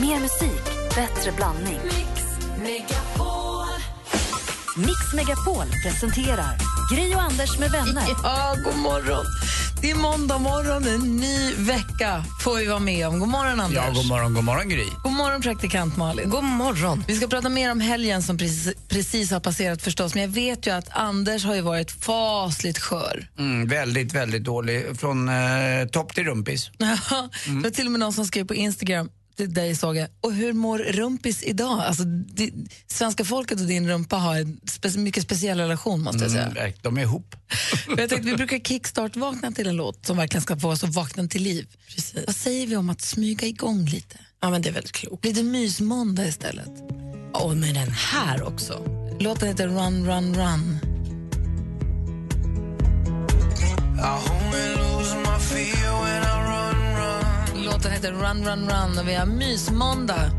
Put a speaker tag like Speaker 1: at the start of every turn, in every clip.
Speaker 1: Mer musik, bättre blandning.
Speaker 2: Mix Megapol.
Speaker 1: Mix Megapol presenterar Gry och Anders med vänner.
Speaker 2: Ja, god morgon. Det är måndag morgon, en ny vecka får vi vara med om. God morgon, Anders.
Speaker 3: Ja, god morgon, god morgon Gry.
Speaker 2: God morgon, praktikant Malin.
Speaker 4: God morgon.
Speaker 2: Vi ska prata mer om helgen som precis, precis har passerat förstås, men jag vet ju att Anders har ju varit fasligt skör.
Speaker 3: Mm, väldigt, väldigt dålig. Från eh, topp till rumpis. Mm.
Speaker 2: Det var till och med någon som skrev på Instagram till dig såg jag. Och hur mår rumpis idag? Alltså, det, svenska folket och din rumpa har en spe, mycket speciell relation måste jag säga.
Speaker 3: Mm, de är ihop.
Speaker 2: Men Jag tänkte, vi brukar kickstart-vakna till en låt som verkligen ska få oss att vakna till liv. Vad säger vi om att smyga igång lite?
Speaker 4: Ja, men det är väldigt klokt.
Speaker 2: Blir det mysmåndag istället?
Speaker 4: Och med den här också.
Speaker 2: Låten heter Run, run, run. Låten heter Run, run, run och vi har mysmåndag.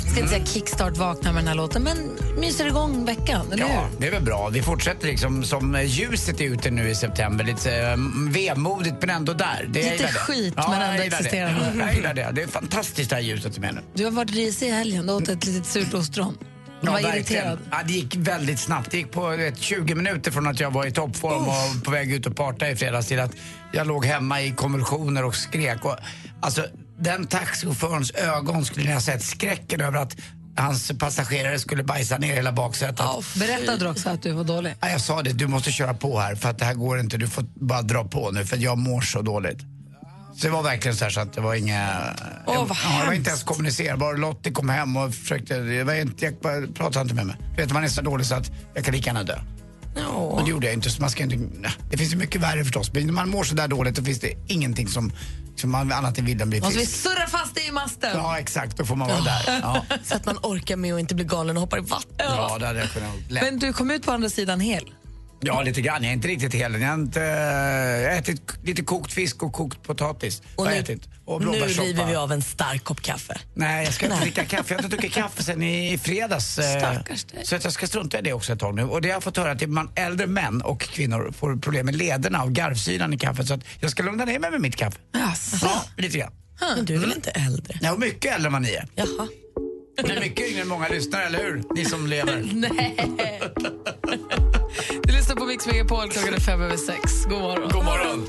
Speaker 2: Jag ska inte säga kickstart-vakna med den här låten, men myser igång veckan, eller
Speaker 3: Ja,
Speaker 2: hur?
Speaker 3: det är väl bra. Vi fortsätter liksom som eh, ljuset är ute nu i september. Lite eh, vemodigt men ändå där. Det, jag
Speaker 2: Lite
Speaker 3: gillar det.
Speaker 2: skit,
Speaker 3: ja,
Speaker 2: men ändå
Speaker 3: jag gillar det.
Speaker 2: existerande.
Speaker 3: Ja, Jag gillar det. Det är fantastiskt det här ljuset som är nu.
Speaker 2: Du har varit risig i helgen, du åt ett litet surt ostron. Du var
Speaker 3: Ja, verkligen.
Speaker 2: irriterad.
Speaker 3: Ja, det gick väldigt snabbt. Det gick på du vet, 20 minuter från att jag var i toppform och på väg ut och parta i fredags till att jag låg hemma i konvulsioner och skrek. Och, alltså, den taxichaufförens ögon skulle ni ha sett skräcken över att hans passagerare skulle bajsa ner hela baksätet.
Speaker 2: Berättade du också att du var dålig?
Speaker 3: Ja, jag sa det, du måste köra på här för att det här går inte. Du får bara dra på nu för jag mår så dåligt. Så det var verkligen så, här, så att det var inga...
Speaker 4: Åh, vad
Speaker 3: ja, det var
Speaker 4: hemskt.
Speaker 3: inte ens kommunicerbar. Lottie kom hem och försökte... Jag, var inte, jag bara pratade inte med mig. Du vet, man är så dålig så att jag kan lika gärna dö. Och det gjorde jag inte. Så man ska inte nej. det finns ju mycket värre förstås. Men när man mår så där dåligt då finns det ingenting som, som man annat än vill än bli
Speaker 2: Måste vi
Speaker 3: frisk.
Speaker 2: surra fast dig i masten?
Speaker 3: Ja, exakt. Då får man vara där. Ja,
Speaker 4: Så att man orkar med och inte blir galen och hoppar i vatten.
Speaker 3: ja det hade jag kunnat lätt.
Speaker 2: Men du kom ut på andra sidan hel.
Speaker 3: Ja, lite grann. Jag är inte riktigt hel. Jag har inte, äh, ätit k- lite kokt fisk och kokt potatis.
Speaker 4: Och
Speaker 3: har jag
Speaker 4: nu-
Speaker 3: ätit. Och
Speaker 4: Nu
Speaker 3: blåbärssoppa.
Speaker 4: river vi av en stark kopp kaffe.
Speaker 3: Nej, jag ska inte dricka kaffe. Jag har inte druckit kaffe sen i i fredags. eh,
Speaker 4: Stackars dig.
Speaker 3: Så att jag ska strunta i det också ett tag nu. Och det har jag fått höra att det är man, äldre män och kvinnor får problem med lederna och garvsyran i kaffet. Så att jag ska lugna ner mig med mitt kaffe.
Speaker 4: Jaså?
Speaker 3: Ja, lite grann. Mm.
Speaker 4: Men du är väl inte äldre?
Speaker 3: Ja, och mycket äldre än vad ni är.
Speaker 4: Jaha.
Speaker 3: Ni är mycket yngre än många lyssnare, eller hur? Ni som lever.
Speaker 2: Du lyssnar på Mix Megapol klockan är fem över sex. God morgon.
Speaker 3: God morgon!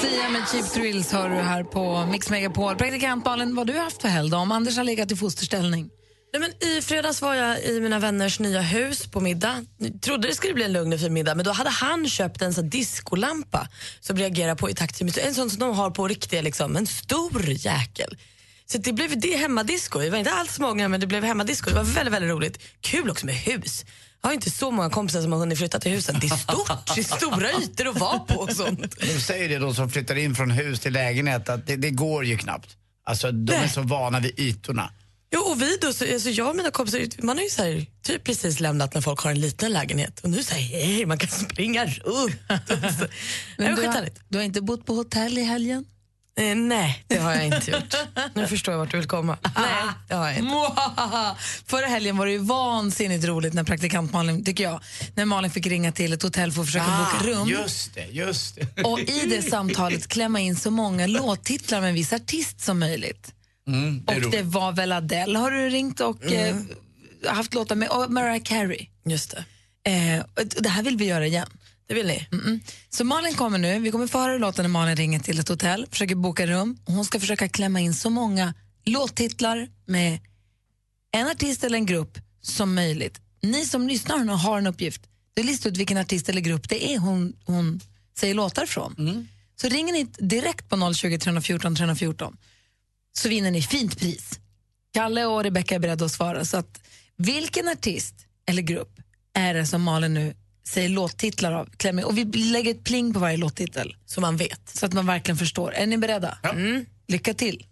Speaker 2: Sia med Cheap Thrills hör du här på Mix Megapol. Praktikant Malin, vad har du haft för helg då? Om Anders har legat i fosterställning.
Speaker 4: Nej, men I fredags var jag i mina vänners nya hus på middag. Jag trodde det skulle bli en lugn och fin middag, men då hade han köpt en sån diskolampa som reagerar på i takt till musik. En sån som de har på riktiga, liksom, en stor jäkel. Så det blev det hemmadisco. Vi var inte alls många, men det blev hemmadisco. Det var väldigt, väldigt roligt. Kul också med hus. Jag har inte så många kompisar som har hunnit flytta till husen. Det är stort, det är stora ytor att vara på och sånt.
Speaker 3: De säger det, de som flyttar in från hus till lägenhet, att det, det går ju knappt. Alltså, de är
Speaker 4: Nej.
Speaker 3: så vana vid ytorna.
Speaker 4: Jo, och vi då, så, alltså jag och mina kompisar, man har ju så här, typ precis lämnat när folk har en liten lägenhet och nu säger hej, man kan springa runt. Alltså, Nej, men
Speaker 2: du, har,
Speaker 4: skithärligt.
Speaker 2: du har inte bott på hotell i helgen?
Speaker 4: Eh, nej, det har jag inte gjort. Nu förstår jag vart du vill komma. Nej, det har jag inte.
Speaker 2: Ah, Mwahaha. Förra helgen var det ju vansinnigt roligt när praktikant Malin, tycker jag, när Malin fick ringa till ett hotell för att försöka
Speaker 4: Ah,
Speaker 2: boka rum.
Speaker 3: Ah, Just det, just det.
Speaker 2: Och i det samtalet klämma in så många låttitlar med en viss artist som möjligt.
Speaker 3: är
Speaker 2: och
Speaker 3: roligt.
Speaker 2: det er var väl Adele har du ringt och eh, haft låtar med, och Mariah Carey.
Speaker 4: Mm. Just det.
Speaker 2: Eh, och det här vill vi göra igen.
Speaker 4: Det vill ni?
Speaker 2: Mm. Så Malin kommer nu, vi kommer få höra hur låten när Malin ringer till ett hotell, försöker boka rum och hon ska försöka klämma in så många låttitlar med en artist eller en grupp som möjligt. Ni som lyssnar nu har en uppgift. Du listar ut vilken artist eller grupp det är hon, hon säger låtar från.
Speaker 4: Mm.
Speaker 2: Så ringer ni direkt på 020 314 314 så vinner ni fint pris. Kalle och Rebecca är beredda att svara. Så att vilken artist eller grupp är det som Malin nu säger låttitlar av? Klämmer. Och vi lägger ett pling på varje låttitel
Speaker 4: Så man vet.
Speaker 2: så att man verkligen förstår. Är ni beredda? Mm. Lycka till.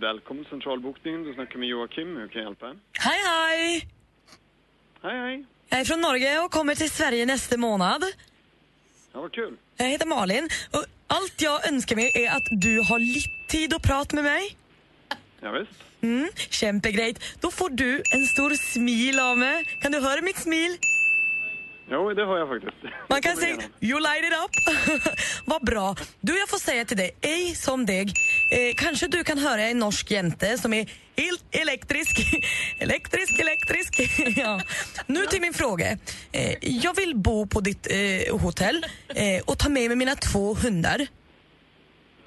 Speaker 5: Välkommen till centralbokningen. Du snackar med Joakim. Hur kan jag hjälpa?
Speaker 4: Hej, hej!
Speaker 5: Hej, hej.
Speaker 4: Jag är från Norge och kommer till Sverige nästa månad.
Speaker 5: Ja, vad kul.
Speaker 4: Jag heter Malin och allt jag önskar mig är att du har lite tid att prata med mig.
Speaker 5: Ja, visst.
Speaker 4: Mm, kämpegrejt. Då får du en stor smil av mig. Kan du höra mitt smil?
Speaker 5: Jo, det har jag faktiskt.
Speaker 4: Man kan
Speaker 5: Kommer
Speaker 4: säga
Speaker 5: igenom.
Speaker 4: you light it up. Vad bra. Du, jag får säga till dig, ej som deg. Eh, kanske du kan höra en norsk jente som är helt elektrisk. elektrisk, elektrisk. ja. Nu till min fråga. Eh, jag vill bo på ditt eh, hotell eh, och ta med mig mina två hundar.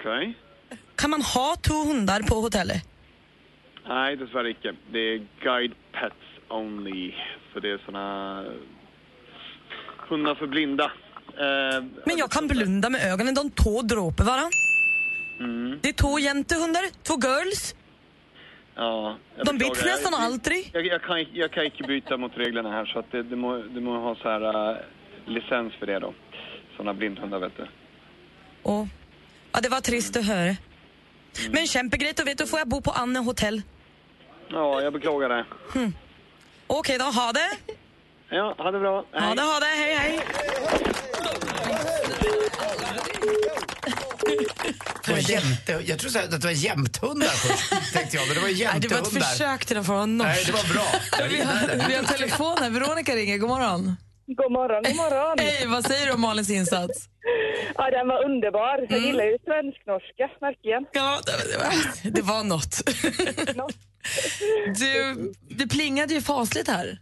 Speaker 5: Okej.
Speaker 4: Kan man ha två hundar på hotellet?
Speaker 5: Nej, dessvärre icke. Det är guide pets only. Så det är såna hundar för blinda. Eh,
Speaker 4: Men jag kan blunda med ögonen, de två dråper varann. Det är två jäntehundar, två girls.
Speaker 5: Ja, jag
Speaker 4: De
Speaker 5: beklagar.
Speaker 4: byts nästan
Speaker 5: Jag-
Speaker 4: aldrig.
Speaker 5: Jag, jag, kan, jag kan inte byta mot reglerna här så att det, du, må, du må ha så här eh, licens för det då. Såna blindhundar vet du.
Speaker 4: Och, ja, det var trist att höra. Men kämpegrejt, och vet du, får jag bo på Anne hotell. Hm.
Speaker 5: Ja, jag beklagar det.
Speaker 4: Okej då, ha det!
Speaker 5: Ja, ha det bra. Hej.
Speaker 4: Ha det, ha det, hej hej!
Speaker 3: Det var jämte, jag trodde så här att det var jämthundar först, tänkte jag. Men det var jämtehundar.
Speaker 4: till den från
Speaker 3: Nej, det var bra. Jag
Speaker 2: Vi
Speaker 3: gillar
Speaker 2: har, vi
Speaker 3: det.
Speaker 2: har telefon här. Veronica ringer. God morgon.
Speaker 6: God morgon, god morgon.
Speaker 2: Hej, vad säger du om Malins insats?
Speaker 6: Ja, den var underbar.
Speaker 2: Mm.
Speaker 6: Jag gillar ju svensk-norska, verkligen.
Speaker 4: Ja, det, det, var, det var något.
Speaker 6: Något.
Speaker 2: Du, det plingade ju fasligt här.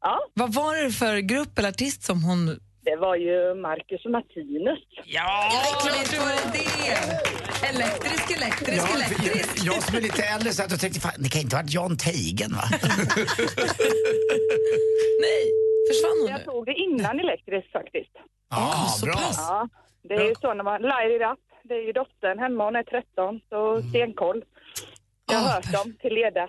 Speaker 6: Ja,
Speaker 2: Vad var det för grupp eller artist som hon...
Speaker 6: det var ju Marcus och Martinus.
Speaker 2: Ja, visst var det det! Elektrisk, elektrisk,
Speaker 3: Ja, för jag, jag som är lite äldre satt och tänkte, fan, det kan inte ha varit Jan Teigen va?
Speaker 2: Nej, försvann hon
Speaker 6: Jag
Speaker 2: nu?
Speaker 6: såg det innan elektriskt faktiskt.
Speaker 3: Ja, bra.
Speaker 6: Ja, det är ju så när man... Lairi Rapp, det är ju dottern hemma, hon är 13, så stenkoll. Jag har
Speaker 2: Ah,
Speaker 6: hört dem till leda.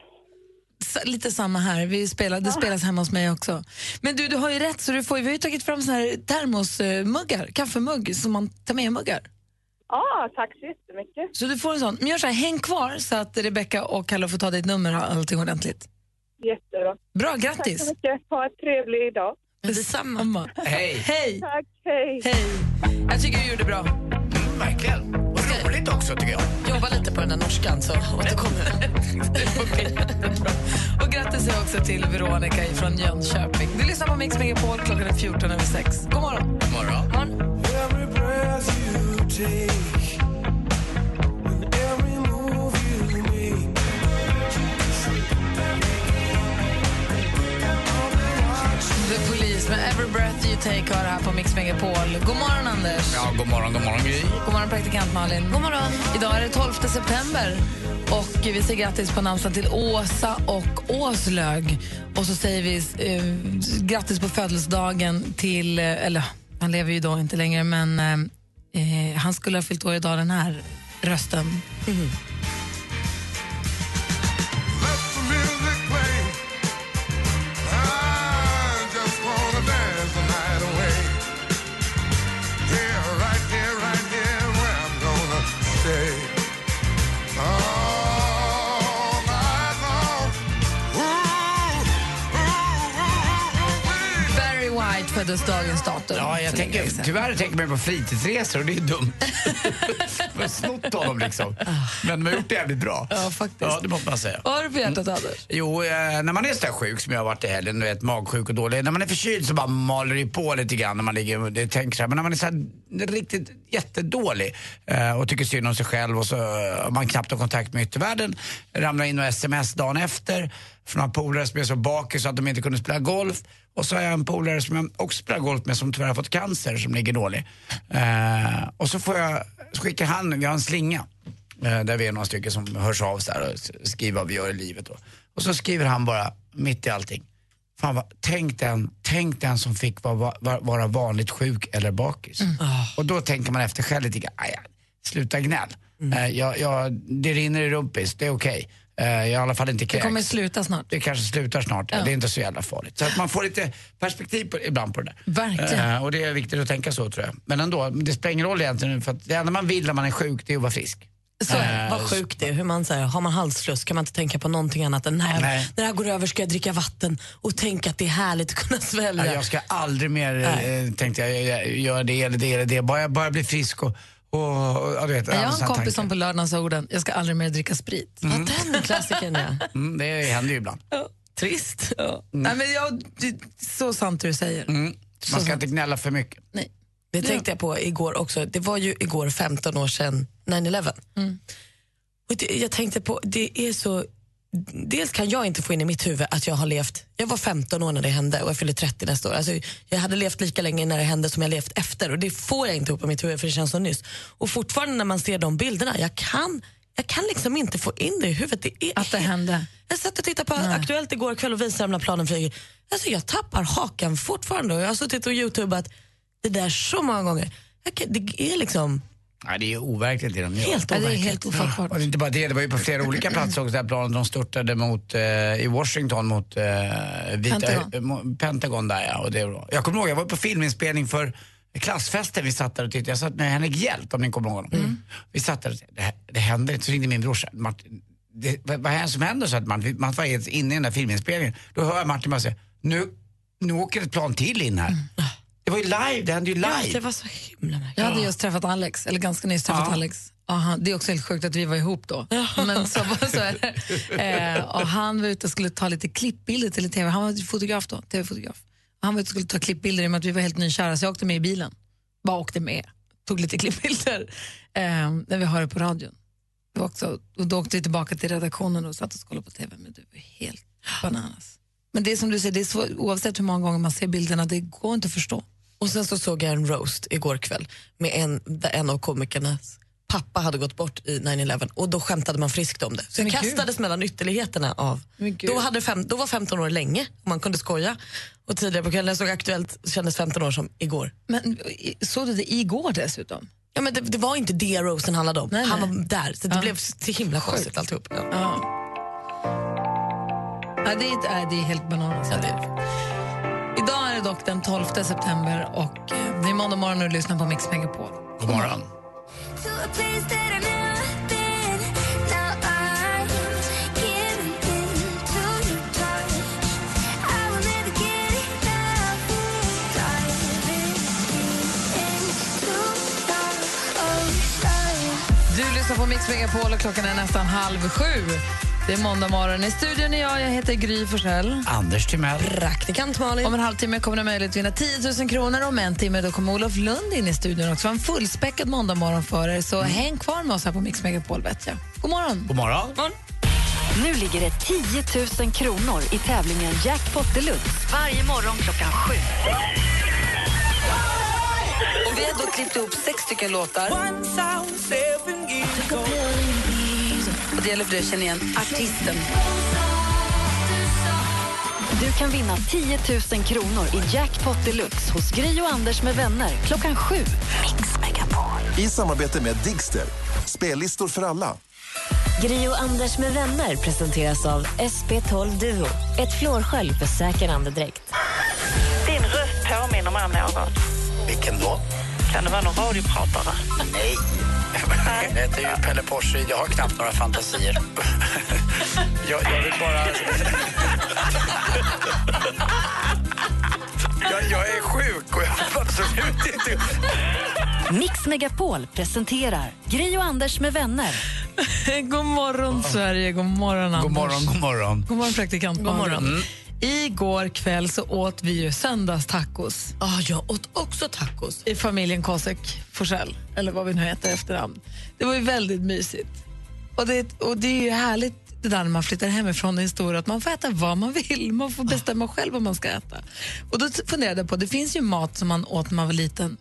Speaker 2: S- Lite samma här. Vi spelar, det spelas hemma hos mig också. Men du, du har ju rätt. Så du får, ju- vi har ju tagit fram såna här termosmuggar, kaffemugg, som man tar med-muggar.
Speaker 6: Ja, tack så jättemycket.
Speaker 2: Så du får en sån. Men gör så här, häng kvar så att Rebecca och Kalle får ta ditt nummer och allting ordentligt.
Speaker 6: Jättebra.
Speaker 2: Bra,
Speaker 6: Tack
Speaker 2: grattis!
Speaker 6: så mycket. Ha en trevlig dag.
Speaker 2: Detsamma.
Speaker 3: Hej.
Speaker 2: Hej!
Speaker 6: Tack, hej.
Speaker 2: Hej! Jag tycker du gjorde bra.
Speaker 3: Mm, verkligen. Och roligt också tycker jag.
Speaker 4: Jobba lite på den där norskan så återkommer
Speaker 2: Och grattis säger jag också till Veronica från Jönköping. Du lyssnar på Mix Megapol klockan är 14 över 6. God morgon!
Speaker 3: God morgon.
Speaker 2: The Police med Every Breath You Take har det här på Mix Megapol. God morgon, Anders!
Speaker 3: Ja, god morgon, god morgon Gry.
Speaker 2: God morgon, praktikant Malin. God morgon. Idag är det 12 september och vi säger grattis på namnsdagen till Åsa och Åslög. Och så säger vi eh, grattis på födelsedagen till, eh, eller han lever ju idag inte längre, men eh, eh, han skulle ha fyllt år idag den här rösten. Barry White föddes dagens datum.
Speaker 3: Ja, jag
Speaker 2: för länge
Speaker 3: tänker,
Speaker 2: sedan.
Speaker 3: tyvärr tänker man på fritidsresor och det är dumt. Man har snott honom liksom. Men de har gjort det jävligt bra.
Speaker 2: Ja, faktiskt.
Speaker 3: Ja, det måste man säga.
Speaker 2: Vad har du på hjärtat, Anders?
Speaker 3: Jo, eh, när man är sådär sjuk som jag har varit i helgen, du vet magsjuk och dålig. När man är förkyld så bara maler det på lite grann när man ligger och det tänker så här. Men när man är så här riktigt jättedålig eh, och tycker synd om sig själv och så eh, man knappt har kontakt med yttervärlden. Ramlar in och sms dagen efter från några polare som är så bakis så att de inte kunde spela golf. Och så har jag en polare som jag också spelar golf med som tyvärr har fått cancer som ligger dålig. Eh, och så får jag, så skickar han, jag har en slinga. Eh, Där vi är några stycken som hörs av så här och s- skriver vad vi gör i livet. Då. Och så skriver han bara, mitt i allting. Fan vad, tänk, den, tänk den som fick vara, va- va- vara vanligt sjuk eller bakis. Och då tänker man efter själv lite grann, "Aj, aj, sluta gnäll.
Speaker 2: Mm.
Speaker 3: Eh, Jag, jag, det rinner i rumpis, det är okej. Eh, Jag är i alla fall inte
Speaker 2: Det
Speaker 3: kräks.
Speaker 2: kommer sluta snart.
Speaker 3: Det kanske slutar snart, det är inte så jävla farligt. Så att man får lite perspektiv på, ibland på det där.
Speaker 2: Verkligen.
Speaker 3: Eh, och det är viktigt att tänka så tror jag. Men ändå, det spelar ingen roll egentligen för att det enda man vill när man är sjuk det är att vara frisk. Eh,
Speaker 4: Så vad sjukt det är. Hur man, så här, har man halsfluss kan man inte tänka på någonting annat än när,
Speaker 3: Nej.
Speaker 4: när det här går över ska jag dricka vatten och tänka att det är härligt att kunna svälja.
Speaker 3: Nej, Jag ska aldrig mer, eh, tänkte jag, jag- jag- göra det eller det eller det. Bara jag bara blir frisk och, och, och ja, du vet.
Speaker 2: Jag
Speaker 3: alla
Speaker 2: har en
Speaker 3: såna
Speaker 2: kompis som
Speaker 3: tankar.
Speaker 2: på lördagen sa orden “Jag ska aldrig mer dricka sprit”.
Speaker 4: Ja, den klassikern ja.
Speaker 3: Mm, det händer ju ibland.
Speaker 4: Trist.
Speaker 2: Nej, men jag, det- så sant det du säger.
Speaker 3: Mm. Man ska inte gnälla för mycket.
Speaker 2: Nej.
Speaker 4: Det tänkte jag på igår också. Det var ju igår 15 år sedan 9-11. Och det, jag tänkte på, det är så... Dels kan jag inte få in i mitt huvud att jag har levt... Jag var 15 år när det hände och jag fyller 30 nästa år. Alltså, jag hade levt lika länge när det hände som jag levt efter och det får jag inte ihop i mitt huvud för det känns så nyss. Och fortfarande när man ser de bilderna, jag kan, jag kan liksom inte få in det i huvudet. Det är
Speaker 2: Att det hände.
Speaker 4: jag satt och tittade på Aktuellt igår kväll och visade dem när planen flyger. Alltså jag tappar hakan fortfarande och jag har suttit och youtubat det där så många gånger. Jag kan, det är liksom
Speaker 3: Nej, det är overkligt det de gör.
Speaker 4: helt
Speaker 2: Ja, det är
Speaker 4: overkligt.
Speaker 2: helt ofattbart. Mm.
Speaker 3: Och det är inte bara det, det var ju på flera olika platser också där planet de störtade mot, eh, i Washington mot eh, vita,
Speaker 2: Pentagon.
Speaker 3: eh, mo- Pentagon där ja. Och det, var- jag kommer ihåg, jag var på filminspelning för klassfesten vi satt där och tittade. Jag satt med Henrik Hjelt om ni kommer ihåg honom.
Speaker 2: Mm.
Speaker 3: Vi satt där och tänkte, det, här- det händer inte. Så ringde min brorsa. Martin, det, vad, vad är det som händer? Så att man, man var helt inne i den där filminspelningen. Då hör jag Martin bara säga, nu, nu åker ett plan till in
Speaker 2: Mm.
Speaker 3: här. Det var ju live, det hände ju
Speaker 4: Ja, alltså,
Speaker 3: live.
Speaker 4: det var så himla märkligt.
Speaker 2: Jag hade just träffat Alex, eller ganska nyss träffat
Speaker 3: Ja.
Speaker 2: Alex. Och han, det är också helt sjukt att vi var ihop då. Men så, så är det. Eh, och han var ute och skulle ta lite klippbilder till en tv. Han var ju fotograf då, tv-fotograf. Och Han var ute och skulle ta klippbilder i och med att vi var helt nykära så jag åkte med i bilen. Bara åkte med, tog lite klippbilder eh, när vi hörde på radion. Det var också, och då åkte vi tillbaka till redaktionen och satt och kollade på tv. Men det var helt bananas. Men det är som du säger, det är svår, oavsett hur många gånger man ser bilderna, det går inte att förstå.
Speaker 4: Och sen så såg jag en roast igår kväll med en, där en av komikernas pappa hade gått bort i 9-11 och då skämtade man friskt om det. Så det
Speaker 2: Men gud.
Speaker 4: kastades mellan ytterligheterna av...
Speaker 2: Men gud.
Speaker 4: Då, hade fem, då var 15 år länge och man kunde skoja. Och tidigare på kvällen jag såg Aktuellt kändes 15 år som igår.
Speaker 2: Men i- såg du det igår dessutom?
Speaker 4: Ja, men det, det var inte det roasten handlade om.
Speaker 2: Nej,
Speaker 4: han
Speaker 2: nej.
Speaker 4: var där, så det
Speaker 2: Ja.
Speaker 4: blev så himla konstigt alltihop. Ja.
Speaker 2: Ja. Ja, det, är, nej, det är helt bananas.
Speaker 4: Ja, det är det.
Speaker 2: Idag är det dock den 12 september och eh, det är måndag morgon och du lyssnar på Mix Megapol.
Speaker 3: God morgon.
Speaker 7: to a place that I've never been. Now I'm giving in to your touch. I will never get enough. Diving into love, oh love.
Speaker 2: Du lyssnar på Mix Megapol och klockan är nästan halv sju. Det är måndag morgon. I studion är jag, jag heter Gry Forssell.
Speaker 3: Anders Timell.
Speaker 4: Praktikant Malin.
Speaker 2: Om en halvtimme kommer det möjligt att vinna 10 000 kronor. Om en timme då kommer Olof Lund in i studion också. En fullspäckad måndag morgon för er,
Speaker 4: Mm.
Speaker 2: så häng kvar med oss här på Mix Megapol. Vet jag. God morgon!
Speaker 3: God morgon.
Speaker 1: Nu ligger det 10 000 kronor i tävlingen Jackpot Deluxe varje morgon klockan sju.
Speaker 2: Och vi har då klippt ihop sex stycken låtar. Och det gäller för dig att känna igen artisten.
Speaker 1: Du kan vinna 10 000 kronor i Jackpot Deluxe hos Gry och Anders med vänner klockan sju. Mix Megapol.
Speaker 8: I samarbete med Digster. Spellistor för alla.
Speaker 9: Gri och Anders med vänner presenteras av SP12 Duo. Ett flårskölj för säker andedräkt.
Speaker 10: Din röst påminner mig om någon.
Speaker 3: Vilken då?
Speaker 10: Kan det vara någon radiopratare?
Speaker 3: Nej. Jag heter ju Pelle Porsche. Jag har knappt några fantasier. Jag, jag vill bara... Jag, jag är sjuk och jag vill absolut inte...
Speaker 1: Mix Megapol presenterar Gry och Anders med vänner.
Speaker 2: god morgon, Sverige. God morgon, Anders.
Speaker 3: God morgon, god morgon. Mm.
Speaker 2: God morgon, praktikant. God
Speaker 4: morgon.
Speaker 2: Igår kväll så åt vi ju söndagstacos
Speaker 4: Ah, jag åt också tacos.
Speaker 2: i familjen Kosek Forsell, eller vad vi nu heter i efternamn. Det var ju väldigt mysigt. Och det, och det är ju härligt det där när man flyttar hemifrån i historia, att man får äta vad man vill. Man får bestämma själv vad man ska äta. Och då funderade jag på, det finns ju mat som man åt när man var liten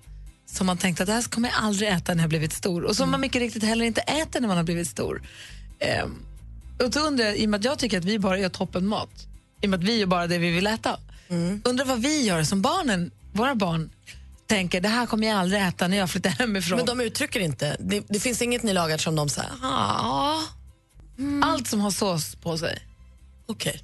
Speaker 2: som man tänkte att det här kommer jag aldrig äta när jag blivit stor och som man mycket riktigt heller inte äter när man har blivit stor. Ehm, och då undrar jag, i och med att jag tycker att vi bara gör toppenmat, i och med att vi gör bara det vi vill äta, undrar vad vi gör som barnen, våra barn, tänker det här kommer jag aldrig äta när jag flyttar hemifrån.
Speaker 4: Men de uttrycker inte. Det, det finns inget ni lagar som de säger, ah,
Speaker 3: Mm.
Speaker 2: Allt som har sås på sig.
Speaker 4: okej.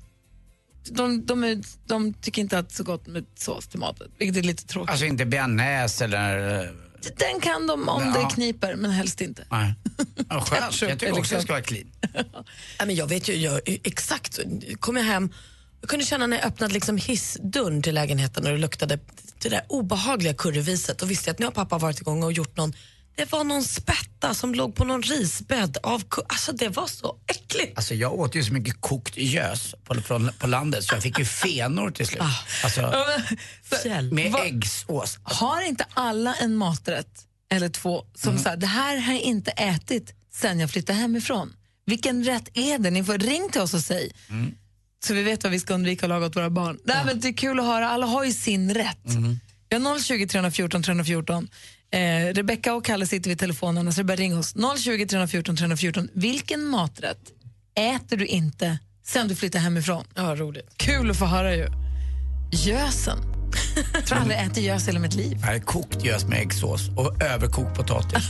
Speaker 2: de, de, är, de tycker inte att det är så gott med sås till maten, vilket är lite tråkigt.
Speaker 3: Alltså inte bearnaise eller... eh,
Speaker 2: Den kan de om
Speaker 3: Ja.
Speaker 2: det kniper, men helst inte.
Speaker 3: Nej. Ja, skönt.
Speaker 2: Ketchup
Speaker 3: Jag tycker
Speaker 2: är
Speaker 3: också jag
Speaker 2: liksom-
Speaker 3: ska vara clean.
Speaker 4: Ja, men jag vet ju jag, exakt. Kom jag hem, jag kunde känna när jag öppnade liksom hissdörren till lägenheten och det luktade det där obehagliga curryviset. Då visste jag att nu har pappa varit igång och gjort någon Det var någon spätta som låg på någon risbädd av ku- Alltså det var så äckligt.
Speaker 3: Alltså jag åt ju så mycket kokt gös på, från, på landet så jag fick ju fenor till slut. Alltså, med äggsås.
Speaker 2: Har inte alla en maträtt eller två som
Speaker 3: Mm.
Speaker 2: så här, det här har jag inte ätit sen jag flyttade hemifrån? Vilken rätt är det? Ni får ring till oss och säg. Så vi vet vad vi ska undvika att laga åt våra barn. Nej, men det är kul att höra, alla har ju sin rätt. Vi har 020 314 314. Eh, Rebecka och Kalle sitter vid telefonerna så det är bara att ringa oss. 020 314 314. Vilken maträtt äter du inte sen du flyttade hemifrån?
Speaker 4: Ja, roligt.
Speaker 2: Kul att få höra ju. Gösen. Jag tror aldrig jag ätit gös i hela mitt liv.
Speaker 3: Nej, kokt gös med äggsås och överkokt potatis.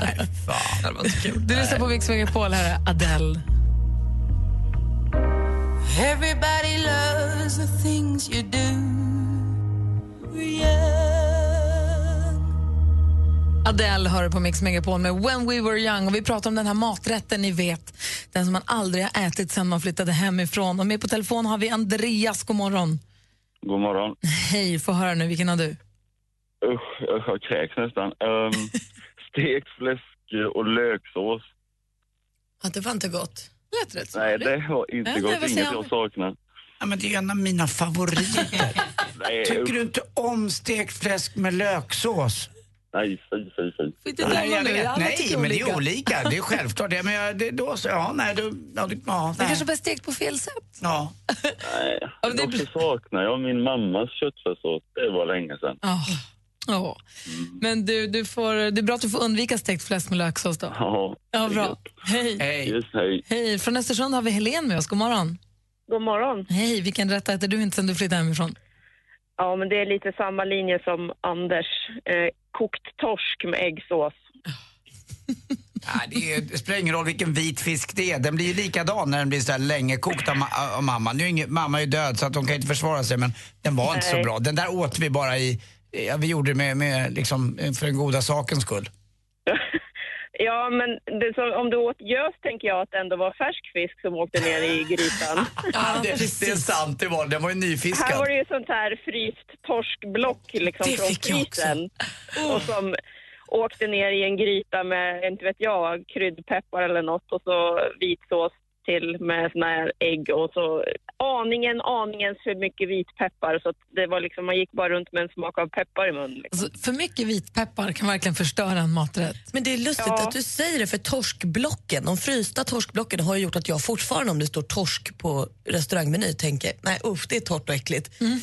Speaker 3: Nej, fan. Det var inte kul.
Speaker 2: Du lyssnar på Mix Megapol, här är Adele.
Speaker 7: Everybody loves the things you do.
Speaker 2: Adele hör på Mix Megapol med When We Were Young. Och vi pratar om den här maträtten ni vet, den som man aldrig har ätit sen man flyttade hemifrån. Och med på telefon har vi Andreas, god morgon.
Speaker 11: God morgon.
Speaker 2: Hej, få höra nu, vilken har du?
Speaker 11: Usch, usch jag kräks nästan. Ehm, stekt fläsk och löksås.
Speaker 4: Ja, det var inte gott.
Speaker 2: Lät rätt så.
Speaker 11: Nej, det var inte
Speaker 2: Nej,
Speaker 11: gott.
Speaker 2: vad
Speaker 11: Inget
Speaker 2: säger
Speaker 11: jag
Speaker 2: han?
Speaker 11: saknar.
Speaker 3: Ja, men det är en av mina favoriter.
Speaker 11: Nej,
Speaker 3: Tycker
Speaker 11: usch.
Speaker 3: du inte om stekt fläsk med löksås?
Speaker 11: Nej, fy, fy, fy.
Speaker 3: Nej, jag vet.
Speaker 2: alla
Speaker 3: nej
Speaker 2: tycker
Speaker 3: men det
Speaker 2: olika.
Speaker 3: är olika. Det är självklart. Ja, men jag, det, då så, ja, nej, då, ja, det, ja,
Speaker 2: Det
Speaker 3: nej.
Speaker 2: kanske bara stekt på fel sätt.
Speaker 3: ja.
Speaker 11: Nej.
Speaker 2: Ja, men det
Speaker 11: Och så saknar jag min mammas köttfärssås. Det var länge sedan.
Speaker 2: Ja. Ja. Men du, du får, det är bra att du får undvika stekt fläsk med löksås då.
Speaker 11: Ja,
Speaker 2: Ja, bra. Hej.
Speaker 3: Hej.
Speaker 11: just hej.
Speaker 2: Hej, från Östersund har vi Helen med oss, god morgon.
Speaker 12: God morgon.
Speaker 2: Hej, vilken rätt äter du inte sen du flyttade hemifrån?
Speaker 12: Ja, men det är lite samma linje som Anders. Eh, kokt torsk med äggsås.
Speaker 3: Nej, det, är, det spelar ingen roll vilken vit fisk det är. Den blir ju likadan när den blir så här länge kokt av, ma- äh, av mamma. Nu är ingen, mamma är ju död så att hon kan inte försvara sig men den var inte så
Speaker 12: Nej.
Speaker 3: bra. Den där åt vi bara i, ja, vi gjorde det med, med liksom, för den goda sakens skull.
Speaker 12: Ja, men det som, om du åt gös tänker jag att det ändå var färsk fisk som åkte ner i grytan.
Speaker 3: Ja, det, det är sant, det var den var ju
Speaker 12: Här var
Speaker 3: nyfiskad.
Speaker 12: det ju sånt här fryst torskblock liksom
Speaker 4: Det
Speaker 12: från
Speaker 4: fick jag
Speaker 12: frysen. Och som åkte ner i en gryta med, inte vet jag, kryddpeppar eller något och så vitsås till med såna här ägg och så aningen, aningens för mycket vitpeppar så att det var liksom, man gick bara runt med en smak av peppar i munnen. Liksom.
Speaker 2: Alltså, för mycket vitpeppar kan verkligen förstöra en maträtt.
Speaker 4: Men det är lustigt
Speaker 12: Ja.
Speaker 4: att du säger det för torskblocken, de frysta torskblocken har ju gjort att jag fortfarande om det står torsk på restaurangmeny tänker nej usch det är torrt och äckligt. Jag har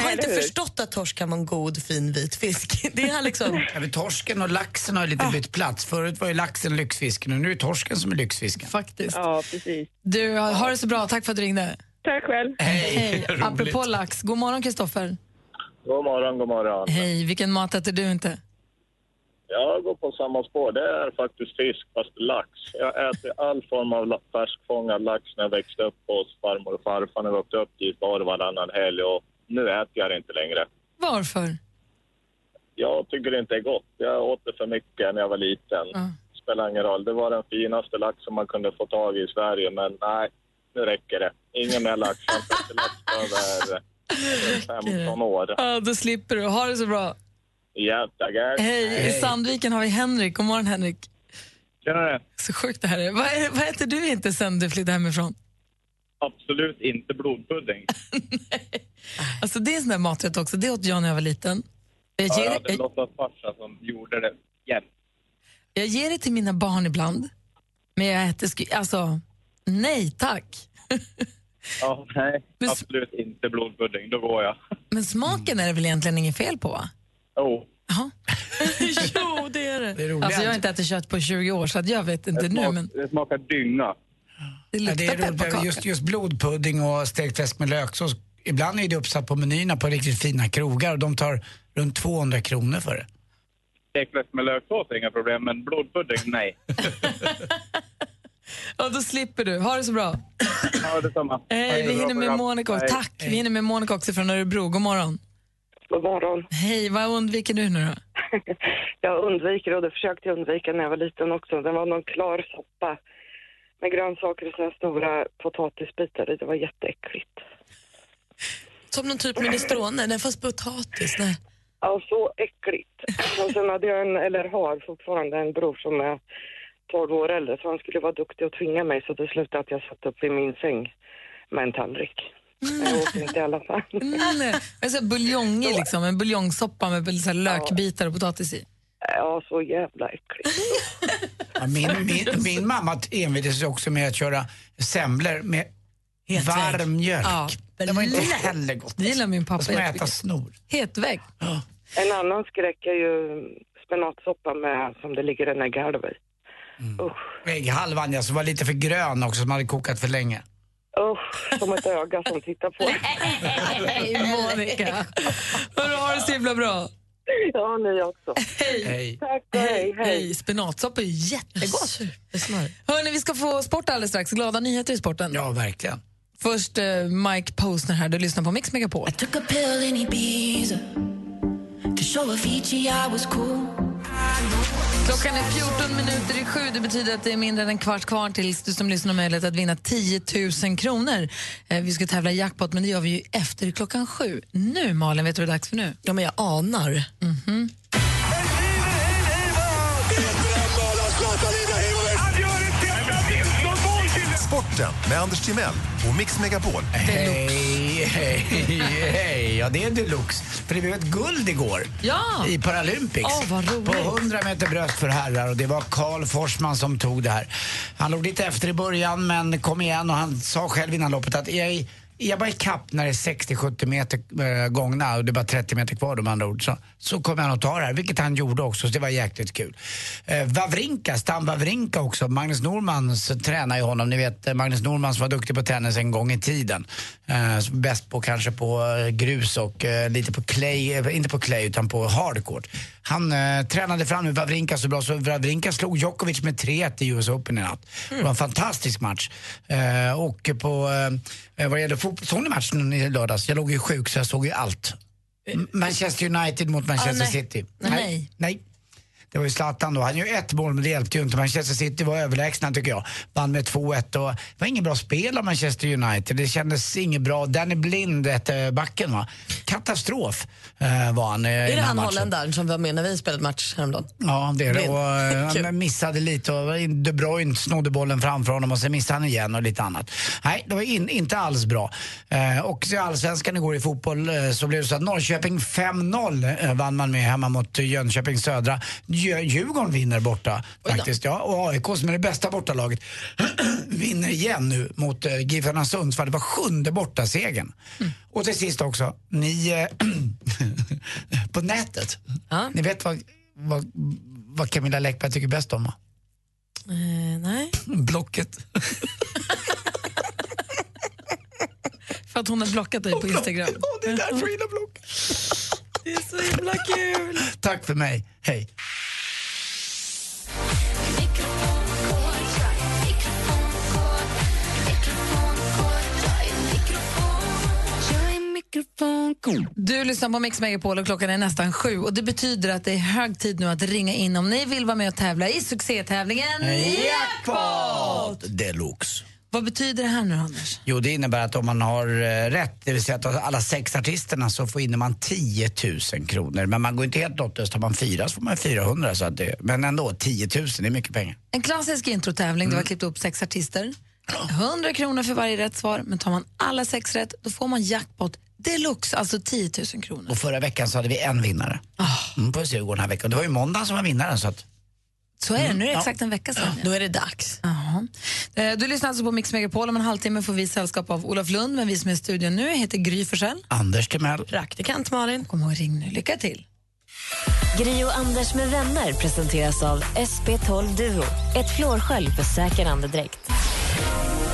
Speaker 12: Mm. Nej,
Speaker 4: inte
Speaker 12: eller hur?
Speaker 4: förstått att torsk kan vara en god fin vit fisk. Det är liksom,
Speaker 3: Ja, men torsken och laxen har ju
Speaker 2: Ah.
Speaker 3: lite bytt plats. Förut var ju laxen lyxfisken och nu är det torsken som är lyxfisken.
Speaker 2: Faktiskt.
Speaker 12: Ja, precis.
Speaker 2: Du, ha ha det så bra. Tack för att du ringde.
Speaker 12: Tack själv.
Speaker 2: Hej. Apropå lax, god morgon Kristoffer.
Speaker 11: God morgon, god morgon.
Speaker 2: Hej, vilken mat äter du inte?
Speaker 11: Jag går på samma spår. Det är faktiskt fisk, fast lax. Jag äter all form av la- färskfångad lax när jag växte upp hos farmor och farfar. När vi åkte upp dit var det varannan helg och nu äter jag det inte längre.
Speaker 2: Varför?
Speaker 11: Jag tycker det inte är gott. Jag åt det för mycket när jag var liten.
Speaker 2: Ja.
Speaker 11: Spelar ingen roll. Det var den finaste lax som man kunde få tag i i Sverige, men nej, nu räcker det. Ingen mer lax. Jag har inte ätit lax på över över 15 år.
Speaker 2: Ja, då slipper du. Ha det så bra.
Speaker 11: Ja, tackar.
Speaker 2: Hej. I Sandviken har vi Henrik. God morgon Henrik.
Speaker 11: Tjenare.
Speaker 2: Så sjukt det här är. Vad, är, vad äter du inte sen du flyttade hemifrån?
Speaker 11: Absolut inte blodpudding.
Speaker 2: Alltså det är en sån där maträtt också. Det åt jag när jag var liten. Jag ger, jag,
Speaker 11: låtsasfarsa som gjorde det jämt.
Speaker 2: jag ger det till mina barn ibland. Men jag äter, sku- alltså, nej tack.
Speaker 11: Ja, nej,
Speaker 2: Men s-
Speaker 11: absolut inte blodpudding. Då går jag.
Speaker 2: Men smaken är det väl egentligen inget fel på va?
Speaker 11: Oh,
Speaker 2: Ja. jo, det är
Speaker 3: Det är roligt.
Speaker 2: Alltså jag har inte ätit kött på 20 år så att jag vet inte nu men
Speaker 11: det smakar dynga.
Speaker 2: det
Speaker 3: Ja,
Speaker 2: luktar
Speaker 3: det är roligt.
Speaker 2: pepparkaka.
Speaker 3: Just, just blodpudding och stekt fläsk med löksås. Ibland är det uppsatt på menyerna på riktigt fina krogar och de tar runt 200 kronor för det.
Speaker 11: Stekfläsk med löksås är inga problem, men blodpudding, nej.
Speaker 2: Ja, då slipper du. Ha det så bra.
Speaker 11: Ja, detsamma.
Speaker 2: Hej, vi hinner med Monica.
Speaker 11: Hej.
Speaker 2: Tack. Vi hinner med Monica också från Örebro. God morgon.
Speaker 13: God morgon.
Speaker 2: Hej, vad undviker du nu då?
Speaker 13: Jag undviker och det försökte jag undvika när jag var liten också. Det var någon klar soppa med grönsaker och såna stora potatisbitar i. Det var jätteäckligt.
Speaker 4: som någon typ minestrone, nej fast potatis, nej.
Speaker 13: Ja, så äckligt. Och sen hade jag en, eller har fortfarande en bror som är 12 år äldre så han skulle vara duktig och tvinga mig så det slutade att jag satt upp i min säng med en tallrik. Men jag åt inte i alla fall.
Speaker 2: Mm, alltså buljong i liksom, en buljongsoppa med så här lökbitar och potatis i.
Speaker 13: Ja, så jävla äckligt.
Speaker 3: Ja, min, min, min mamma envisades också med att köra semlor med varm mjölk.
Speaker 2: Ja,
Speaker 3: det var inte
Speaker 2: lätt.
Speaker 3: heller gott.
Speaker 2: Det gillar min pappa
Speaker 3: Och så får man äta
Speaker 2: jättemycket.
Speaker 3: snor.
Speaker 2: Hetvägg.
Speaker 13: En annan skräck är ju spenatsoppa med, som det ligger en ägghalv i.
Speaker 3: Ägghalvan ja, som var lite för grön också, som hade kokat för länge.
Speaker 13: Usch, som ett öga som tittar på.
Speaker 2: Nej, Monica. Hörru, ha det så himla bra.
Speaker 13: Ja, ni också.
Speaker 3: Hej.
Speaker 13: Tack och hej,
Speaker 2: hej. Spenatsoppa är ju jättegott.
Speaker 4: Supersmart.
Speaker 2: Hörni, vi ska få sport alldeles strax. Glada nyheter i sporten.
Speaker 3: Ja, verkligen.
Speaker 2: Först eh, Mike Posner här. Du lyssnar på Mix Megapol.
Speaker 7: Took a pill in Ibiza to show Avicii I was cool.
Speaker 2: Klockan är 14 minuter i sju. Det betyder att det är mindre än en kvart kvar tills du som lyssnar har möjlighet att vinna 10 000 kronor. Eh, vi ska tävla i jackpot, men det gör vi ju efter klockan sju. Nu, Malin, vet du vad det är dags för nu?
Speaker 4: Ja, men jag anar.
Speaker 2: Mhm.
Speaker 8: Sporten med Anders Timell och Mix Megapol.
Speaker 3: Hej, hej, hej. Ja, det är deluxe. För det blev ett guld igår
Speaker 2: Ja.
Speaker 3: i Paralympics.
Speaker 2: Åh, vad roligt.
Speaker 3: På 100 meter bröst för herrar och det var Karl Forsman som tog det här. Han låg lite efter i början men kom igen och han sa själv innan loppet att jag, jag var ikapp när det är 60-70 meter eh, gångna och det är bara 30 meter kvar då med andra ord. Så, så kommer han att ta det här, vilket han gjorde också så det var jäkligt kul. Eh, Wawrinka, Stan Wawrinka också, Magnus Normans tränar ju honom. Ni vet eh, Magnus Norman som var duktig på tennis en gång i tiden. Eh, som bäst på kanske på eh, grus och eh, lite på clay, eh, inte på clay utan på hardcourt. Han eh, tränade fram med Wawrinka så bra så Wawrinka slog Djokovic med 3-1 i US Open i natt. Det var en fantastisk match. Eh, och på, eh, vad gäller fotboll, såg ni matchen i lördags? Jag låg ju sjuk så jag såg ju allt. M- Manchester United mot Manchester
Speaker 4: Ah,
Speaker 2: nej.
Speaker 3: City.
Speaker 2: Nej.
Speaker 3: Nej. Det var ju Zlatan då. Han gjorde ett mål men det hjälpte ju inte. Manchester City var överlägsna tycker jag. Vann med 2-1 och det var inget bra spel av Manchester United. Det kändes inget bra. Danny Blind hette backen va. Katastrof eh, var han eh, i
Speaker 4: Är
Speaker 3: den
Speaker 4: det
Speaker 3: här
Speaker 4: han
Speaker 3: matchen.
Speaker 4: holländaren som var med när vi spelade match häromdagen?
Speaker 3: Ja, det är det.
Speaker 4: Blind.
Speaker 3: Och, eh,
Speaker 4: Kul.
Speaker 3: han missade lite och De Bruyne snodde bollen framför honom och sen missade han igen och lite annat. Nej, det var in, inte alls bra. Eh, och i allsvenskan igår i fotboll eh, så blev det så att Norrköping 5-0 eh, vann man med hemma mot eh, Jönköping Södra. Djö- Djurgården vinner borta faktiskt. Ja, och AIK som är det bästa bortalaget vinner igen nu mot eh, Giffarna Sundsvall. Det var sjunde bortasegern. Och till sist också, ni eh, på nätet, ni vet vad, vad, vad Camilla Läckberg tycker bäst om? va?
Speaker 4: Eh, nej.
Speaker 3: Blocket.
Speaker 2: För att hon har blockat dig på Instagram.
Speaker 3: det är därför jag gillar block.
Speaker 2: Det är så himla kul.
Speaker 3: Tack för mig, hej.
Speaker 2: Du lyssnar på Mix Megapol och klockan är nästan sju och det betyder att det är hög tid nu att ringa in om ni vill vara med och tävla i succétävlingen Jackpot!
Speaker 3: Deluxe.
Speaker 2: Vad betyder det här nu, Anders?
Speaker 3: Jo, det innebär att om man har eh, rätt, det vill säga att av alla sex artisterna så får in man 10 000 kronor. Men man går inte helt lottlös. Tar man fyra så får man 400. Så att det, men ändå, 10 000 det är mycket pengar.
Speaker 2: En klassisk introtävling
Speaker 4: Mm.
Speaker 2: där vi har klippt upp sex artister. 100 kronor för varje rätt svar, men tar man alla sex rätt då får man jackpot deluxe, alltså 10 000 kronor.
Speaker 3: Och förra veckan så hade vi en vinnare.
Speaker 4: Ah.
Speaker 3: Mm, får vi se hur det går den här veckan. Det var ju måndag som var vinnaren. Så att,
Speaker 2: Så är det, nu är det
Speaker 3: Ja.
Speaker 2: exakt en vecka sedan.
Speaker 4: Mm, Då är det dags.
Speaker 2: Jaha. Eh, Du lyssnar alltså på Mix Megapol. Om en halvtimme får vi sällskap av Olof Lund, men vi som är i studion nu heter Gry Forssell.
Speaker 3: Anders Timell.
Speaker 4: Praktikant Malin.
Speaker 2: Kom ihåg ring nu. Lycka till.
Speaker 9: Gri och Anders med vänner presenteras av SP12 Duo. Ett flårskölj för säker andedräkt.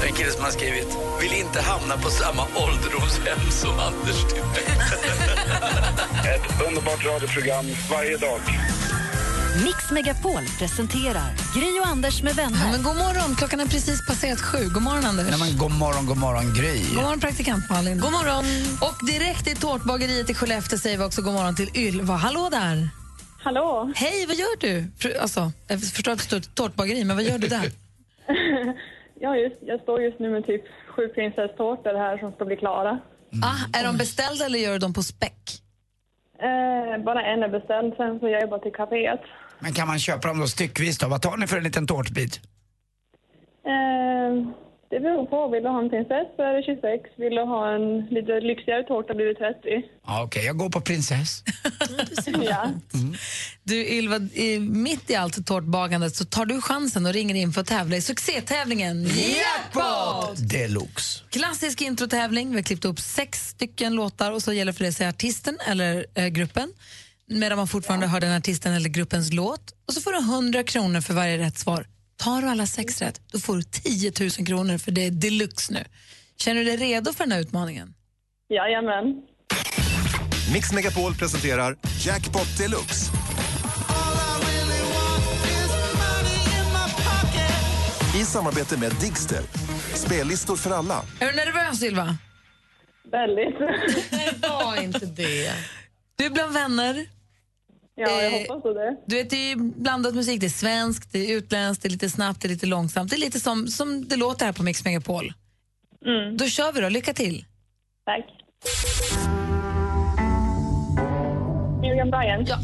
Speaker 14: Det är en kille som har skrivit Vill inte hamna på samma ålderdomshem som Anders
Speaker 11: Ett underbart radioprogram varje dag.
Speaker 1: Mix Megapol presenterar Gri och Anders med vänner.
Speaker 2: Ja, men god morgon, klockan är precis passerat sju. God morgon, Anders.
Speaker 3: Nej, men, god morgon, god morgon Gry.
Speaker 2: God morgon, praktikant Malin. God morgon. Och direkt i tårtbageriet i Skellefteå säger vi också god morgon till Ylva. Hallå där!
Speaker 15: Hallå!
Speaker 2: Hej, vad gör du? För- Alltså, jag förstår att det står ett tårtbageri, men vad gör du där?
Speaker 15: Ja, just, jag står just nu med typ sju prinsesstårtor här som ska bli klara.
Speaker 2: Ah, är de beställda eller gör du dem på späck?
Speaker 15: Eh, bara en är beställd, sen får jag jobba till kaféet.
Speaker 3: Men kan man köpa dem då styckvis då? Vad tar ni för en liten tårtbit?
Speaker 15: Eh, det beror på. Vill du ha en prinsess så är det 26. Vill du ha en lite lyxigare tårta blir det 30.
Speaker 3: Ja, Okej, jag går på prinsess.
Speaker 15: ja.
Speaker 2: Mm. Du Ylva, i, mitt i allt tårtbagandet så tar du chansen och ringer in för att tävla i succétävlingen Jackpot!
Speaker 3: Deluxe.
Speaker 2: Klassisk introtävling. Vi har klippt upp sex stycken låtar och så gäller för det att säga artisten eller eh, gruppen medan man fortfarande hör den artisten eller gruppens låt. Och så får du 100 kronor för varje rätt svar. Tar du alla sex rätt, då får du 10 000 kronor för det är deluxe nu. Känner du dig redo för den här utmaningen?
Speaker 15: Jajamän.
Speaker 8: Mix Megapol presenterar Jackpot Deluxe. I samarbete med Digster. Spellistor för alla.
Speaker 2: Är du nervös, Ylva?
Speaker 15: Väldigt.
Speaker 2: Nej, var inte det. Du är bland vänner.
Speaker 15: Ja, jag
Speaker 2: Eh,
Speaker 15: hoppas på det.
Speaker 2: Du vet, det är ju blandat musik. Det är svenskt, det är utländskt, det är lite snabbt, det är lite långsamt. Det är lite som, som det låter här på Mix Megapol.
Speaker 15: Mm.
Speaker 2: Då kör vi då. Lycka till.
Speaker 15: Tack. Miriam Bryant.
Speaker 2: Ja.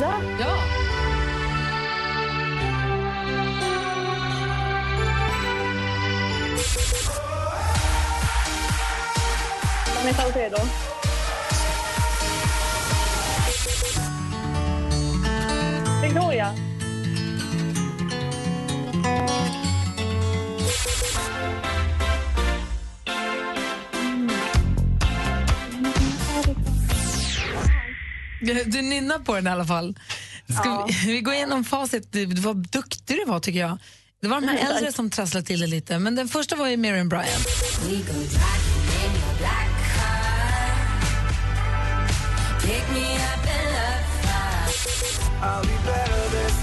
Speaker 2: Ja.
Speaker 15: Danny Saucedo. Victoria.
Speaker 2: Mm. Du nynnar på den i alla fall. Ska vi, vi går igenom facit. Du, du var duktig du var, tycker jag. Det var de här
Speaker 7: Mm,
Speaker 2: äldre
Speaker 7: tack.
Speaker 2: som trasslade till det lite, men den första var ju Miriam Bryant.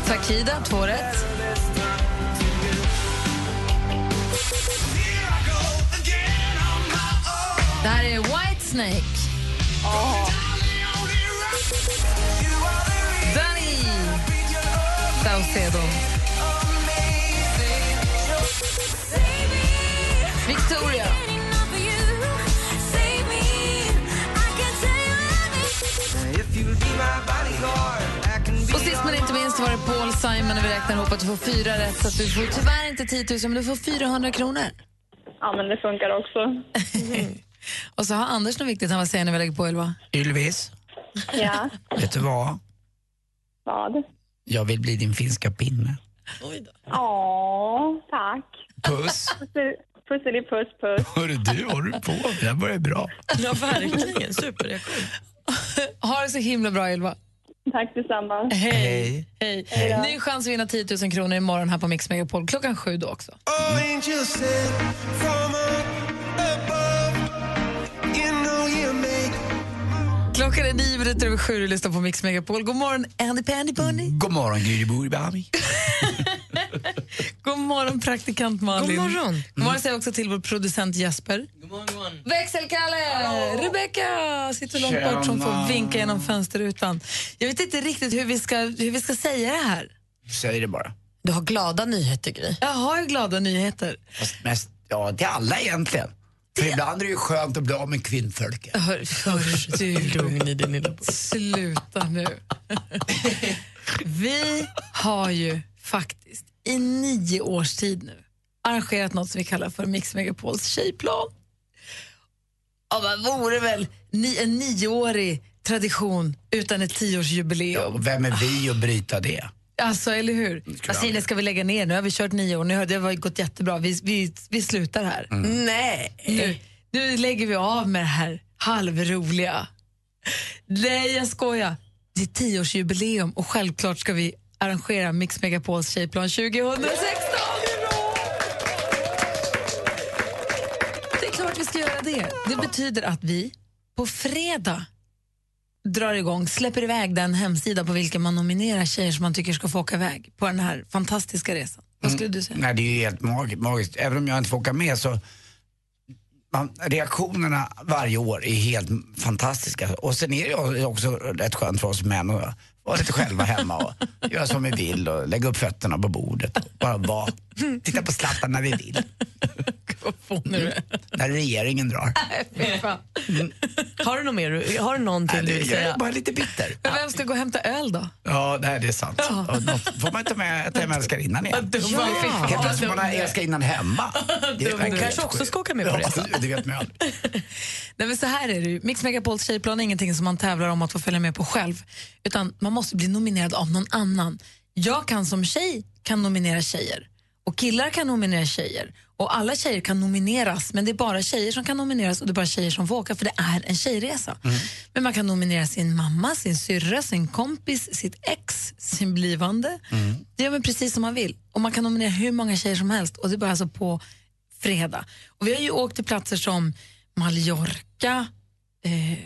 Speaker 2: Takida, två rätt. Det här är Whitesnake. Danny Saucedo. Victoria. Och sist men inte minst var det Paul Simon och vi räknar ihop att du får fyra rätt så att du får tyvärr inte 10 000 men du får 400 kronor.
Speaker 15: Ja, men det funkar också.
Speaker 2: Och så har Anders något viktigt han vill säga när vi lägger på Ylva.
Speaker 3: Ylvis,
Speaker 15: Ja.
Speaker 3: vet du vad?
Speaker 15: Vad?
Speaker 3: Jag vill bli din finska pinne.
Speaker 15: Åh, tack.
Speaker 3: Puss.
Speaker 15: Puss- Pusselipuss, puss.
Speaker 3: Hörru du, vad håller du på med? Det här börjar bra.
Speaker 4: Ja, verkligen. Superreaktion.
Speaker 2: Ha det så himla bra Ylva.
Speaker 15: Tack detsamma.
Speaker 2: Hej. Hej.
Speaker 15: Hej då.
Speaker 2: Ny chans att vinna 10 000 kronor imorgon här på Mix Megapol klockan sju då också. Klockan är nio minuter över sju och du lyssnar på Mix Megapol. God morgon Andy Pandy Bunny.
Speaker 3: God morgon, Gry Burbami.
Speaker 2: God morgon praktikant Malin.
Speaker 3: God morgon.
Speaker 2: God morgon säger jag också till vår producent Jesper. Mm. Växelkalle! Rebecca sitter långt
Speaker 7: Tjena.
Speaker 2: bort som får vinka genom fönsterrutan. Jag vet inte riktigt hur vi ska, hur vi ska säga det här.
Speaker 3: Säg det bara.
Speaker 2: Du har glada nyheter, Gry. Jag har ju glada nyheter.
Speaker 3: Fast mest, ja, till alla egentligen. För ibland är det ju skönt att bli av med kvinnfolket.
Speaker 2: Hör, hör, du. Lugn i din lilla Sluta nu. vi har ju faktiskt i nio års tid nu arrangerat något som vi kallar för Mix Megapols tjejplan. Ja, vad vore väl ni, en nioårig tradition utan ett tioårsjubileum?
Speaker 3: Och vem är vi att bryta det?
Speaker 2: Alltså, eller hur? Vad säger ni, ska vi lägga ner? Nu har vi kört nio år, nu har det har gått jättebra. Vi, vi, vi slutar här.
Speaker 4: Mm.
Speaker 2: Nej! Nu, nu lägger vi av med det här halvroliga. Nej, jag skojar. Det är tioårsjubileum och självklart ska vi arrangera Mix Megapols tjejplan 2016. Det är klart vi ska göra det. Det betyder att vi på fredag drar igång, släpper iväg den hemsida på vilken man nominerar tjejer som man tycker ska få åka iväg på den här fantastiska resan. Vad skulle du säga?
Speaker 3: Nej, det är ju helt mag- magiskt. Även om jag inte får åka med så man, reaktionerna varje år är helt fantastiska. Och sen är det ju också rätt skönt för oss män att vara lite själva hemma och göra som vi vill och lägga upp fötterna på bordet. och Bara vara. Titta på Zlatan när vi vill. När regeringen drar.
Speaker 2: Mm.
Speaker 4: Har du något mer? Har du någonting
Speaker 3: Nej,
Speaker 4: du
Speaker 3: det-
Speaker 4: vill
Speaker 3: jag är
Speaker 4: säga?
Speaker 3: bara lite bitter.
Speaker 2: Men vem ska gå och hämta öl då?
Speaker 3: Ja, nej, det är sant.
Speaker 2: Ja.
Speaker 3: Och något- får man inte med att jag älskar innan igen?
Speaker 2: Vad dum man fick vara.
Speaker 3: Helt plötsligt får man
Speaker 2: Dum.
Speaker 3: älskar innan hemma. Det
Speaker 2: Dum.
Speaker 3: verkar
Speaker 2: Kanske
Speaker 3: helt
Speaker 2: också
Speaker 3: sjukt.
Speaker 2: ska åka med på
Speaker 3: Ja,
Speaker 2: resa.
Speaker 3: Det vet man ju aldrig.
Speaker 2: Nej, men så här är det ju. Mix Megapols tjejplan är ingenting som man tävlar om att få följa med på själv. Utan man måste bli nominerad av någon annan. Jag kan som tjej kan nominera tjejer. Och killar kan nominera tjejer. Och alla tjejer kan nomineras. Men det är bara tjejer som kan nomineras och det är bara tjejer som får åka för det är en tjejresa. Men man kan nominera sin mamma, sin syrra, sin kompis, sitt ex, sin blivande. Det gör man precis som man vill. Och man kan nominera hur många tjejer som helst. Och det börjar alltså på fredag. Och vi har ju åkt till platser som Mallorca, eh,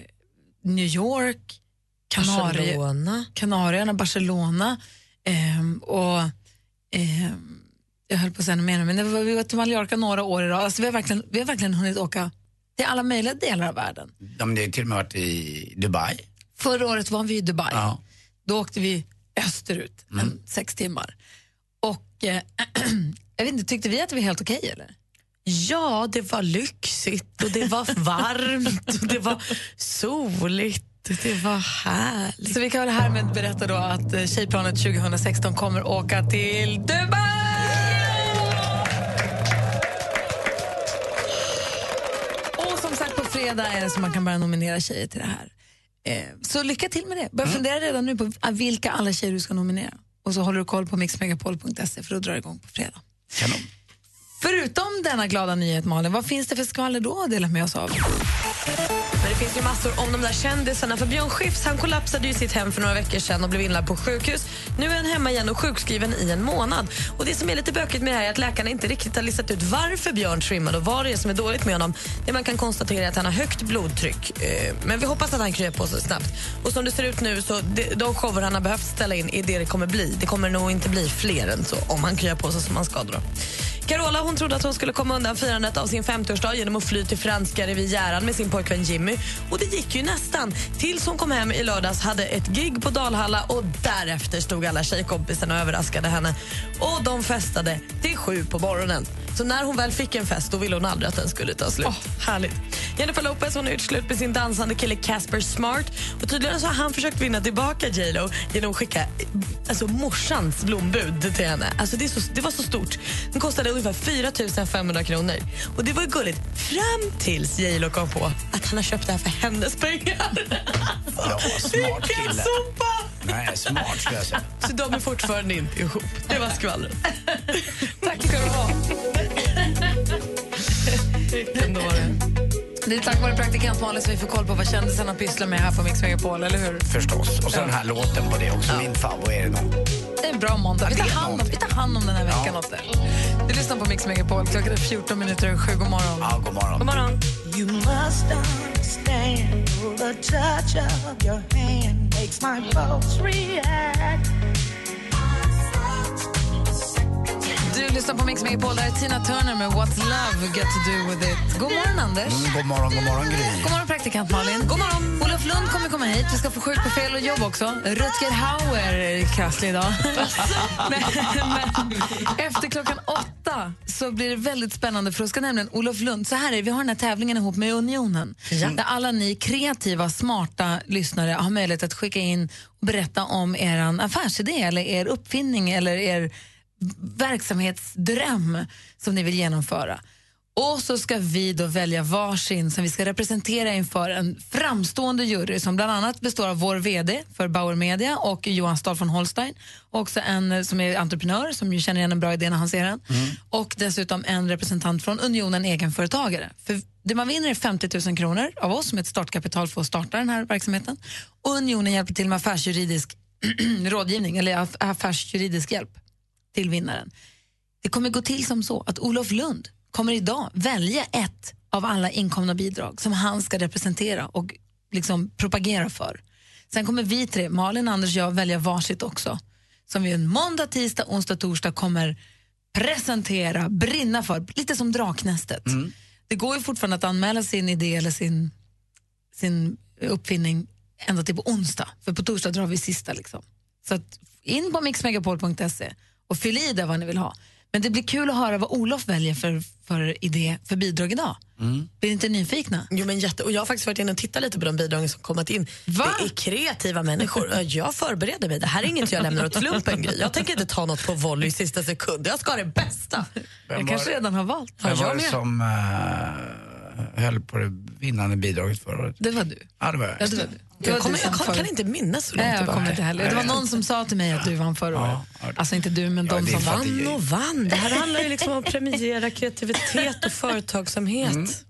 Speaker 2: New York, Kanari-
Speaker 4: Barcelona.
Speaker 2: Kanarierna, Barcelona ehm, och ehm, jag höll på att säga något mer, nu, men det var- vi var till Mallorca några år i rad. Alltså, vi, har verkligen, vi har verkligen hunnit åka till alla möjliga delar av världen.
Speaker 3: De har till och med varit i Dubai.
Speaker 2: Förra året var vi i Dubai.
Speaker 3: Ja.
Speaker 2: Då åkte vi österut
Speaker 3: Mm.
Speaker 2: en sex timmar. Och eh, jag vet inte, tyckte vi att det var helt okej eller?
Speaker 4: Ja, det var lyxigt och det var varmt och det var soligt. Det var härligt.
Speaker 2: Så vi kan väl härmed berätta då att eh, Tjejplanet 2016 kommer åka till Dubai! Och som sagt, på fredag är det som man kan börja nominera tjejer till det här. Eh, Så lycka till med det. Börja fundera redan nu på ah, vilka alla tjejer du ska nominera. Och så håller du koll på mixmegapol.se för att dra igång på fredag. Förutom denna glada nyhet, Malin, vad finns det för skvaller då att dela med oss av?
Speaker 4: Men det finns ju massor om de där kändisarna. För Björn Skifs han kollapsade ju i sitt hem för några veckor sedan och blev inlagd på sjukhus. Nu är han hemma igen och sjukskriven i en månad. Och Det som är lite bökigt med det här är att läkarna inte riktigt har listat ut varför Björn trimmade och vad det är som är dåligt med honom. Det man kan konstatera är att han har högt blodtryck. Eh, Men vi hoppas att han kryar på sig snabbt. Och som det ser ut nu så de- de shower han har behövt ställa in är det det kommer bli. Det kommer nog inte bli fler än så om han kryar på sig som han ska då. Carola hon trodde att hon skulle komma undan firandet av sin 50-årsdag genom att fly till franska rivieran med sin pojkvän Jimmy. Och det gick ju nästan. Tills hon kom hem i lördags, hade ett gig på Dalhalla och därefter stod alla tjejkompisarna och överraskade henne. Och de festade till sju på morgonen. Så när hon väl fick en fest då ville hon aldrig att den skulle ta slut. härligt. Jennifer Lopez hon har gjort slut med sin dansande kille Casper Smart. Och Tydligen så har han försökt vinna tillbaka J Lo genom att skicka eh, alltså, morsans blombud till henne. Alltså, det, är så, det var så stort. Den kostade ungefär 4 500 kronor. Och Det var ju gulligt fram tills J Lo kom på att han har köpt det här för hennes pengar.
Speaker 3: Ja, smart kille. Nej, smart skulle jag säga.
Speaker 4: Så de är fortfarande inte ihop. Det var skvallret.
Speaker 2: Tack ska du ha. Det är tack vare praktikant Malin som vi får koll på vad kändisarna pysslar med här på Mix Megapol, eller hur?
Speaker 3: Förstås. Och så den här låten på det också. Min favorit är det nog. Mm,
Speaker 2: Det är en bra måndag. Vi tar hand om, vi tar hand om den här veckan åt dig. Du lyssnar på Mix Megapol. Klockan är 14 minuter över sju. God morgon.
Speaker 3: Ja, god morgon.
Speaker 2: God morgon.
Speaker 7: You must understand the touch of your hand makes my pulse react.
Speaker 2: Du lyssnar på Mix Megapol. Det här är Tina Turner med What's Love Got To Do With It. God morgon, Anders.
Speaker 3: Mm, god morgon, god morgon Gry.
Speaker 2: God morgon, praktikant Malin. God morgon. Olof Lund kommer komma hit. Vi ska få sjukt befäl och jobb också. Rutger Hauer är krasslig idag. men, men, efter klockan åtta så blir det väldigt spännande för då ska nämligen Olof Lund, så här är det, vi har den här tävlingen ihop med Unionen där alla ni kreativa, smarta lyssnare har möjlighet att skicka in och berätta om er affärsidé eller er uppfinning eller er verksamhetsdröm som ni vill genomföra. Och så ska vi då välja varsin som vi ska representera inför en framstående jury som bland annat består av vår vd för Bauer Media och Johan Stahl von Holstein. Också en eh, som är entreprenör som ju känner igen en bra idé när han ser den. Och dessutom en representant från Unionen Egenföretagare. För det man vinner är 50 000 kronor av oss som ett startkapital för att starta den här verksamheten. Och Unionen hjälper till med affärsjuridisk rådgivning eller aff- affärsjuridisk hjälp till vinnaren. Det kommer gå till som så att Olof Lund kommer idag välja ett av alla inkomna bidrag som han ska representera och liksom propagera för. Sen kommer vi tre, Malin, Anders och jag, välja varsitt också. Som vi en måndag, tisdag, onsdag, torsdag kommer presentera, brinna för. Lite som Draknästet.
Speaker 3: Mm.
Speaker 2: Det går ju fortfarande att anmäla sin idé eller sin sin uppfinning ända till på onsdag, för på torsdag drar vi sista. Liksom. Så att, in på mixmegapol.se och fyll i där vad ni vill ha. Men det blir kul att höra vad Olof väljer för, för idé för bidrag idag.
Speaker 3: Mm.
Speaker 2: Blir ni inte nyfikna?
Speaker 4: Jo, men jätte, och jag har faktiskt varit inne och tittat lite på de bidragen som kommit in. Det är kreativa människor. Ö, Jag förbereder mig. Det här är inget jag lämnar åt slumpen. Gry. Jag tänker inte ta något på volley i sista sekund. Jag ska ha det bästa.
Speaker 3: Vem var det?
Speaker 2: redan har valt.
Speaker 3: Vem
Speaker 4: jag
Speaker 3: var det
Speaker 4: med.
Speaker 3: som eh, höll på det vinnande bidraget förra året?
Speaker 2: Det var du.
Speaker 3: Ja, det var jag.
Speaker 2: Ja, det var du. Det var
Speaker 4: Jag, kommer,
Speaker 2: du som
Speaker 4: jag kan,
Speaker 2: för-
Speaker 4: kan inte minnas så långt
Speaker 2: Nej, jag
Speaker 4: tillbaka.
Speaker 2: kommer inte heller. Det var någon som sa till mig att du vann förra året. Alltså inte du, men de
Speaker 4: det är
Speaker 2: som
Speaker 4: för att
Speaker 2: vann.
Speaker 4: det är- Och vann. Det här handlar ju liksom om att premiera kreativitet och företagsamhet.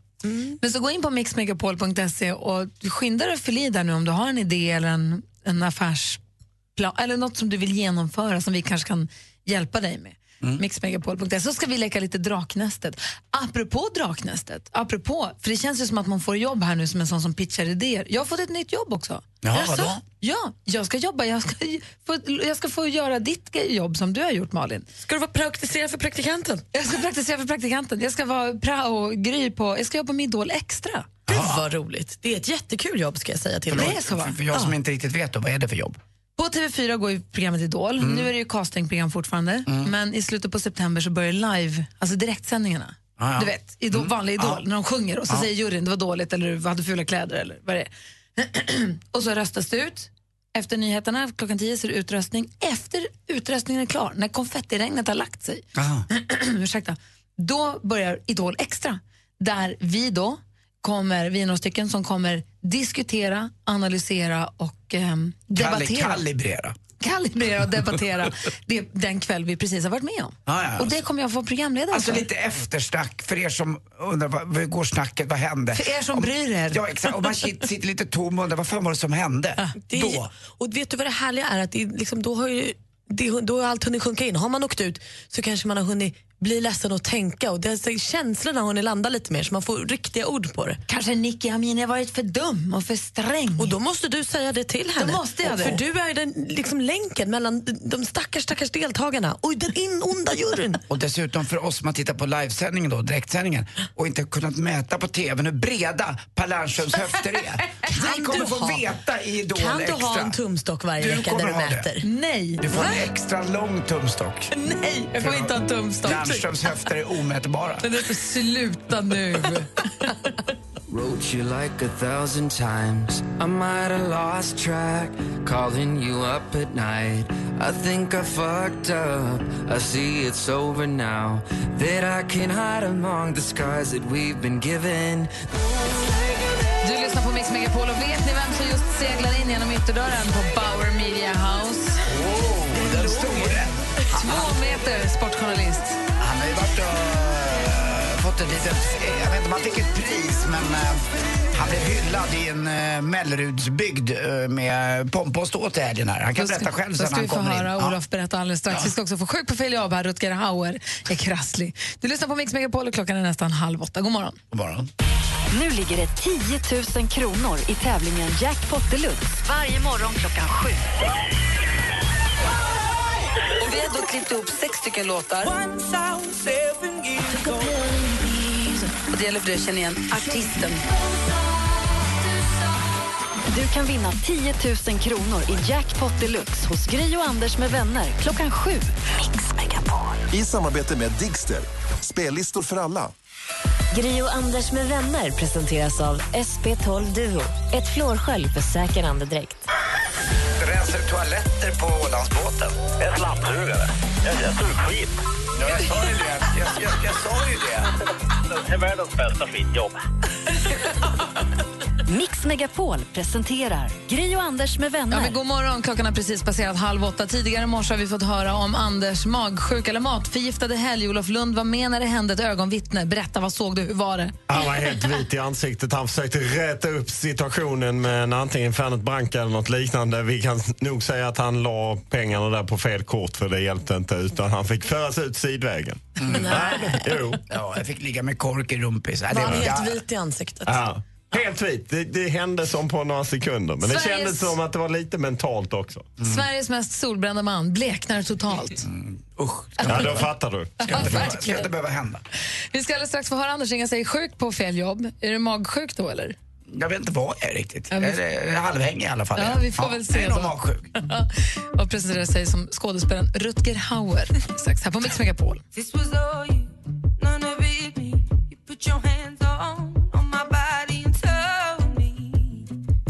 Speaker 2: Men så gå in på mixmegapol.se och skynda dig att fylla i där nu om du har en idé eller en, en affärsplan eller något som du vill genomföra som vi kanske kan hjälpa dig med.
Speaker 7: Mm.
Speaker 2: Mixmegapol.se. Så ska vi leka lite Draknästet. Apropå Draknästet, apropå, för det känns ju som att man får jobb här nu som en sån som pitchar idéer. Jag har fått ett nytt jobb också.
Speaker 7: Jaha, vadå?
Speaker 2: Ja, jag ska jobba. Jag ska, få, jag ska få göra ditt jobb som du har gjort, Malin.
Speaker 4: Ska du vara praktisera för praktikanten?
Speaker 2: Jag ska praktisera för praktikanten. Jag ska vara prao-gry på... Jag ska jobba med Idol Extra.
Speaker 4: Det var roligt. Det är ett jättekul jobb ska jag säga till
Speaker 2: Mm. Det
Speaker 4: dig.
Speaker 2: är så, va?
Speaker 3: För jag som inte riktigt vet då, vad är det för jobb?
Speaker 2: På TV4 går ju programmet Idol.
Speaker 7: Mm.
Speaker 2: Nu är det ju castingprogram fortfarande. Men i slutet på september så börjar live, alltså direktsändningarna.
Speaker 7: Ah, ja.
Speaker 2: Du vet, idol,
Speaker 7: Mm. Ah.
Speaker 2: vanlig Idol,
Speaker 7: Ja.
Speaker 2: när de sjunger och så
Speaker 7: Ja.
Speaker 2: säger juryn det var dåligt eller du hade fula kläder eller vad det är. och så röstas det ut. Efter nyheterna klockan 10 så är det utröstning. Efter utröstningen är klar, när konfettiregnet har lagt sig, ursäkta, då börjar Idol Extra. Där vi då kommer, vi är några stycken som kommer diskutera, analysera och ehm,
Speaker 3: Kalli-
Speaker 2: debattera.
Speaker 3: Kalibrera.
Speaker 2: Kalibrera och debattera det, den kväll vi precis har varit med om.
Speaker 3: Ja, ja, ja.
Speaker 2: Och det kommer jag få vara programledare
Speaker 3: Alltså
Speaker 2: för.
Speaker 3: lite eftersnack för er som undrar vad, vad går snacket, vad hände?
Speaker 2: För er som
Speaker 3: Om-
Speaker 2: bryr er.
Speaker 3: Ja exakt, och man sit- sitter lite tom och undrar vad fan var det som hände?
Speaker 4: Det är,
Speaker 3: Då.
Speaker 4: Och vet du vad det härliga är? Att det, är liksom, då, har ju, det, då har allt hunnit sjunka in. Har man åkt ut så kanske man har hunnit bli ledsen och tänka och det, så känslorna har hunnit landa lite mer så man får riktiga ord på det.
Speaker 2: Kanske Nicky Amini har varit för dum och för sträng.
Speaker 4: Och då måste du säga det till henne.
Speaker 2: måste jag det.
Speaker 4: För du är den liksom, länken mellan de stackars, stackars deltagarna och den in onda juryn.
Speaker 3: Och dessutom för oss som har tittat på livesändningen då, direktsändningen, och inte kunnat mäta på TVn hur breda Per Lernströms höfter är. Ni kommer få veta i Idol
Speaker 4: Kan du
Speaker 3: extra.
Speaker 4: ha en tumstock varje
Speaker 3: Du
Speaker 4: vecka
Speaker 3: kommer
Speaker 4: där du
Speaker 3: ha det.
Speaker 4: mäter?
Speaker 2: Nej.
Speaker 3: Du får en extra lång tumstock.
Speaker 2: Nej, jag
Speaker 3: får
Speaker 2: inte ha en tumstock.
Speaker 3: Lernströms höfter är omätbara.
Speaker 2: Men det- Sluta nu!
Speaker 16: Wrote you like a thousand times. I might have lost track. Calling you up at night. I think I fucked up. I see it's over now. That I can hide among the scars that we've been given.
Speaker 2: Du lyssnar på Mix Megapol och vet ni vem som just seglar in genom ytterdörren på Bauer Media House?
Speaker 3: Den store.
Speaker 2: Två meter sportjournalist.
Speaker 3: Han har ju varit och eh, fått ett litet, eh, jag vet inte om han fick ett pris, men eh, han blev hyllad i en eh, Mellerudsbygd eh, med pompa och ståt i helgen här. Han kan
Speaker 2: Då ska-
Speaker 3: berätta själv
Speaker 2: då
Speaker 3: sen
Speaker 2: ska
Speaker 3: han
Speaker 2: vi få
Speaker 3: kommer
Speaker 2: höra
Speaker 3: in. Ja.
Speaker 2: Olof berätta alldeles strax. Vi ska också få sjuk på fel jobb här. Rutger Hauer är krasslig. Du lyssnar på Mix Megapol och klockan är nästan halv åtta. God morgon.
Speaker 3: God morgon.
Speaker 1: Nu ligger det 10 000 kronor i tävlingen Jackpot Deluxe varje morgon klockan sju.
Speaker 17: Och vi har då klippt ihop sex stycken låtar. Och det gäller för dig att känna igen artisten.
Speaker 1: Du kan vinna 10 000 kronor i Jackpot Deluxe hos Gry och Anders med vänner klockan sju.
Speaker 8: I samarbete med Digster. Spellistor för alla.
Speaker 9: Gri och Anders med vänner presenteras av SP12 Duo. Ett flårskölj för säker andedräkt.
Speaker 14: Rensar du toaletter på Ålandsbåten? En slamsugare. Jag är surskit. Ja, jag sa ju det. Jag, jag, jag sa ju det. Det är världens bästa skitjobb.
Speaker 1: Mix Megapol presenterar Gry och Anders med vänner.
Speaker 2: Ja, men god morgon. Klockan har precis passerat halv åtta. Tidigare i morse har vi fått höra om Anders magsjuka eller matförgiftade helg. Olof Lund var med när det hände. Ett ögonvittne. Berätta, vad såg du? Hur var det?
Speaker 18: Han var helt vit i ansiktet. Han försökte räta upp situationen med antingen Fernet Branca eller något liknande. Vi kan nog säga att han la pengarna där på fel kort för det hjälpte inte utan han fick föras ut sidvägen. Nej. Jo.
Speaker 3: Mm. Ja, jag fick ligga med kork i rumpis. Nej,
Speaker 4: Var han
Speaker 3: ja.
Speaker 4: helt vit i ansiktet?
Speaker 18: Ja. Helt vit. Det, det hände som på några sekunder. Men det
Speaker 2: Sveriges- Mm.
Speaker 18: kändes som att det var lite mentalt också. Mm.
Speaker 2: Sveriges mest solbrända man bleknar totalt.
Speaker 18: Ja, då fattar du.
Speaker 3: Ska inte behöva, ska inte behöva hända.
Speaker 2: Vi ska alldeles strax få höra Anders ringa sig sjuk på fel jobb. Är du magsjuk då, eller?
Speaker 3: Jag vet inte vad jag är riktigt.
Speaker 2: Ja, vi-
Speaker 3: Jag är eh, halvhängig i alla fall.
Speaker 2: Ja, vi får väl se
Speaker 3: Jag är nog
Speaker 2: då.
Speaker 3: magsjuk.
Speaker 2: och presenterar sig som skådespelaren Rutger Hauer. Strax här på Mix Megapol.
Speaker 7: This was all you, none of it me. You put your hands on, on my body and told me.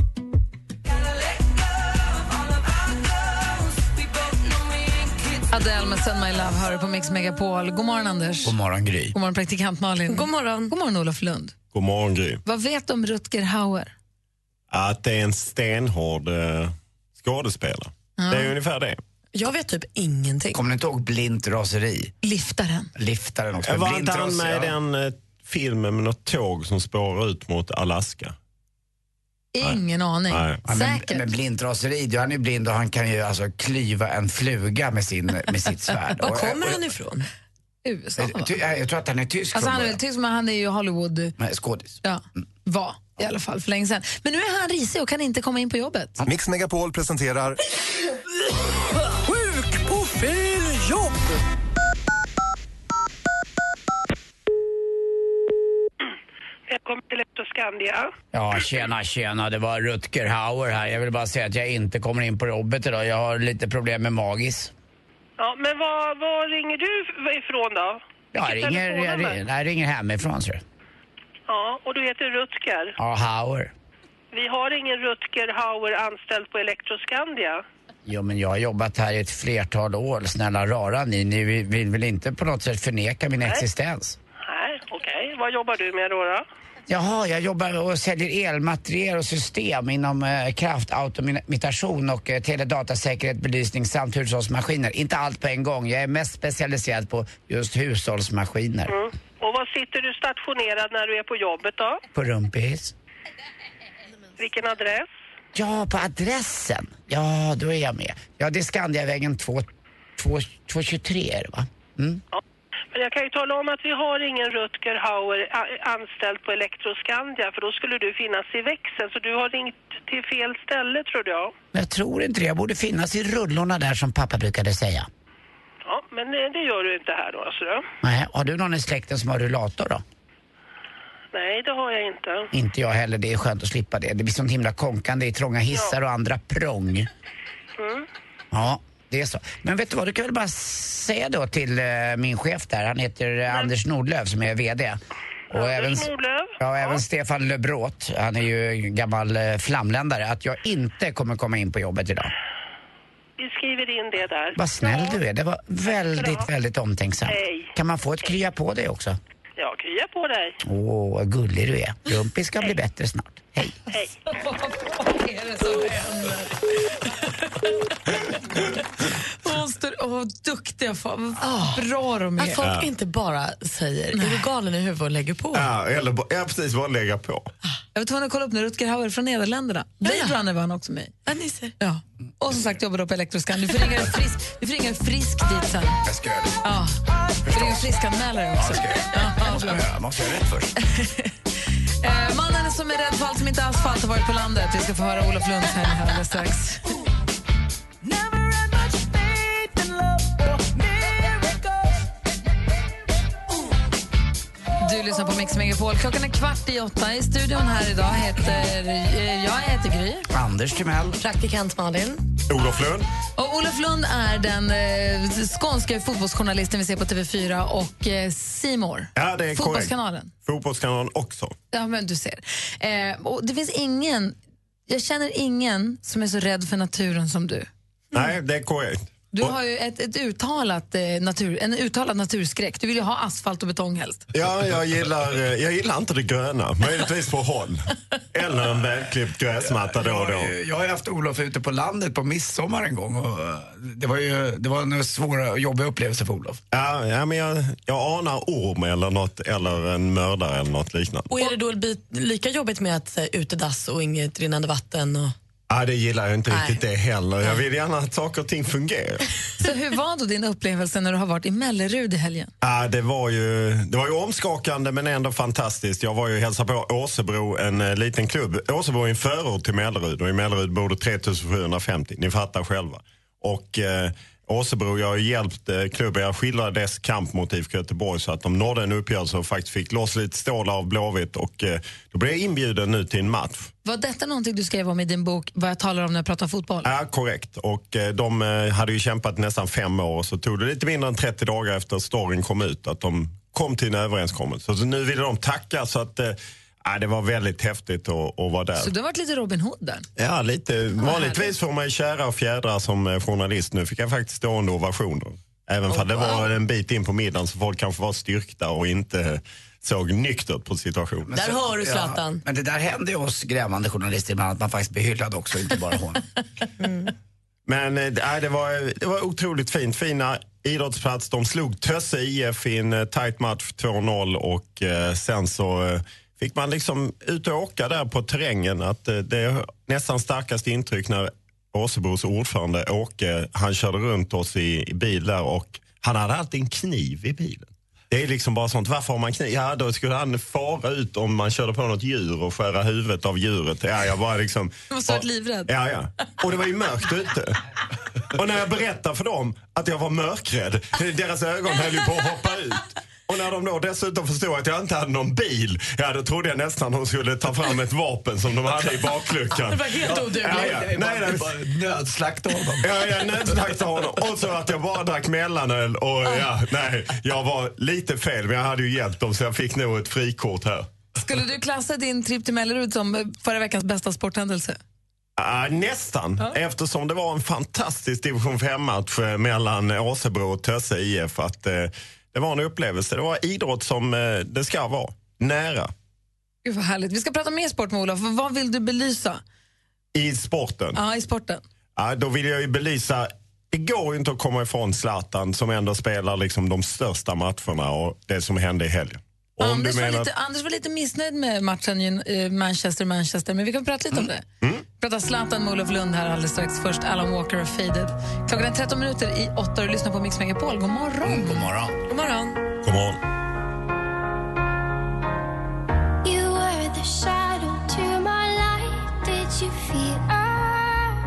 Speaker 7: Gotta let go of all of our goals. We both know we ain't kids.
Speaker 2: Adele med Send My Love hör du på Mix Megapol. God morgon, Anders.
Speaker 3: God morgon, Gry.
Speaker 2: God morgon, praktikant Malin. God morgon. God morgon, Olof Lund.
Speaker 18: God morgon, Gry.
Speaker 2: Vad vet du om Rutger Hauer?
Speaker 18: Att det är en stenhård eh, skådespelare.
Speaker 2: Ja.
Speaker 18: Det är ungefär det.
Speaker 4: Jag vet typ ingenting.
Speaker 3: Kommer ni inte ihåg Blint raseri?
Speaker 2: Liftaren.
Speaker 3: Liftaren också.
Speaker 18: Jag var
Speaker 3: Blint
Speaker 18: inte han
Speaker 3: ras-
Speaker 18: med i
Speaker 3: ja.
Speaker 18: den eh, filmen med något tåg som spårar ut mot Alaska?
Speaker 2: Ingen aning.
Speaker 3: Ja, men,
Speaker 2: Säkert.
Speaker 3: men blindraseri, då är han är ju blind och han kan ju alltså klyva en fluga med, sin, med sitt svärd.
Speaker 2: Var
Speaker 3: Och-
Speaker 2: kommer
Speaker 3: och-
Speaker 2: han ifrån? USA.
Speaker 3: Jag, ty- jag tror att han är tysk
Speaker 2: Alltså
Speaker 3: från
Speaker 2: han är
Speaker 3: början.
Speaker 2: väl tysk, men han är ju Hollywood...
Speaker 3: Nej, skådis.
Speaker 2: Ja, var i alla fall för länge sedan. Men nu är han risig och kan inte komma in på jobbet.
Speaker 8: Mix Megapol presenterar
Speaker 7: Sjuk på fel jobb!
Speaker 10: Välkommen till Electroscandia.
Speaker 3: Ja, tjena, tjena. Det var Rutger Hauer här. Jag vill bara säga att jag inte kommer in på jobbet idag. Jag har lite problem med magis.
Speaker 10: Ja, men var, var ringer du ifrån då?
Speaker 3: Ja,
Speaker 10: Vilket
Speaker 3: jag ringer, jag,
Speaker 10: telefonnummer?
Speaker 3: ringer, jag ringer hemifrån, ser du.
Speaker 10: Ja, och du heter Rutger.
Speaker 3: Ja, Hauer.
Speaker 10: Vi har ingen Rutger Hauer anställd på Electroscandia.
Speaker 3: Jo, men jag har jobbat här i ett flertal år. Snälla rara ni, ni vill, vill väl inte på något sätt förneka min
Speaker 10: Nej.
Speaker 3: existens?
Speaker 10: Nej, okej. Vad jobbar du med då? då?
Speaker 3: Jaha, jag jobbar och säljer elmateriel och system inom eh, kraftautomatation och eh, teledatasäkerhet, belysning samt hushållsmaskiner. Inte allt på en gång. Jag är mest specialiserad på just hushållsmaskiner.
Speaker 10: Mm. Och var sitter du stationerad när du är på jobbet då?
Speaker 3: På rumpis.
Speaker 10: Vilken adress?
Speaker 3: Ja, på adressen. Ja, då är jag med. Ja, det är Skandiavägen 2- 2 223 är det va? Mm.
Speaker 10: Men jag kan ju tala om att vi har ingen Rutger Hauer a- anställd på Electroscandia för då skulle du finnas i växeln. Så du har ringt till fel ställe tror jag.
Speaker 3: Men jag tror inte det. Jag borde finnas i rullorna där som pappa brukade säga.
Speaker 10: Ja, men eh, det, det gör du inte här då alltså. då.
Speaker 3: Nej, har du någon i släkten som har rullator då?
Speaker 10: Nej, det har jag inte.
Speaker 3: Inte jag heller. Det är skönt att slippa det. Det blir sånt himla konkande i trånga hissar och andra prång.
Speaker 10: Mm.
Speaker 3: Ja, det är så. Men vet du vad, du kan väl bara säga då till eh, min chef där. Han heter eh, Anders Nordlöf som är VD. Och
Speaker 10: Mm. Anders Nordlöf?
Speaker 3: Ja, och även Stefan Löbrot, han är ju gammal eh, flamländare, att jag inte kommer komma in på jobbet idag.
Speaker 10: Vi skriver in det där.
Speaker 3: Vad snäll du är, det var väldigt,
Speaker 10: Bra.
Speaker 3: väldigt omtänksamt.
Speaker 10: Hej.
Speaker 3: Kan man få ett krya på dig också?
Speaker 10: Ja, krya på dig.
Speaker 3: Åh, vad gullig du är. Rumpis ska bli bättre snart. Hej.
Speaker 10: Hej.
Speaker 2: Vad är det som händer? Hon står... Åh, vad duktiga fan. Vad bra de är.
Speaker 4: Att folk
Speaker 18: Ja.
Speaker 4: inte bara säger är du galen i huvudet och lägger på.
Speaker 18: Ja, eller, ba- ja, precis. Bara lägga på.
Speaker 2: Jag var tvungen att kolla upp nu, Rutger Hauer från Nederländerna. Blade Runner var han också med i.
Speaker 4: Ja, ni ser.
Speaker 2: Ja. Och som sagt jobbar då på Electroscan. Du får ringa en frisk, du får ringa en frisk
Speaker 7: Ah.
Speaker 2: dit sen.
Speaker 3: Jag ska göra det.
Speaker 2: Ja. Du får ringa en friskanmälare också.
Speaker 3: Jag måste göra rätt först.
Speaker 2: Eh, mannen som är rädd för allt som inte är asfalt har varit på landet. Vi ska få höra Olof Lunds här här alldeles strax. Du lyssnar på Mix Megapol. Klockan är kvart i åtta. I studion här idag heter... eh, Jag heter Gry.
Speaker 3: Anders Timell.
Speaker 4: Praktikant Malin.
Speaker 18: Olof Lund.
Speaker 2: Och Olof Lund är den eh, skånska fotbollsjournalisten vi ser på TV4 och eh, C More.
Speaker 18: Ja, det är
Speaker 2: Fotbollskanalen.
Speaker 18: korrekt. Fotbollskanalen också.
Speaker 2: Ja, men du ser. Eh, och det finns ingen, jag känner ingen som är så rädd för naturen som du.
Speaker 4: Mm.
Speaker 18: Nej, det är korrekt.
Speaker 2: Du har ju ett, ett uttalat, eh, natur, en uttalad naturskräck. Du vill ju ha asfalt och betong helst.
Speaker 18: Ja, jag gillar, eh, jag gillar inte det gröna. Möjligtvis på håll. Eller en välklippt gräsmatta då och då.
Speaker 3: Jag har ju haft Olof ute på landet på midsommar en gång och eh, det var ju det var en svår och jobbig upplevelse för Olof.
Speaker 18: Ja, ja, men jag, jag anar orm eller något, eller en mördare eller något liknande.
Speaker 4: Och är det då bi- lika jobbigt med att säga utedass och inget rinnande vatten? Och...
Speaker 18: Ja, det gillar jag inte
Speaker 4: Nej.
Speaker 18: riktigt det heller. Jag vill gärna att saker och ting fungerar.
Speaker 2: Så hur var då din upplevelse när du har varit i Mellerud i helgen?
Speaker 18: Ja, det, var ju, det var ju omskakande men ändå fantastiskt. Jag var ju och hälsade på Åsebro, en eh, liten klubb. Åsebro är en förort till Mellerud och i Mellerud bor det 3750. Ni fattar själva. Och eh, Åsebro, jag har hjälpt eh, klubben, jag skildrar dess kamp mot IFK Göteborg så att de nådde en uppgörelse och faktiskt fick loss lite stålar av Blåvitt och eh, då blev jag inbjuden nu till en match.
Speaker 2: Var detta någonting du skrev om i din bok Vad jag talar om när jag pratar fotboll?
Speaker 18: Ja, korrekt. Och eh, de eh, hade ju kämpat nästan fem år och så tog det lite mindre än 30 dagar efter att storyn kom ut att de kom till en överenskommelse. Så nu ville de tacka så att eh, ja, det var väldigt häftigt att, att vara där.
Speaker 2: Så du har varit lite Robin Hood där.
Speaker 18: Ja, lite. Vanligtvis får man ju kära och fjädrar som eh, journalist. Nu fick jag faktiskt stående ovationer. Även om det var en bit in på middagen så folk kanske var styrkta och inte eh, såg nyktert på situationen.
Speaker 3: Men så- ja, men det där händer ju oss grävande journalister ibland, att man faktiskt blir hyllad också, inte bara hon.
Speaker 18: Men eh, nej, det, var, det var otroligt fint. Fina idrottsplats. De slog Tösse IF i en eh, tight match, 2-0. Och eh, sen så eh, fick man liksom ut och åka där på terrängen. Att, eh, det är nästan starkaste intryck när Åsebros ordförande Åke, han körde runt oss i, i bil där och han hade alltid en kniv i bilen. Det är liksom bara sånt. Varför har man kniv? Ja, då skulle han fara ut om man körde på något djur och skära huvudet av djuret. Ja, jag bara liksom...
Speaker 2: Du måste ha varit livrädd.
Speaker 18: Ja, ja. Och det var ju mörkt ute. Och när jag berättade för dem att jag var mörkrädd, deras ögon höll ju på att hoppa ut. Och när de då dessutom förstod att jag inte hade någon bil, ja då trodde jag nästan de skulle ta fram ett vapen som de hade i bakluckan.
Speaker 14: Det var helt odugligt.
Speaker 18: Ja, ja. Nej, nej.
Speaker 3: Nödslakta honom.
Speaker 18: Ja, jag nödslaktade honom. Och så att jag bara drack mellanöl och ja, nej, jag var lite fel men jag hade ju hjälpt dem så jag fick nog ett frikort här.
Speaker 2: Skulle du klassa din trip till Mellerud som eh, förra veckans bästa sporthändelse?
Speaker 18: Ja, Ah, nästan, eftersom det var en fantastisk division 5-match eh, mellan Åsebro och Tösse IF. Att, eh, det var en upplevelse. Det var idrott som eh, det ska vara. Nära.
Speaker 2: Gud vad härligt. Vi ska prata mer sport med Olof. Vad vill du belysa?
Speaker 18: I sporten.
Speaker 2: Ja, i sporten.
Speaker 18: Ja, då vill jag ju belysa det går ju inte att komma ifrån Zlatan som ändå spelar liksom de största matcherna och det som hände i helgen. Om du
Speaker 2: Anders,
Speaker 18: menar-
Speaker 2: var lite, Anders var lite missnöjd med matchen Manchester-Manchester, men vi kan prata lite om
Speaker 18: Mm.
Speaker 2: det. Vi pratar Zlatan med Olof Lund här alldeles strax. Först Alan Walker och Faded. Klockan är 13 minuter i 8 och du lyssnar på Mix Megapol. God morgon!
Speaker 18: Mm,
Speaker 3: God morgon!
Speaker 2: God morgon!
Speaker 18: Come on.
Speaker 7: You were the shadow to my light. Did you feel us?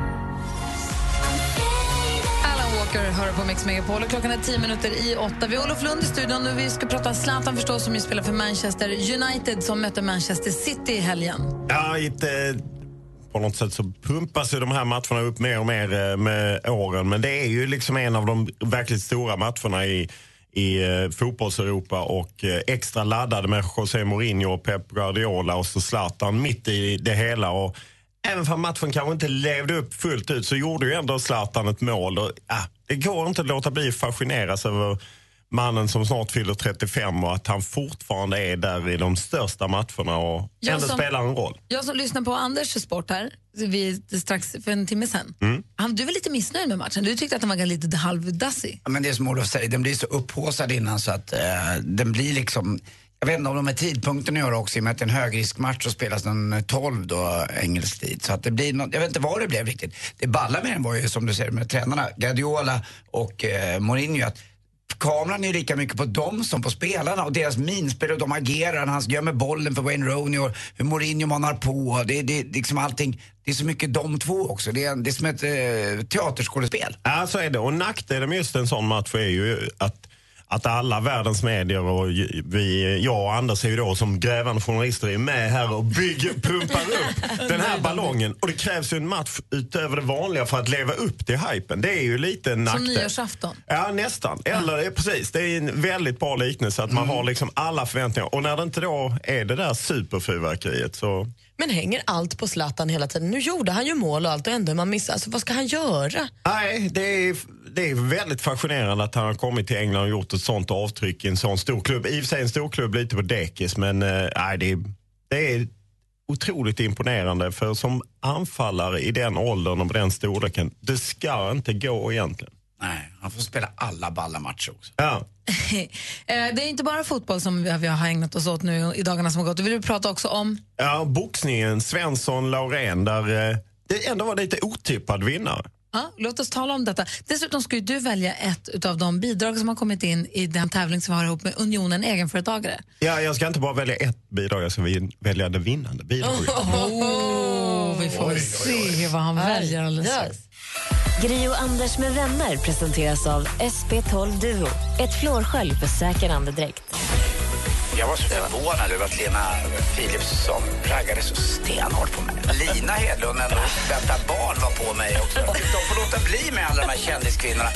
Speaker 2: Alan Walker hör på Mix Megapol och klockan är 10 minuter i 8. Vi har Olof Lund i studion och vi ska prata Zlatan förstås som ju spelar för Manchester United som mötte Manchester City i helgen.
Speaker 18: Ja, inte, på något sätt så pumpas ju de här matcherna upp mer och mer eh, med åren. Men det är ju liksom en av de verkligt stora matcherna i, i eh, fotbolls-Europa och eh, extra laddade med José Mourinho och Pep Guardiola och så Zlatan mitt i det hela. Och även om matchen kanske inte levde upp fullt ut så gjorde ju ändå Zlatan ett mål. Och, ah, det går inte att låta bli att fascineras över mannen som snart fyller 35 och att han fortfarande är där i de största matcherna och
Speaker 2: Jag
Speaker 18: ändå
Speaker 2: som-
Speaker 18: spelar en roll.
Speaker 2: Jag som lyssnar på Anders sport här, vi, strax för en timme sen. Mm. Han, du var lite missnöjd med matchen. Du tyckte att den var lite halvdassig.
Speaker 3: Ja, Men det är som Olof säger, den blir så upphaussad innan så att eh, den blir liksom jag vet inte om de med tidpunkten att göra också, i och med att det är en högriskmatch och spelas den 12 då, engelsk tid. Så att det blir något, jag vet inte vad det blev riktigt. Det balla med den var ju som du säger med tränarna, Guardiola och eh, Mourinho, att kameran är lika mycket på dem som på spelarna och deras minspel och de agerar, han gömmer bollen för Wayne Rooney och hur Mourinho manar på. Det, det, det, liksom allting, det är så mycket de två också. Det är, en- det är som ett eh, teaterskådespel.
Speaker 18: Ja, så är det. Och nackdelen med just en sån match är ju att, att alla världens medier och ju- vi, jag och Anders är ju då som grävande journalister är med här och bygger, pumpar upp den här ballongen. Och det krävs ju en match utöver det vanliga för att leva upp till hypen. Det är ju lite en
Speaker 2: Som
Speaker 18: nackdel.
Speaker 2: nyårsafton.
Speaker 18: Ja, nästan. Eller ja. precis, det är en väldigt bra liknelse att man har liksom alla förväntningar. Och när det inte då är det där superfyrverkeriet så...
Speaker 4: Men hänger allt på Zlatan hela tiden? Nu gjorde han ju mål och allt och ändå är man missar. Alltså, vad ska han göra?
Speaker 18: Nej, det är, det är väldigt fascinerande att han har kommit till England och gjort ett sånt avtryck i en sån stor klubb. I och för sig en stor klubb lite på dekis, men eh, nej, det, är, det är otroligt imponerande. För som anfallare i den åldern och på den storleken, det ska inte gå egentligen.
Speaker 3: Nej, han får spela alla balla matcher också.
Speaker 18: Ja.
Speaker 2: Eh, det är inte bara fotboll som vi vi har ägnat oss åt nu i dagarna som har gått. Vi vill prata också om
Speaker 18: Ja, boxningen, Svensson, Laurén, där eh, det ändå var lite otippad vinnare.
Speaker 2: Ja, låt oss tala om detta. Dessutom ska ju du välja ett av de bidrag som har kommit in i den tävling som vi har ihop med Unionen egenföretagare.
Speaker 18: Ja, jag ska inte bara välja ett bidrag, jag ska vin- välja det vinnande bidraget.
Speaker 2: Oh, vi får väl se vad han väljer alldeles strax.
Speaker 9: Gri och Anders med vänner presenteras av SP12 Duo. Ett flårskölj för säker andedräkt.
Speaker 14: Jag var så förvånad över att Lena Philipsson raggade så stenhårt på mig. Lina Hedlund, ändå, detta barn var på mig också. De får låta bli med alla de här kändiskvinnorna.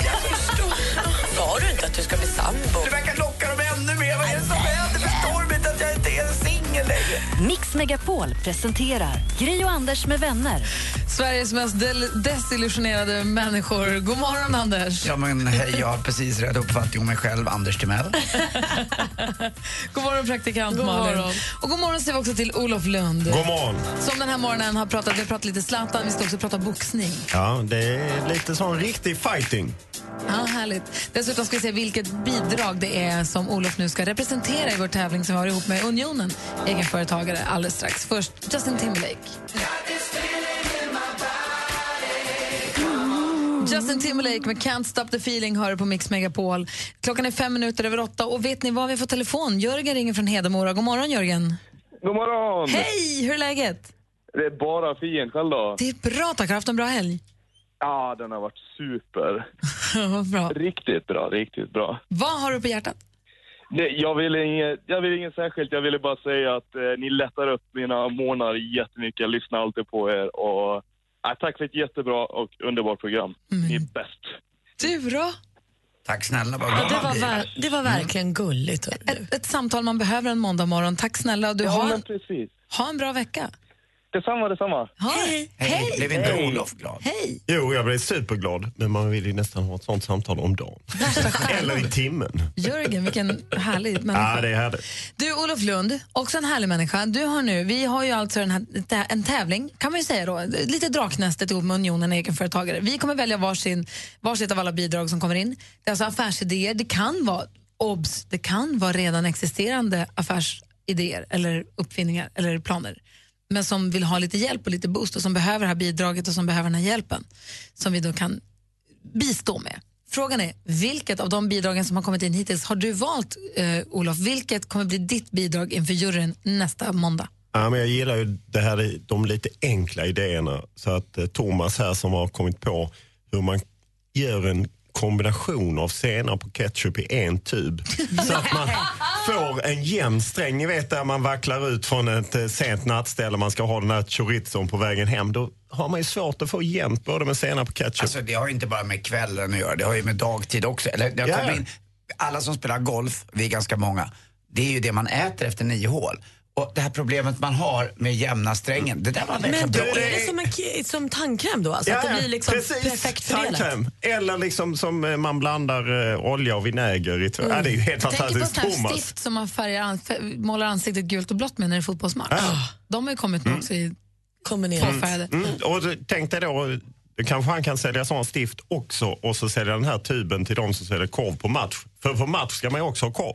Speaker 7: Sa du inte att du ska bli sambo?
Speaker 14: Du verkar locka dem ännu mer. Vad är det som händer? Förstår de inte att jag inte är en singel längre?
Speaker 1: Mix Megapol presenterar Gri och Anders med vänner.
Speaker 2: Sveriges mest del- desillusionerade människor. God morgon, Anders.
Speaker 3: Ja, men hej, jag har precis rätt uppfattning om mig själv, Anders Timell.
Speaker 2: God morgon, praktikant
Speaker 3: God
Speaker 2: Malin.
Speaker 3: morgon.
Speaker 2: Och god morgon säger vi också till Olof Lund.
Speaker 18: God morgon.
Speaker 2: Som den här morgonen har pratat, vi har pratat lite Zlatan, vi ska också prata boxning.
Speaker 18: Ja, det är lite sån riktig fighting.
Speaker 2: Ja, härligt. Dessutom ska vi se vilket bidrag det är som Olof nu ska representera i vår tävling som vi har ihop med Unionen, egenföretagare, alldeles strax. Först Justin Timberlake. Justin Timberlake med Can't Stop The Feeling hör du på Mix Megapol. Klockan är fem minuter över åtta och vet ni vad vi får telefon? Jörgen ringer från Hedemora. God morgon Jörgen.
Speaker 19: God morgon!
Speaker 2: Hej, hur är läget?
Speaker 19: Det är bara fint. Själv då?
Speaker 2: Det är bra tack, har du haft en bra helg?
Speaker 19: Ja, den har varit super.
Speaker 2: Vad bra.
Speaker 19: Riktigt bra, riktigt bra.
Speaker 2: Vad har du på hjärtat?
Speaker 19: Nej, jag ville inget, jag ville inget särskilt. Jag ville bara säga att eh, ni lättar upp mina månader jättemycket. Jag lyssnar alltid på er och eh, tack för ett jättebra och underbart program. Ni är bäst.
Speaker 2: Du då?
Speaker 3: Tack snälla, vad
Speaker 4: Ja,
Speaker 3: glad
Speaker 4: det,
Speaker 3: man
Speaker 4: var
Speaker 3: blir.
Speaker 4: ver- det var verkligen gulligt.
Speaker 2: Ett, ett samtal man behöver en måndag morgon. Tack snälla. Och Du
Speaker 4: Ja,
Speaker 2: har,
Speaker 4: men
Speaker 19: precis.
Speaker 2: ha en bra vecka.
Speaker 19: Detsamma, detsamma.
Speaker 2: Hej! Hej!
Speaker 3: Blev inte Olof glad?
Speaker 2: Hej!
Speaker 18: Jo, jag blev superglad. Men man vill ju nästan ha ett sånt samtal om dagen. Eller i timmen.
Speaker 2: Jörgen, vilken härlig
Speaker 18: Ja,
Speaker 2: människa.
Speaker 18: det är härligt.
Speaker 2: Du, Olof Lund, också en härlig människa. Du har nu, vi har ju alltså den här, tä- en tävling, kan man ju säga då, lite draknästet ihop med Unionen egenföretagare. Vi kommer välja varsin, varsitt av alla bidrag som kommer in. Det är alltså affärsidéer. Det kan vara, obs, det kan vara redan existerande affärsidéer eller uppfinningar eller planer. Men som vill ha lite hjälp och lite boost och som behöver det här bidraget och som behöver den här hjälpen. Som vi då kan bistå med. Frågan är, vilket av de bidragen som har kommit in hittills har du valt, eh, Olof? Vilket kommer bli ditt bidrag inför juryn nästa måndag?
Speaker 18: Ja, men jag gillar ju det här, de lite enkla idéerna. Så att eh, Thomas här som har kommit på hur man gör en kombination av senap och ketchup i en tub. Så att man får en jämn sträng. Ni vet där man vacklar ut från ett eh, sent nattställe man ska ha den här chorizon på vägen hem. Då har man ju svårt att få jämnt både med senap och ketchup.
Speaker 3: Alltså det har ju inte bara med kvällen att göra, det har ju med dagtid också. Eller, jag
Speaker 18: Ja,
Speaker 3: kommer
Speaker 18: ja.
Speaker 3: in, alla som spelar golf, vi är ganska många, det är ju det man äter efter nio hål. Och det här problemet man har med jämna strängen, det där var
Speaker 4: Men
Speaker 3: verkligen
Speaker 4: då
Speaker 3: bra.
Speaker 4: är det som, en, ki- som tandkräm då? Alltså, att det blir liksom perfekt förenat.
Speaker 18: Tandkräm. Eller liksom som eh, man blandar eh, olja och vinäger i. Mm. Ja, det är ju helt
Speaker 2: Jag tänker på
Speaker 18: fantastiskt.
Speaker 2: sådana här
Speaker 18: Thomas.
Speaker 2: stift som man färgar, an- fär- målar ansiktet gult och blått med när det är fotbollsmatch. De har ju kommit med också i påfärgade.
Speaker 18: Mm. Mm. Och då- tänk dig då, eh, kanske han kan sälja sån stift också och så sälja den här tuben till de som säljer korv på match. För på match ska man ju också ha korv.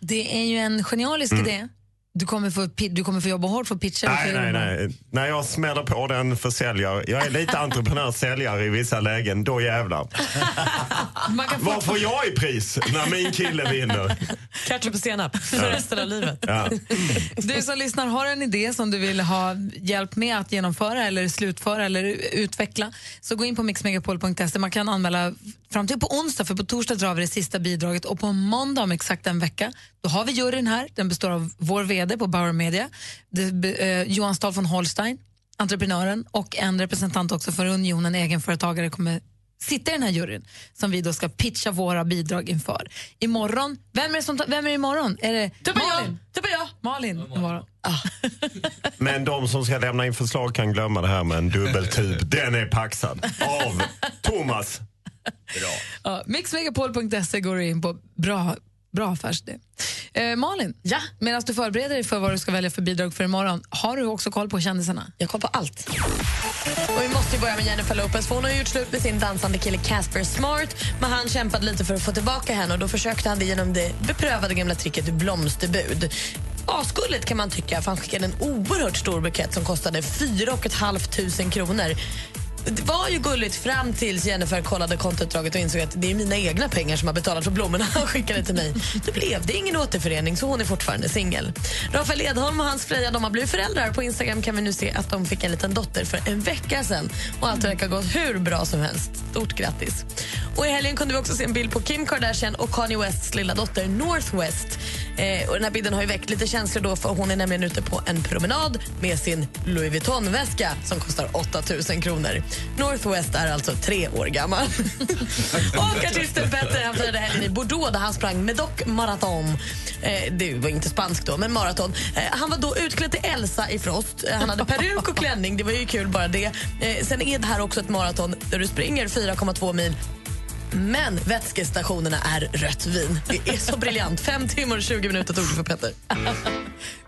Speaker 2: Det är ju en genialisk
Speaker 18: Mm.
Speaker 2: idé. Du kommer, få, pi- du kommer få jobba hårt för att pitcha. det
Speaker 18: Nej,
Speaker 2: till
Speaker 18: nej,
Speaker 2: dem.
Speaker 18: nej. När jag smäller på den för säljare, jag är lite entreprenör-säljare i vissa lägen, då jävlar.
Speaker 2: Man kan
Speaker 18: Vad får jag i pris när min kille vinner?
Speaker 4: Ketchup och senap
Speaker 18: Ja.
Speaker 4: för resten av livet.
Speaker 18: Ja.
Speaker 2: Du som lyssnar, har en idé som du vill ha hjälp med att genomföra eller slutföra eller utveckla så gå in på mixmegapol.se. Man kan anmäla fram till på onsdag för på torsdag drar vi det sista bidraget och på måndag om exakt en vecka då har vi juryn här. Den består av vår VD på Bauer Media, det, be- eh, Johan Stahl von Holstein, entreprenören och en representant också för Unionen egenföretagare kommer sitta i den här juryn som vi då ska pitcha våra bidrag inför. Imorgon, vem är det som ta- vem är det imorgon? Är det Malin? Typ jag! Malin imorgon.
Speaker 18: Men de som ska lämna in förslag kan glömma det här med en dubbeltub. Den är paxad av Thomas.
Speaker 2: Ja, Mixmegapol.se går du in på. Bra, bra affärsidé. Eh, Malin, ja? medan du förbereder dig för vad du ska välja för bidrag för imorgon, har du också koll på kändisarna?
Speaker 4: Jag kollar på allt. Och vi måste ju börja med Jennifer Lopez för hon har ju gjort slut med sin dansande kille Casper Smart men han kämpade lite för att få tillbaka henne och då försökte han det genom det beprövade gamla tricket blomsterbud. Asgulligt kan man tycka för han skickade en oerhört stor bukett som kostade 4 500 kronor. Det var ju gulligt fram tills Jennifer kollade kontoutdraget och insåg att det är mina egna pengar som har betalat för blommorna han skickade till mig. Då blev det ingen återförening så hon är fortfarande singel. Rafael Edholm och hans Freja de har blivit föräldrar. På Instagram kan vi nu se att de fick en liten dotter för en vecka sedan och allt verkar gått hur bra som helst. Stort grattis! Och I helgen kunde vi också se en bild på Kim Kardashian och Kanye Wests lilla dotter Northwest. Eh, och den här bilden har ju väckt lite känslor då för hon är nämligen ute på en promenad med sin Louis Vuitton-väska som kostar 8 000 kronor. Northwest är alltså tre år gammal. och artisten Petter han firade helgen i Bordeaux där han sprang med dock maraton. Eh, det var inte spanskt då, men maraton. Eh, han var då utklädd till Elsa i Frost. Eh, han hade peruk och klänning, det var ju kul bara det. Eh, sen är det här också ett maraton där du springer 4,2 mil men vätskestationerna är rött vin. Det är så briljant. Fem timmar och 20 minuter tog det för Petter.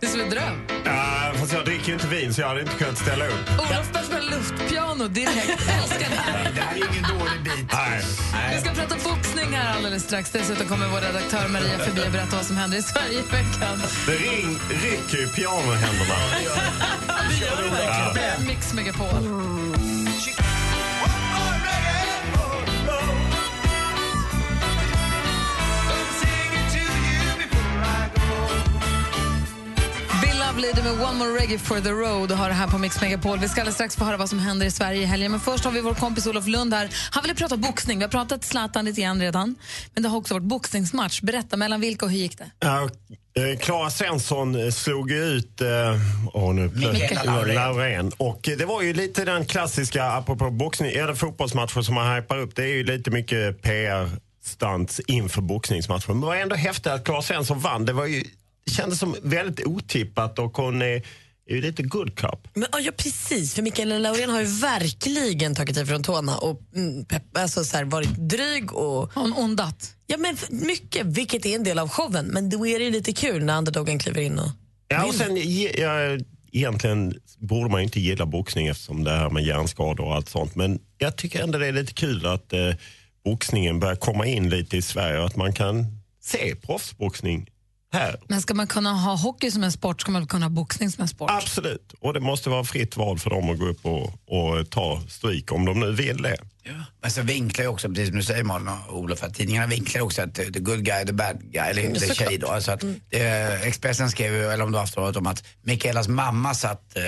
Speaker 2: Det är som en dröm.
Speaker 18: Ja, fast jag dricker ju inte vin så jag hade inte kunnat ställa upp.
Speaker 2: Olof börjar spela luftpiano direkt. Älskar det här.
Speaker 3: Det här är ingen dålig bit.
Speaker 18: Nej.
Speaker 2: Vi ska prata boxning här alldeles strax. Dessutom kommer vår redaktör Maria förbi och berätta vad som händer i Sverige i veckan.
Speaker 18: Det ring, rycker ju pianohänderna.
Speaker 2: Det gör det verkligen. Mix Megapol. Bill Lovely det med One More Reggae for the Road och har det här på Mix Megapol. Vi ska alldeles strax få höra vad som händer i Sverige i helgen. Men först har vi vår kompis Olof Lund här. Han ville prata boxning. Vi har pratat Zlatan lite grann redan. Men det har också varit boxningsmatch. Berätta, mellan vilka och hur gick det?
Speaker 18: Ja, och, eh, Klara Svensson eh, slog ju ut eh, åh, nu, plötsligt-
Speaker 2: Lauren.
Speaker 18: Lauren. Och eh, det var ju lite den klassiska, apropå boxning, eller fotbollsmatcher som man hypar upp, det är ju lite mycket PR stunts inför boxningsmatchen. Men det var ändå häftigt att Klara Svensson vann. Det var ju, det kändes som väldigt otippat och hon är, är ju lite good cup.
Speaker 4: Men, ja, ja, precis. För Mikaela Laurén har ju verkligen tagit ifrån tårna och mm, pepp, alltså, så här, varit dryg. Och...
Speaker 2: Hon ondat.
Speaker 4: Ja, men f- mycket, vilket är en del av showen. Men då är det ju lite kul när underdogen kliver in och...
Speaker 18: Ja, och sen, ge- ja, egentligen borde man ju inte gilla boxning eftersom det här med hjärnskador och allt sånt. Men jag tycker ändå det är lite kul att eh, boxningen börjar komma in lite i Sverige och att man kan se proffsboxning här.
Speaker 2: Men ska man kunna ha hockey som en sport ska man väl kunna ha boxning som en sport?
Speaker 18: Absolut. Och det måste vara fritt val för dem att gå upp och, och ta stryk om de nu vill det.
Speaker 3: Men så Alltså, vinklar ju också, precis som du säger Malin och Olof, att tidningarna vinklar också att eh, the good guy, the bad guy, eller
Speaker 18: Mm,
Speaker 3: the
Speaker 18: såklart.
Speaker 3: tjej då. Alltså att, eh, Expressen skrev ju, eller om det var Aftonbladet, om att Mikaelas mamma satt eh,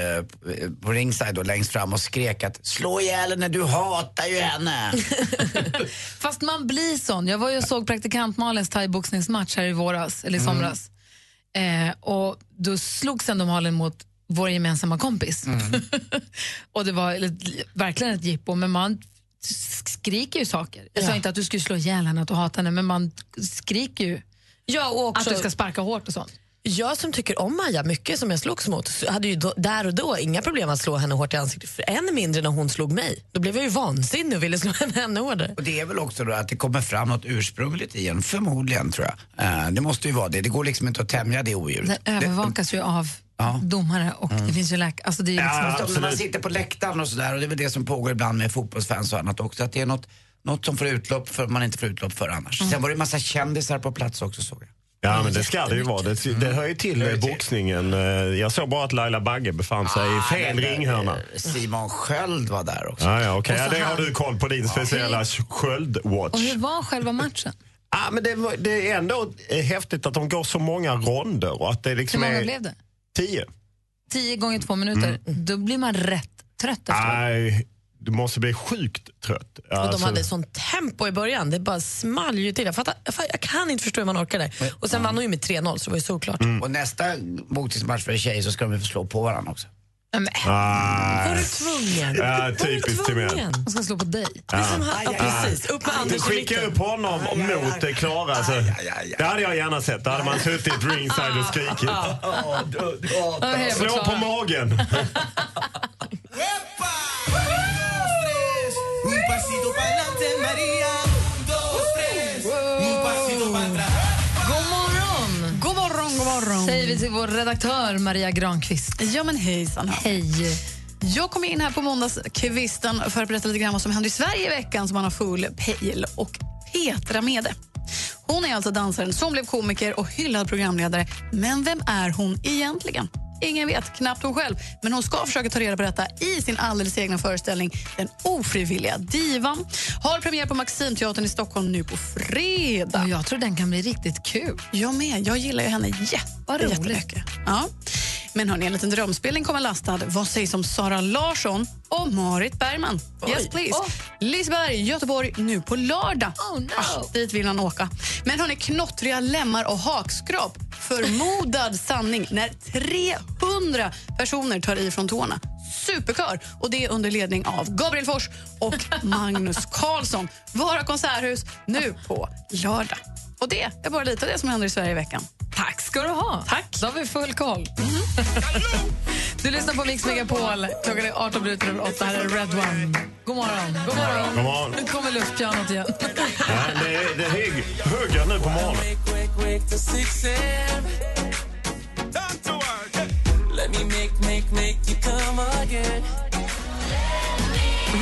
Speaker 3: på ringside då, längst fram och skrek att slå ihjäl henne, du hatar ju henne.
Speaker 2: Fast man blir sån. Jag var ju och såg praktikant Malins thaiboxningsmatch här i våras, eller i
Speaker 7: Mm.
Speaker 2: somras. Eh, och då slogs ändå Malin mot vår gemensamma kompis. och det var ett- verkligen ett jippo, men man sk- skriker ju saker. Jag sa inte att du skulle slå ihjäl henne, att du hatar henne, men man skriker ju
Speaker 4: Ja, och också-
Speaker 2: att du ska sparka hårt och sånt.
Speaker 4: Jag som tycker om Maja mycket, som jag slogs mot, så hade ju då, där och då inga problem att slå henne hårt i ansiktet. För än mindre när hon slog mig. Då blev jag ju vansinnig och ville slå henne ännu hårdare.
Speaker 3: Och det är väl också då att det kommer fram något ursprungligt igen, förmodligen tror jag. Eh, det måste ju vara det, det går liksom inte att tämja det odjuret.
Speaker 2: Den övervakas ju av
Speaker 3: Ja.
Speaker 2: domare och det finns ju läkare. Alltså det är ju liksom-
Speaker 3: Ja, när man sitter på läktaren och sådär och det är väl det som pågår ibland med fotbollsfans och annat också. Att det är något, något som får utlopp för man inte får utlopp för annars.
Speaker 18: Mm.
Speaker 3: Sen var det en massa kändisar på plats också såg jag.
Speaker 18: Ja, men det ska det ju vara. Det, det hör ju till
Speaker 3: Mm.
Speaker 18: eh, boxningen. Eh, Jag såg bara att Laila Bagge befann sig
Speaker 3: Ah,
Speaker 18: i fel ringhörna.
Speaker 3: Simon Sköld var där också.
Speaker 18: Ah, Ja, ja, okej.
Speaker 3: Och så
Speaker 18: ja, det har
Speaker 3: han-
Speaker 18: du koll på, din speciella
Speaker 2: Och
Speaker 18: sköldwatch.
Speaker 2: hur var själva matchen?
Speaker 18: Ja, Ah, men det, var- det är ändå eh, häftigt att de går så många ronder. Och att det
Speaker 2: Hur
Speaker 18: liksom
Speaker 2: många
Speaker 18: är
Speaker 2: blev det?
Speaker 18: Tio.
Speaker 2: Tio gånger två
Speaker 18: Mm.
Speaker 2: minuter, då blir man rätt trött efteråt.
Speaker 18: Nej, du måste bli sjukt trött.
Speaker 4: Och de
Speaker 18: Alltså-
Speaker 4: hade sånt tempo i början. Det bara small ju till. Jag, fattar, jag, fattar, jag kan inte förstå hur man orkar det. Och sen vann hon ju med 3-0, så det var ju såklart.
Speaker 18: Mm.
Speaker 3: Och nästa boxningsmatch för en tjej så ska de ju få slå på varandra också.
Speaker 18: Ah.
Speaker 4: Var du tvungen?
Speaker 18: Ja, typiskt till mig.
Speaker 2: Jag ska slå på dig.
Speaker 18: Ja.
Speaker 4: ja, precis. Upp med Anders i
Speaker 18: Skicka upp honom mot eh, Klara. Alltså. Det hade jag gärna sett. Då hade man suttit ringside och skrikit. Slå på magen!
Speaker 7: Un pasito pa'lante, Maria. Un, dos, tres. Un pasito pa'lante.
Speaker 2: God morgon!
Speaker 17: God morgon, god morgon.
Speaker 2: Säger vi till vår redaktör Maria Granqvist.
Speaker 17: Ja, men hejsan.
Speaker 2: Hej.
Speaker 17: Jag kom in här på måndagskvisten för att berätta lite grann vad som hände i Sverige i veckan som man har full pejl och Petra med det. Hon är alltså dansaren som blev komiker och hyllad programledare. Men vem är hon egentligen? Ingen vet, knappt hon själv. Men hon ska försöka ta reda på detta i sin alldeles egna föreställning Den ofrivilliga divan. Har premiär på Maximteatern i Stockholm nu på fredag.
Speaker 2: jag tror den kan bli riktigt kul.
Speaker 17: Jag med. Jag gillar ju henne jätte, jättemycket. Ja. Men hörni, en liten drömspelning kommer lastad. Vad sägs om Sara Larsson och Marit Bergman? Yes, please. Liseberg, Göteborg, nu på lördag. Ah,
Speaker 2: Oh, no.
Speaker 17: dit vill han åka. Men hörni, knottriga lemmar och hakskrap. Förmodad sanning när 300 personer tar i från tårna. Superkör! Och det är under ledning av Gabriel Fors och Magnus Karlsson. Vara konserthus nu på lördag. Och det är bara lite av det som händer i Sverige i veckan.
Speaker 2: Tack ska du ha. Tack. Då har vi full koll. du lyssnar på Mix Megapol. Klockan är 18 minuter över 8. Här är Red One. God morgon. God morgon.
Speaker 18: God morgon.
Speaker 2: Nu kommer luftpianot igen.
Speaker 18: Ja, det är, det är hög, höga nu på morgonen.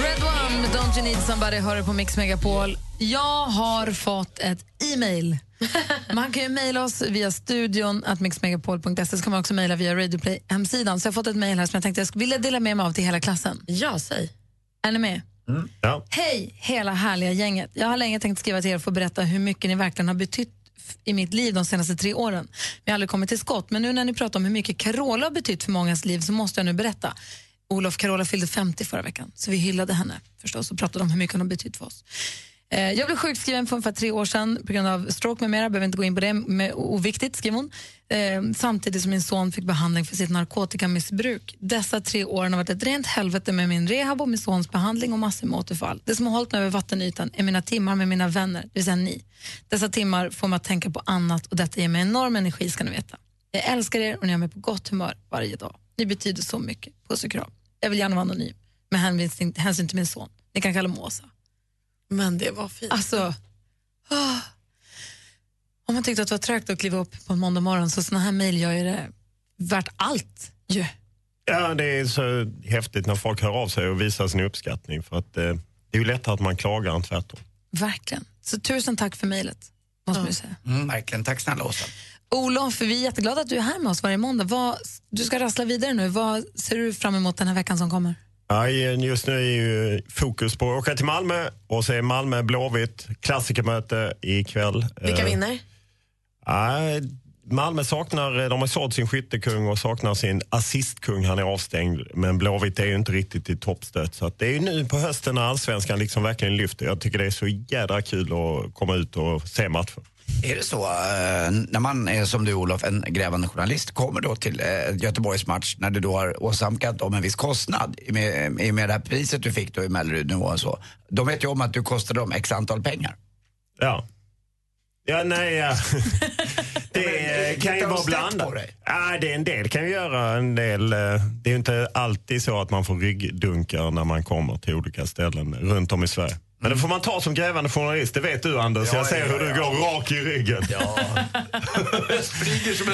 Speaker 2: Red One med Don't You Need Somebody hör du på Mix Megapol. Jag har fått ett e-mail. Man kan ju mejla oss via studion att mixmegapol.se så kan man också mejla via Radioplay hemsidan. Så jag har fått ett mejl här som jag tänkte jag skulle vilja dela med mig av till hela klassen.
Speaker 4: Ja, säg.
Speaker 2: Är ni med?
Speaker 18: Mm. Ja.
Speaker 2: Hej hela härliga gänget. Jag har länge tänkt skriva till er för att berätta hur mycket ni verkligen har betytt f- i mitt liv de senaste tre åren. Vi har aldrig kommit till skott, men nu när ni pratar om hur mycket Carola har betytt för mångas liv så måste jag nu berätta. Olof Carola fyllde 50 förra veckan, så vi hyllade henne förstås och pratade om hur mycket hon har betytt för oss. Eh, Jag blev sjukskriven för ungefär tre år sedan på grund av stroke med mera, behöver inte gå in på det, med, oviktigt skriver hon. Eh, samtidigt som min son fick behandling för sitt narkotikamissbruk. Dessa tre år har varit ett rent helvete med min rehab och min sons behandling och massor med återfall. Det som har hållit mig över vattenytan är mina timmar med mina vänner, det vill säga ni. Dessa timmar får mig att tänka på annat och detta ger mig enorm energi ska ni veta. Jag älskar er och ni har mig på gott humör varje dag. Ni betyder så mycket. Puss och kram. Jag vill gärna vara anonym med hänvisning- hänsyn till min son. Ni kan kalla mig Åsa.
Speaker 4: Men det var fint.
Speaker 2: Alltså, ah. om man tyckte att det var trögt att kliva upp på en måndag morgon så såna här mejl gör ju det värt allt. ju.
Speaker 18: Ja, det är så häftigt när folk hör av sig och visar sin uppskattning. För att, eh, det är ju lättare att man klagar än tvärtom.
Speaker 2: Verkligen. Så tusen tack för mejlet. Måste man ju säga.
Speaker 3: Mm, verkligen. Tack snälla Åsa.
Speaker 2: Olof, vi är jätteglada att du är här med oss varje måndag. Vad, du ska rassla vidare nu. Vad ser du fram emot den här veckan som kommer?
Speaker 18: Ja, just nu är ju fokus på att åka till Malmö och se Malmö Blåvitt klassikermöte ikväll.
Speaker 4: Vilka
Speaker 18: Eh,
Speaker 4: vinner?
Speaker 18: Nej, Malmö saknar, de har sålt sin skyttekung och saknar sin assistkung. Han är avstängd. Men Blåvitt är ju inte riktigt i toppstöt. Så att det är ju nu på hösten när allsvenskan liksom verkligen lyfter. Jag tycker det är så jädra kul att komma ut och se matchen.
Speaker 3: Är det så, eh, när man är som du Olof, en grävande journalist, kommer då till eh, Göteborgs match när du då har åsamkat dem en viss kostnad i och med, i och med det här priset du fick då i Mellerud nu och så. De vet ju om att du kostade dem x antal pengar.
Speaker 18: Ja. Ja, nej, ja. Det eh, kan
Speaker 14: Hittar
Speaker 18: ju
Speaker 14: de
Speaker 18: vara
Speaker 14: snett
Speaker 18: blandat.
Speaker 14: på dig?
Speaker 18: Ja, det är en del kan ju göra en del. eh, Det är ju inte alltid så att man får ryggdunkar när man kommer till olika ställen runt om i Sverige. Men det får man ta som grävande journalist, det vet du Anders.
Speaker 14: Mm. Ja,
Speaker 18: jag ser
Speaker 14: ja,
Speaker 18: hur du
Speaker 14: ja.
Speaker 18: går rak i ryggen.
Speaker 14: Flyger som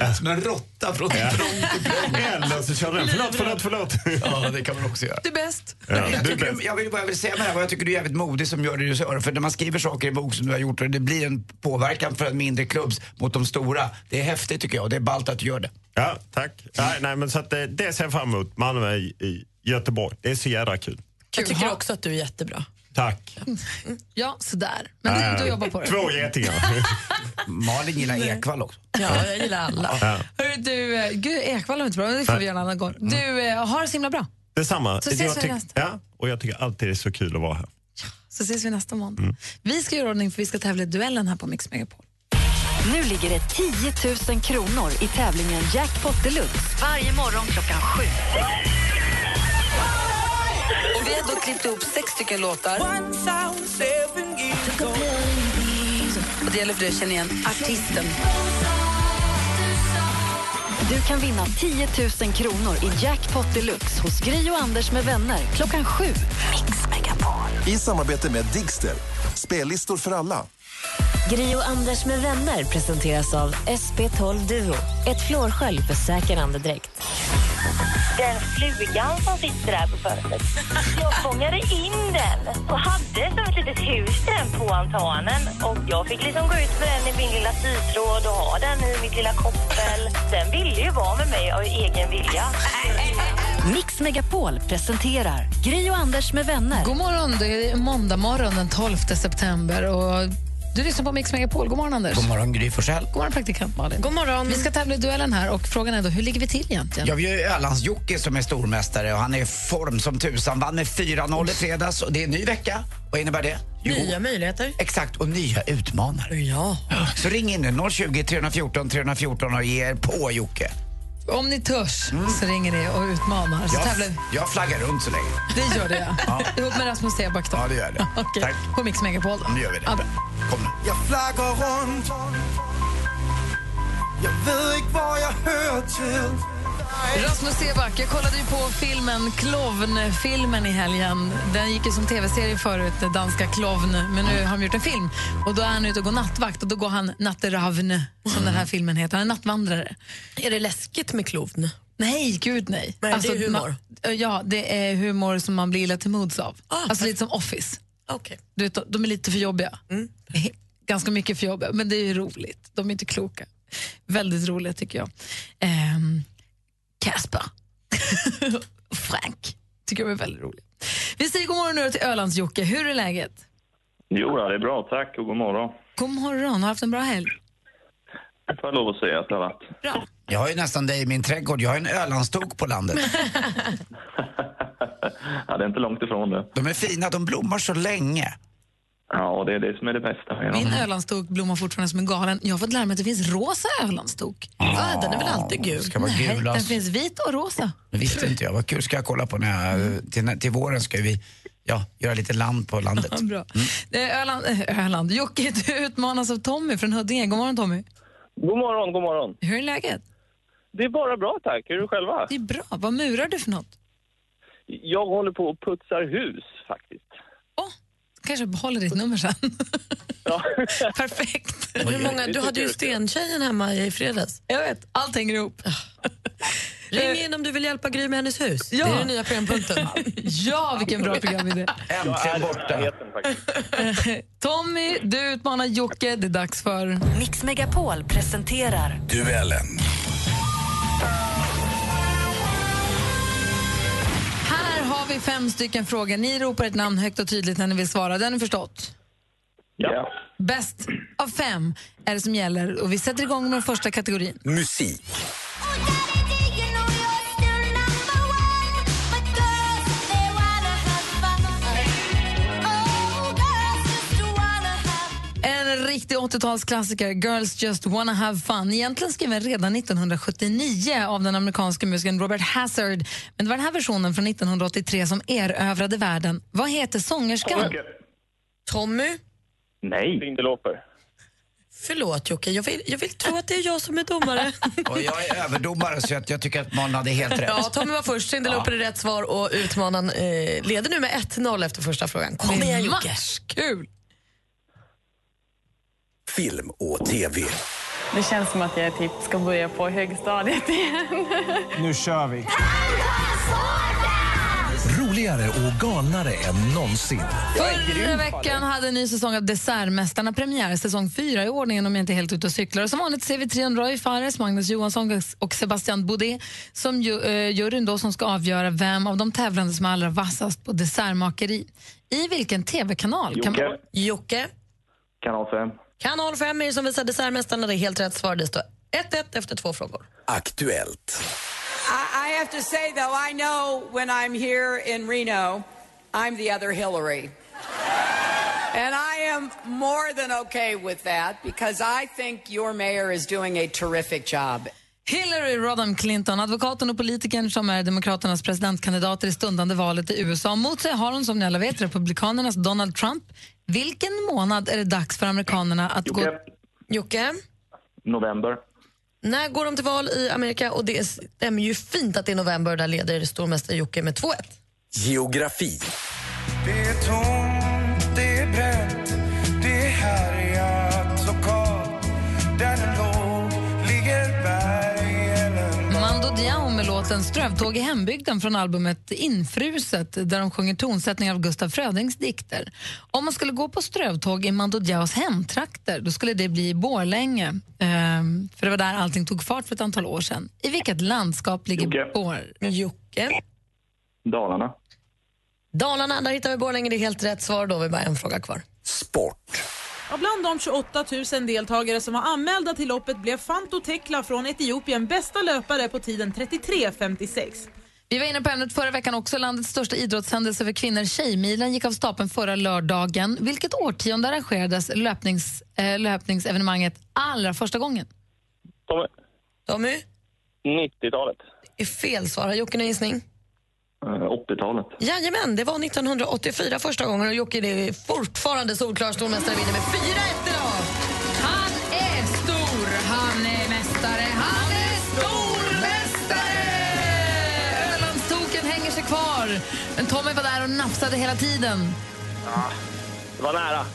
Speaker 14: en, som en råtta från
Speaker 18: Ja.
Speaker 14: prång till prång.
Speaker 18: Eller så kör den, förlåt, förlåt, förlåt.
Speaker 3: Ja, det kan man också göra.
Speaker 2: Du är bäst.
Speaker 18: Ja,
Speaker 3: jag,
Speaker 18: du är
Speaker 3: tycker,
Speaker 18: bäst.
Speaker 3: jag vill bara vill säga med det här, vad jag tycker du är jävligt modig som gör det du gör. För när man skriver saker i en bok som du har gjort och det blir en påverkan för en mindre klubbs mot de stora. Det är häftigt tycker jag och det är ballt att du gör det.
Speaker 18: Ja, tack. Nej, nej, men så att eh, det, det ser jag fram emot. Malmö i, i Göteborg. Det är så jädra kul.
Speaker 4: Jag tycker också att du är jättebra.
Speaker 18: Tack.
Speaker 2: Mm. Ja, sådär. Men det är inte att jobba på det.
Speaker 18: Två getingar.
Speaker 3: Malin gillar Ekvall också.
Speaker 4: Ja, jag gillar alla.
Speaker 18: Ja.
Speaker 2: Hörru, du, eh, gud, Ekwall var inte bra, men det får vi göra en annan gång. Du, eh, har det så himla bra.
Speaker 18: Detsamma.
Speaker 2: Så ses vi
Speaker 18: jag tyck-
Speaker 2: nästa.
Speaker 18: ja, och jag tycker alltid det är så kul att vara här.
Speaker 2: Så ses vi nästa måndag. Vi ska göra ordning för vi ska tävla i duellen här på Mix Megapol.
Speaker 1: Nu ligger det 10 000 kronor i tävlingen Jackpot Deluxe varje morgon klockan sju.
Speaker 2: Och vi har då klippt ihop sex stycken låtar. Och det gäller för dig att känna igen artisten.
Speaker 1: Du kan vinna 10 000 kronor i Jackpot Deluxe hos Gri och Anders med vänner klockan sju.
Speaker 8: I samarbete med Digster. Spellistor för alla.
Speaker 9: Gri och Anders med vänner presenteras av SP12 Duo. Ett flårskölj för säker andedräkt.
Speaker 20: Den flugan som sitter där på fönstret. Jag fångade in den och hade som ett litet hus till den på altanen. Och jag fick liksom gå ut med den i min lilla sytråd och ha den i mitt lilla koppel. Den ville ju vara med mig av egen vilja.
Speaker 1: Mix Megapol presenterar Gri och Anders med vänner.
Speaker 2: God morgon, det är måndag morgon den 12 september. Och du lyssnar på Mix Megapol. God morgon, Anders.
Speaker 3: God morgon Gry Forssell.
Speaker 2: God morgon, praktikant Malin. God morgon. Vi ska tävla i duellen här och frågan är då, hur ligger vi till egentligen?
Speaker 3: Ja, vi har ju Ölands-Jocke som är stormästare och han är i form som tusan. Vann med 4-0 i fredags och det är en ny vecka. Vad innebär det?
Speaker 4: Mm. Nya möjligheter.
Speaker 3: Exakt, och nya utmanare.
Speaker 4: Ja.
Speaker 3: Så ring in nu, 020 314 314 och ge er på Jocke.
Speaker 2: Om ni törs så ringer ni och utmanar. Så
Speaker 3: Jag,
Speaker 2: tävlar
Speaker 3: jag flaggar runt så länge.
Speaker 2: Det gör det, ja. Ihop med Rasmus Stenback då.
Speaker 3: Ja, det gör det.
Speaker 2: Okej.
Speaker 3: Tack.
Speaker 2: På Mix Megapol då.
Speaker 3: Nu gör vi det.
Speaker 2: Ja, bra.
Speaker 3: Kom nu.
Speaker 7: Jag flaggar runt Jag vet inte vad jag hör till
Speaker 2: Rasmus Seback, jag kollade ju på filmen Klovn-filmen i helgen. Den gick ju som tv-serie förut, den danska Klovn, men nu har de gjort en film. Och Då är han ute och går nattvakt och då går han Natteravn, som den här filmen heter. Han är nattvandrare.
Speaker 4: Är det läskigt med klovn?
Speaker 2: Nej, gud nej. Alltså,
Speaker 4: Nej, det är humor. Ah,
Speaker 2: ma- ja, det är humor som man blir illa till mods av. alltså lite som Office.
Speaker 4: Okej. Mm.
Speaker 2: Du vet, de är lite för jobbiga. Ganska mycket för jobbiga, men det är ju roligt. De är inte kloka. Väldigt roliga tycker jag. Ehm, Casper. Frank. Tycker de är väldigt roliga. Vi säger god morgon nu till Ölands-Jocke. Hur är läget?
Speaker 11: Jo, ja, det är bra. Tack och god morgon.
Speaker 2: God morgon, har du haft en bra helg?
Speaker 11: Det får jag lov att säga att det har varit.
Speaker 3: Jag har ju nästan dig i min trädgård. Jag har en Ölandstok på landet.
Speaker 11: Ja, det är inte långt ifrån det.
Speaker 3: De är fina, de blommar så länge.
Speaker 11: Ja, och det är det som är det bästa. med dem.
Speaker 2: Min ölandstok blommar fortfarande som en galen. Jag har fått lära mig att det finns rosa ölandstok.
Speaker 3: Ja,
Speaker 2: den är väl alltid gul?
Speaker 3: ska vara
Speaker 2: Nej,
Speaker 3: gul,
Speaker 2: den
Speaker 3: alltså.
Speaker 2: finns vit och rosa.
Speaker 3: Det visste inte jag. Vad kul. Ska jag kolla på när
Speaker 4: Mm.
Speaker 3: jag, till, till våren ska vi ja, göra lite land på landet. Mm.
Speaker 2: Ja, bra. Det är Öland, eh, Öland. Jocke, du utmanas av Tommy från Huddinge. God morgon Tommy.
Speaker 11: God morgon, god morgon.
Speaker 2: Hur är läget?
Speaker 11: Det är bara bra tack. Hur är du själva?
Speaker 2: Det är bra. Vad murar du för något?
Speaker 11: Jag håller på och putsar hus faktiskt.
Speaker 2: Kanske behåller ditt nummer sen.
Speaker 4: Perfekt. Hur många, du hade ju stentjejen hemma i fredags.
Speaker 2: Jag vet, allt hänger ihop.
Speaker 4: Ring in om du vill hjälpa Gry med hennes hus.
Speaker 2: Ja.
Speaker 4: Det är den nya programpunkten.
Speaker 2: Ja, vilken bra programidé.
Speaker 3: Äntligen borta.
Speaker 2: Tommy, du utmanar Jocke. Det är dags för...
Speaker 1: Mix Megapol presenterar
Speaker 14: Duellen.
Speaker 2: Här har vi fem stycken frågor. Ni ropar ett namn högt och tydligt när ni vill svara. Det har ni förstått?
Speaker 11: Ja.
Speaker 2: Bäst av fem är det som gäller. Och vi sätter igång med den första kategorin.
Speaker 14: Musik.
Speaker 2: En riktig 80-talsklassiker, Girls Just Wanna Have Fun. Egentligen skriven redan 1979 av den amerikanske musikern Robert Hazard. Men det var den här versionen från 1983 som erövrade världen. Vad heter sångerskan?
Speaker 4: Tommy?
Speaker 11: Nej. Lindelåper.
Speaker 4: Förlåt Jocke, jag vill, jag vill tro att det är jag som är domare.
Speaker 3: Och jag är överdomare så jag, jag tycker att man hade helt rätt.
Speaker 4: Ja, Tommy var först, Sindel upp det rätt svar och utmanaren eh, leder nu med 1-0 efter första frågan. Kom igen Jocke!
Speaker 2: Kul!
Speaker 14: Film och TV.
Speaker 21: Det känns som att jag typ ska börja på högstadiet igen.
Speaker 14: Nu kör vi. Roligare och galnare än någonsin.
Speaker 2: Förra veckan hade en ny säsong av Dessertmästarna premiär, säsong fyra i ordningen om jag inte är helt ute och cyklar. Och som vanligt ser vi Trian Roy Fares, Magnus Johansson och Sebastian Boudet som ju, eh, juryn då som ska avgöra vem av de tävlande som är allra vassast på dessertmakeri. I vilken tv-kanal? Kan man...
Speaker 4: Jocke. Jocke.
Speaker 11: Kanal 5.
Speaker 4: Kanal 5 är det som visar Dessertmästarna, det är helt rätt svar. Det står 1-1 efter två frågor.
Speaker 14: Aktuellt.
Speaker 22: I, I have to say, though, I know when I'm here in Reno, I'm the other Hillary. And I am more than okay with that because I think your mayor is doing a terrific job.
Speaker 2: Hillary Rodham Clinton, advokaten och politikern som är Demokraternas presidentkandidater i stundande valet i USA. Mot sig har hon som ni alla vet Republikanernas Donald Trump. Vilken månad är det dags för amerikanerna att gå...
Speaker 4: Jocke,
Speaker 11: November.
Speaker 4: när går de till val i Amerika? Och det stämmer ju fint att det är november, där leder stormästare Jocke med 2-1.
Speaker 14: Geografi.
Speaker 7: Det är tomt, det är bränt Det här är jag
Speaker 2: Dion med låten Strövtåg i hembygden från albumet Infruset där de sjunger tonsättningar av Gustaf Frödings dikter. Om man skulle gå på strövtåg i Mando Diaos hemtrakter då skulle det bli Borlänge. Ehm, för det var där allting tog fart för ett antal år sedan. I vilket landskap ligger
Speaker 11: Jocke.
Speaker 2: Bor... Jocke?
Speaker 11: Dalarna.
Speaker 4: Dalarna, där hittar vi Borlänge. Det är helt rätt svar. Då har vi bara en fråga kvar.
Speaker 11: Sport.
Speaker 5: Ja, bland de 28 000 deltagare som var anmälda till loppet blev Fanto Tekla från Etiopien bästa löpare på tiden 33.56.
Speaker 2: Vi var inne på ämnet förra veckan också. Landets största idrottshändelse för kvinnor, Tjejmilen, gick av stapeln förra lördagen. Vilket årtionde arrangerades löpnings, eh, löpningsevenemanget allra första gången?
Speaker 11: Tommy.
Speaker 4: Tommy?
Speaker 11: 90-talet.
Speaker 4: Det är fel svar. Har Jocke någon gissning?
Speaker 11: Eh, 80-talet.
Speaker 4: Jajamän, det var 1984 första gången och Jocke det är fortfarande solklar stormästare vinner med 4-1 idag.
Speaker 2: Han är stor, han är mästare, han är stormästare! Ölandstoken hänger sig kvar. Men Tommy var där och nafsade hela tiden.
Speaker 11: Ja,
Speaker 7: Ah.
Speaker 11: det var nära.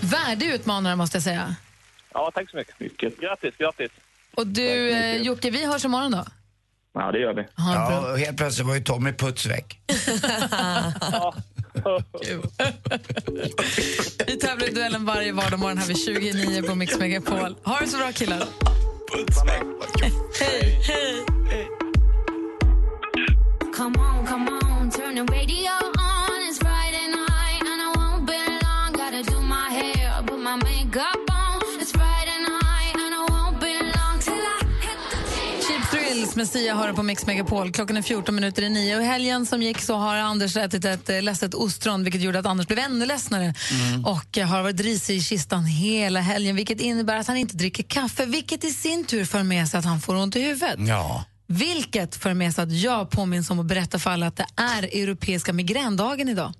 Speaker 2: Värdig utmanare måste jag säga.
Speaker 11: Ja, tack så mycket. mycket. Grattis, grattis.
Speaker 2: Och du eh, Jocke, vi hörs imorgon då.
Speaker 11: Ja, det gör vi.
Speaker 3: Ja, och helt plötsligt var ju Tommy putsväck.
Speaker 2: Vi tävlar i duellen varje vardag morgon här vid 29 på Mix Megapol. Ha det så bra killar.
Speaker 4: Hej, hej.
Speaker 6: Come on, come on, turn the radio on. It's Friday night, and I won't be long. Gotta do my hair, put my makeup on. It's Friday night, and I won't be long till I hit the
Speaker 2: Cheap Thrills med Sia har du på Mix Megapol. Klockan är 14 minuter i nio. Och I helgen som gick så har Anders ätit ett eh, lässet ostron vilket gjorde att Anders blev ännu ledsnare
Speaker 17: Mm.
Speaker 2: och eh, har varit risig i kistan hela helgen vilket innebär att han inte dricker kaffe vilket i sin tur för med sig att han får ont i huvudet.
Speaker 3: Ja.
Speaker 2: Vilket för med sig att jag påminns om att berätta för alla att det är Europeiska migrändagen idag.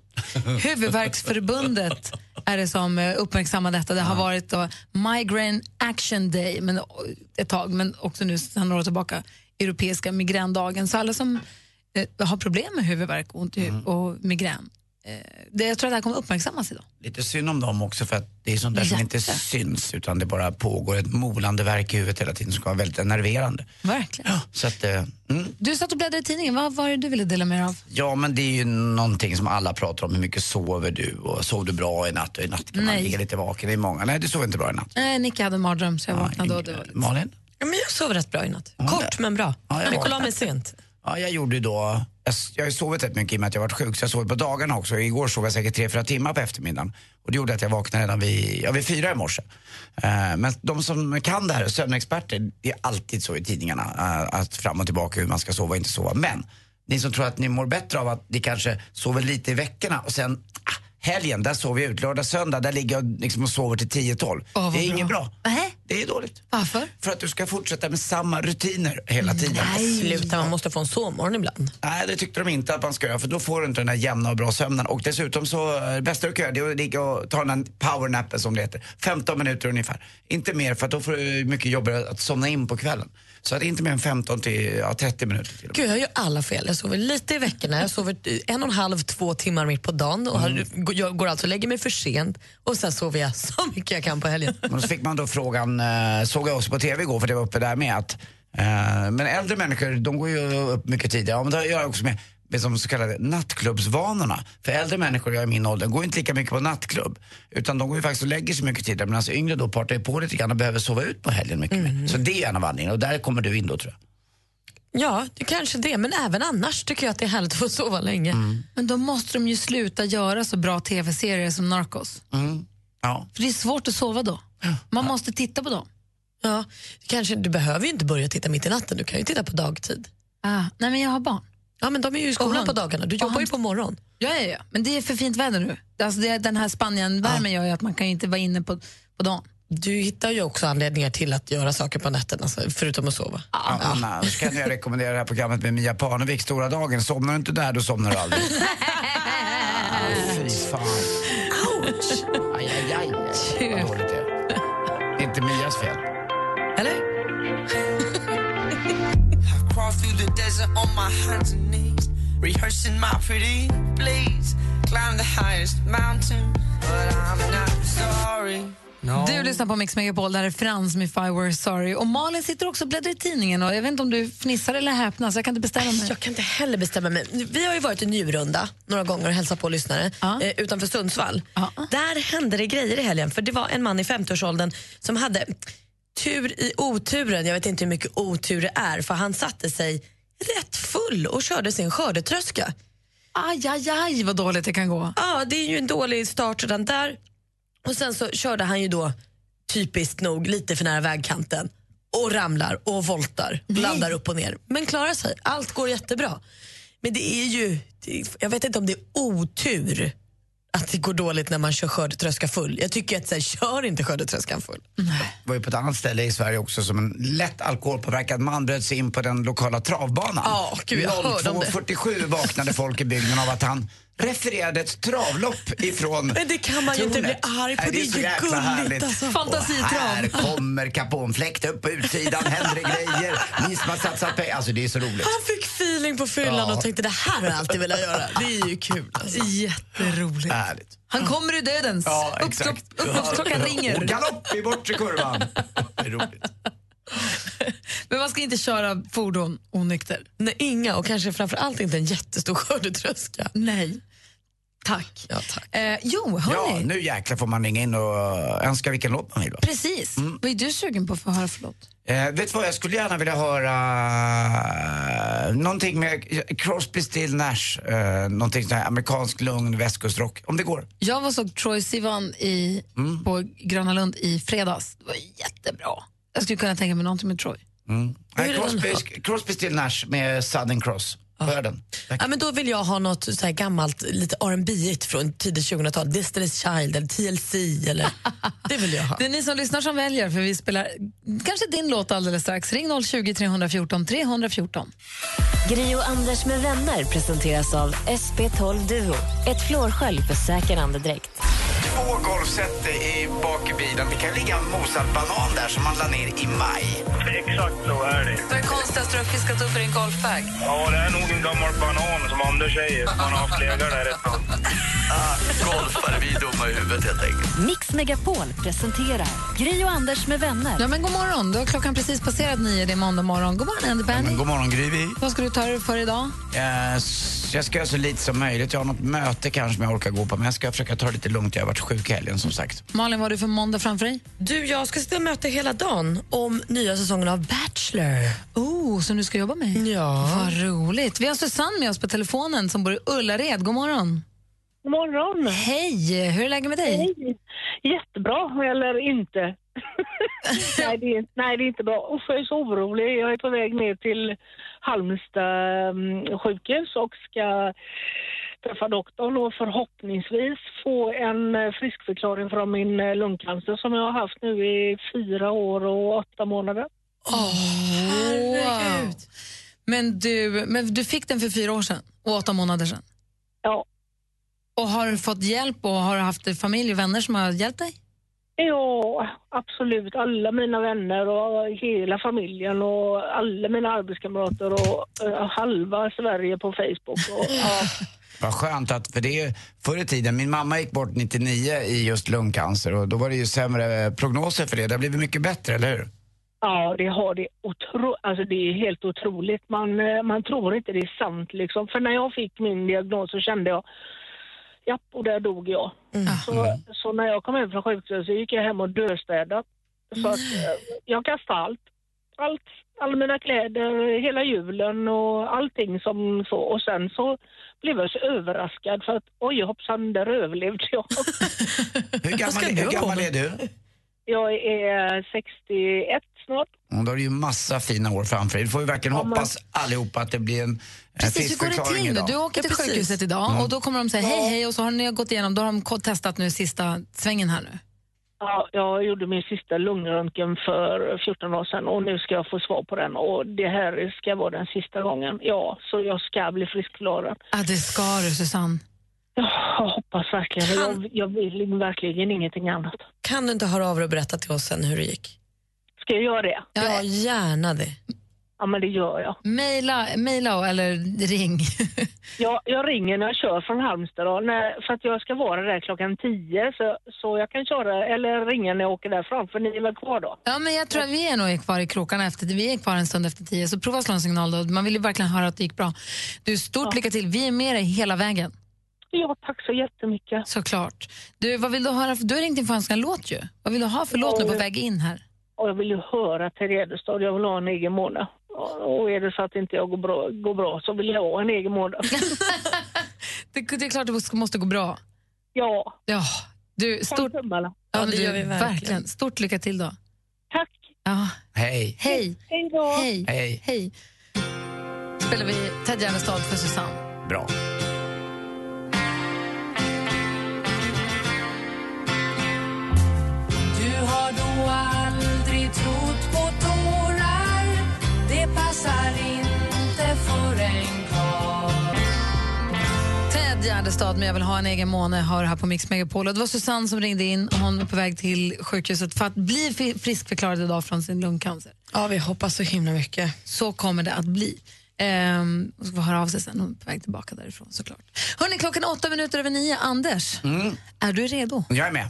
Speaker 2: Huvudvärksförbundet är det som eh, uppmärksammar detta. Det har varit då Migraine Action Day men, eh, ett tag, men också nu sedan några år tillbaka Europeiska migrändagen. Så alla som eh, har problem med huvudvärk och, ont i
Speaker 4: Mm.
Speaker 2: hu- och migrän, eh, det, jag tror att det här kommer uppmärksammas idag.
Speaker 3: Lite synd om dem också för att det är sånt där som inte syns utan det bara pågår ett molande verk i huvudet hela tiden som kan vara väldigt enerverande.
Speaker 2: Verkligen.
Speaker 3: Så att, eh, mm.
Speaker 2: Du satt och bläddrade i tidningen, vad var det du ville dela med dig av?
Speaker 3: Ja men det är ju någonting som alla pratar om, hur mycket sover du och sov du bra i natt och i natt kan
Speaker 2: Nej.
Speaker 3: man ligga lite vaken, det är många. Nej du sov inte bra i natt.
Speaker 2: Eh, Nicky hade en mardröm så jag vaknade och det var lite...
Speaker 3: Malin?
Speaker 4: Ja, men jag sov rätt bra i natt. Kort men bra.
Speaker 3: Ja, jag
Speaker 4: jag gick och la
Speaker 3: var-
Speaker 4: mig sent.
Speaker 3: Ja, jag gjorde ju då... Jag, s- jag har ju sovit rätt mycket i och med att jag varit sjuk, så jag sov på dagarna också. Igår sov jag säkert tre, fyra timmar på eftermiddagen. Och det gjorde att jag vaknade redan vid, ja, vid fyra i morse. Eh, men de som kan det här, sömnexperter, det är alltid så i tidningarna. eh, att fram och tillbaka hur man ska sova och inte sova. Men ni som tror att ni mår bättre av att ni kanske sover lite i veckorna och sen ah, helgen, där sover jag ut. Lördag, söndag, där ligger jag liksom och sover till 10-12.
Speaker 2: vad
Speaker 3: det är
Speaker 2: bra.
Speaker 3: inget bra.
Speaker 2: Nej.
Speaker 3: Det är dåligt.
Speaker 2: Varför?
Speaker 3: För att du ska fortsätta med samma rutiner hela tiden.
Speaker 4: Nej. Sluta, man måste få en sovmorgon ibland.
Speaker 3: Nej, det tyckte de inte att man ska göra för då får du inte den här jämna och bra sömnen. Och dessutom så, eh, det bästa du kan göra det är att ligga och ta den här powernappen som det heter. 15 minuter ungefär. Inte mer för att då får du mycket jobbigare att somna in på kvällen. Så att inte mer än 15 till ja, 30 minuter till.
Speaker 4: Gud, jag gör alla fel. Jag sover lite i veckorna, jag sover en och en halv, två timmar mitt på dagen och har,
Speaker 3: Mm.
Speaker 4: jag går alltså och lägger mig för sent och sen sover jag så mycket jag kan på helgen.
Speaker 3: Men så fick man då frågan, eh, såg jag också på TV igår för det var uppe där med att eh, men äldre människor de går ju upp mycket tidigare. Ja, men det har att göra också med med de så kallade nattklubbsvanorna. För äldre människor jag i min ålder går inte lika mycket på nattklubb. Utan de går ju faktiskt och lägger sig mycket tidigare. Medan yngre då partar ju på lite grann och behöver sova ut på helgen mycket mer. Så det är en av anledningarna. Och där kommer du in då tror jag.
Speaker 4: Ja, det kanske det, men även annars tycker jag att det är härligt att få sova länge.
Speaker 2: Men då måste de ju sluta göra så bra tv-serier som Narcos.
Speaker 3: Mm. Ja.
Speaker 2: För det är svårt att sova då. Man måste titta på dem.
Speaker 4: Ja, kanske, du behöver ju inte börja titta mitt i natten, du kan ju titta på dagtid.
Speaker 2: Ah, nej men jag har barn.
Speaker 4: Ja, men de är ju i
Speaker 2: Och
Speaker 4: skolan
Speaker 2: hund.
Speaker 4: på dagarna, du
Speaker 2: Och
Speaker 4: jobbar ju
Speaker 2: hund.
Speaker 4: på morgonen.
Speaker 2: Ja, ja, ja. Men det är för fint väder nu. Alltså det, den här Spanien-värmen gör ju att man kan ju inte vara inne på, på dagen.
Speaker 4: Du hittar ju också anledningar till att göra saker på nätterna, alltså, förutom att sova.
Speaker 3: Ja, Annars kan jag rekommendera det här programmet med Mia Parnevik, Stora dagen. Somnar du inte där, då somnar du aldrig. Fy fan. Ouch! Aj, aj, aj. Vad dåligt det är. Det är Inte Mias fel.
Speaker 7: I've crawled through the desert on my hands and knees, rehearsing my pretty please. Climb the highest mountain, but I'm not sorry.
Speaker 2: Du lyssnar på Mix Megapol, där är Frans med If I Were Sorry. Och Malin sitter också och bläddrar i tidningen. Och jag vet inte om du fnissar eller häpnar, så jag kan inte bestämma mig.
Speaker 4: Jag kan inte heller bestämma mig. Vi har ju varit i Njurunda några gånger och hälsat på lyssnare eh, utanför Sundsvall. Där hände det grejer i helgen för det var en man i 50-årsåldern som hade tur i oturen. Jag vet inte hur mycket otur det är för han satte sig rätt full och körde sin skördetröska.
Speaker 2: Aj, aj, aj vad dåligt det kan gå.
Speaker 4: Ja, det är ju en dålig start redan där. Och sen så körde han ju då typiskt nog lite för nära vägkanten och ramlar och voltar, landar upp och ner. Men klarar sig, allt går jättebra. Men det är ju, det- jag vet inte om det är otur att det går dåligt när man kör skördetröska full. Jag tycker att så här, kör inte skördetröskan full.
Speaker 3: var ju på ett annat ställe i Sverige också som en lätt alkoholpåverkad man bröt sig in på den lokala travbanan.
Speaker 4: Ja, gud, jag hörde om det.
Speaker 3: 02.47 vaknade folk i bygden av att han refererade ett travlopp ifrån
Speaker 4: Men det kan man ju inte
Speaker 3: tornet.
Speaker 4: bli arg på,
Speaker 3: Nej,
Speaker 4: det är
Speaker 3: så
Speaker 4: ju
Speaker 3: jäkla
Speaker 4: gulligt,
Speaker 3: härligt.
Speaker 4: alltså.
Speaker 3: Och
Speaker 4: Fantasitrav.
Speaker 3: Här kommer kaponfläkt upp på utsidan, händer det grejer, ni som har satsat pengar. Alltså det är så roligt.
Speaker 4: Han fick feeling på fyllan
Speaker 3: Ja.
Speaker 4: och tänkte det här har jag alltid velat göra. Det är ju kul. Alltså.
Speaker 2: Jätteroligt.
Speaker 3: Härligt.
Speaker 2: Han kommer ur dödens.
Speaker 3: Ja,
Speaker 2: Upplopp-
Speaker 3: exakt.
Speaker 2: Upploppsklockan
Speaker 3: Och
Speaker 2: ringer.
Speaker 3: galopp i bortre kurvan. Det är roligt.
Speaker 2: Men man ska inte köra fordon onykter.
Speaker 4: Nej, inga och kanske framförallt inte en jättestor skördetröska.
Speaker 2: Nej. Tack.
Speaker 4: Ja, tack.
Speaker 2: Eh, jo,
Speaker 3: Ja,
Speaker 2: hörni.
Speaker 3: nu jäklar får man ringa in och önska vilken låt man vill. Va?
Speaker 2: Precis. Vad är du sugen på att få höra för låt?
Speaker 3: Eh, vet du vad, jag skulle gärna vilja höra eh, någonting med Crosby, Still, Nash. Eh, någonting sån här amerikansk lugn västkustrock, om det går.
Speaker 2: Jag var såg Troy Sivan i, på Gröna Lund i fredags. Det var jättebra. Jag skulle kunna tänka mig någonting med Troy.
Speaker 3: Mm. Nej,
Speaker 2: Hur är Ah. den
Speaker 3: Crosby, Crosby, Still, Nash med Southern Cross. Hör den.
Speaker 4: Ja, men då vill jag ha något så här gammalt, lite rb igt från tidigt 2000-tal. Destiny's Child eller TLC. Eller, det vill jag ha.
Speaker 2: Det är ni som lyssnar som väljer, för vi spelar kanske din låt alldeles strax. Ring 020 314 314.
Speaker 9: Gri och Anders med vänner presenteras av SP12 Duo. Ett flårskölj för säker andedräkt.
Speaker 3: Två golfset i bak i bilen. Det kan ligga en mosad banan där som man la ner i maj.
Speaker 11: Exakt så är det.
Speaker 2: Vad är konstigast du har fiskat upp i din golfbag?
Speaker 11: Ja, det är nog en gammal banan som Anders säger. Man har haft legat där ett tag. Ah.
Speaker 14: Golfare, vi är dumma i huvudet helt enkelt.
Speaker 1: Mix Megapol presenterar Gri och Anders med vänner.
Speaker 2: Ja, men god morgon. Då har klockan precis passerat nio. Det är måndag morgon. God morgon, Andy Penny.
Speaker 3: Men god morgon, Gryvi.
Speaker 2: Vad ska du ta dig för idag?
Speaker 3: Eh, s- Jag ska göra så lite som möjligt. Jag har något möte kanske som jag orkar gå på, men jag ska försöka ta det lite lugnt. Jag har varit sjuk i helgen som sagt.
Speaker 2: Malin, vad har du för måndag framför dig?
Speaker 4: Du, jag ska sitta och möta hela dagen om nya säsongen av Bachelor.
Speaker 2: Oh, som du ska jobba med?
Speaker 4: Ja.
Speaker 2: Vad roligt. Vi har Susanne med oss på telefonen som bor i Ullared. God morgon.
Speaker 12: God morgon.
Speaker 2: Hej, hur är läget med dig?
Speaker 12: Hej. Jättebra, eller inte. nej, det är, nej, det är inte bra. Usch, jag är så orolig. Jag är på väg ner till Halmstad mm, sjukhus och ska träffa doktorn och förhoppningsvis få en eh, friskförklaring från min eh, lungcancer som jag har haft nu i fyra år och åtta månader.
Speaker 2: Herregud. Men du, men du fick den för fyra år sedan och åtta månader sedan?
Speaker 12: Ja.
Speaker 2: Och har du fått hjälp och har du haft familj och vänner som har hjälpt dig?
Speaker 12: Ja, absolut. Alla mina vänner och hela familjen och alla mina arbetskamrater och eh, halva Sverige på Facebook. Och, ja.
Speaker 3: Vad skönt att, för det är ju förr i tiden, min mamma gick bort 99 i just lungcancer och då var det ju sämre eh, prognoser för det. Det har blivit mycket bättre, eller hur?
Speaker 12: Ja, det har det. Otro... Alltså, det är helt otroligt. Man, eh, man tror inte det är sant. Liksom. För när jag fick min diagnos så kände jag Japp, och där dog jag.
Speaker 20: Ah.
Speaker 12: Så, så när jag kom hem från sjukhuset så gick jag hem och döstädade. Så att, eh, jag kastade allt. allt. Alla mina kläder, hela julen och allting som så. Och sen så blev jag så överraskad för att oj hoppsan, där överlevde jag.
Speaker 3: Hur gammal, hur gammal är du?
Speaker 12: Jag är 61 snart.
Speaker 3: Mm, då har du ju massa fina år framför dig. Du får ju verkligen hoppas allihopa att det blir en, en
Speaker 2: Precis, hur går det
Speaker 3: friskförklaring
Speaker 2: till nu?
Speaker 3: idag.
Speaker 2: Du åker till sjukhuset idag
Speaker 3: Mm.
Speaker 2: och då kommer de säga hej hej och så har ni gått igenom, då har de ko- testat nu sista svängen här nu.
Speaker 12: Ja, jag gjorde min sista lungröntgen för 14 år sedan och nu ska jag få svar på den. Och det här ska vara den sista gången. Ja, så jag ska bli friskförklarad.
Speaker 2: Ja, det ska du Susanne.
Speaker 12: Jag hoppas verkligen. Jag, jag vill verkligen ingenting annat.
Speaker 4: Kan du inte höra av dig och berätta till oss sen hur det gick?
Speaker 12: Ska jag göra det?
Speaker 4: Ja, gärna det.
Speaker 12: Ja, men det gör jag.
Speaker 2: Maila, maila eller ring.
Speaker 12: jag. Jag ringer när jag kör från Halmstad då, när, för att jag ska vara där klockan 10 så, så jag kan köra, eller ringa när jag åker därifrån för ni är väl kvar då?
Speaker 2: Ja, men jag tror att vi är nog kvar i krokarna efter Vi är kvar en stund efter tio, så prova att slå en signal då. Man vill ju verkligen höra att det gick bra. Du, stort lycka till. Vi är med dig hela vägen.
Speaker 12: Ja, tack så jättemycket.
Speaker 2: Såklart. Du, vad vill du höra? Du har ringt in för att önska en låt ju. Vad vill du ha för låt nu på väg in här?
Speaker 12: Och jag vill ju höra till Redestad, jag vill ha en egen månad. Och och är det så att inte jag går bra, går bra så vill jag ha en egen månad.
Speaker 2: Det, det är klart att det ska- måste gå bra.
Speaker 12: Ja.
Speaker 2: Ja, du, stort...
Speaker 12: Ja,
Speaker 2: Ja,
Speaker 4: det
Speaker 2: du,
Speaker 4: gör vi verkligen.
Speaker 2: Stort lycka till då.
Speaker 12: Tack.
Speaker 2: Ja.
Speaker 3: Mm. Hej.
Speaker 2: Hej.
Speaker 12: Hej då.
Speaker 2: Hej.
Speaker 3: Hej.
Speaker 2: Hej. spelar vi Ted Gärdestad för Susanne.
Speaker 3: Bra.
Speaker 13: Du har då aldrig trott på tårar Det passar inte för en karl
Speaker 2: Ted Gärdestad med Jag vill ha en egen måne hör här på Mix Megapol. Och det var Susanne som ringde in och hon är på väg till sjukhuset för att bli fi- friskförklarad idag från sin lungcancer.
Speaker 4: Ja, vi hoppas så himla mycket.
Speaker 2: Så kommer det att bli. Ehm, och så får vi höra av sig sen, hon är på väg tillbaka därifrån såklart. Hörni, klockan är åtta minuter över nio. Anders,
Speaker 3: Mm.
Speaker 2: är du redo?
Speaker 3: Jag är med.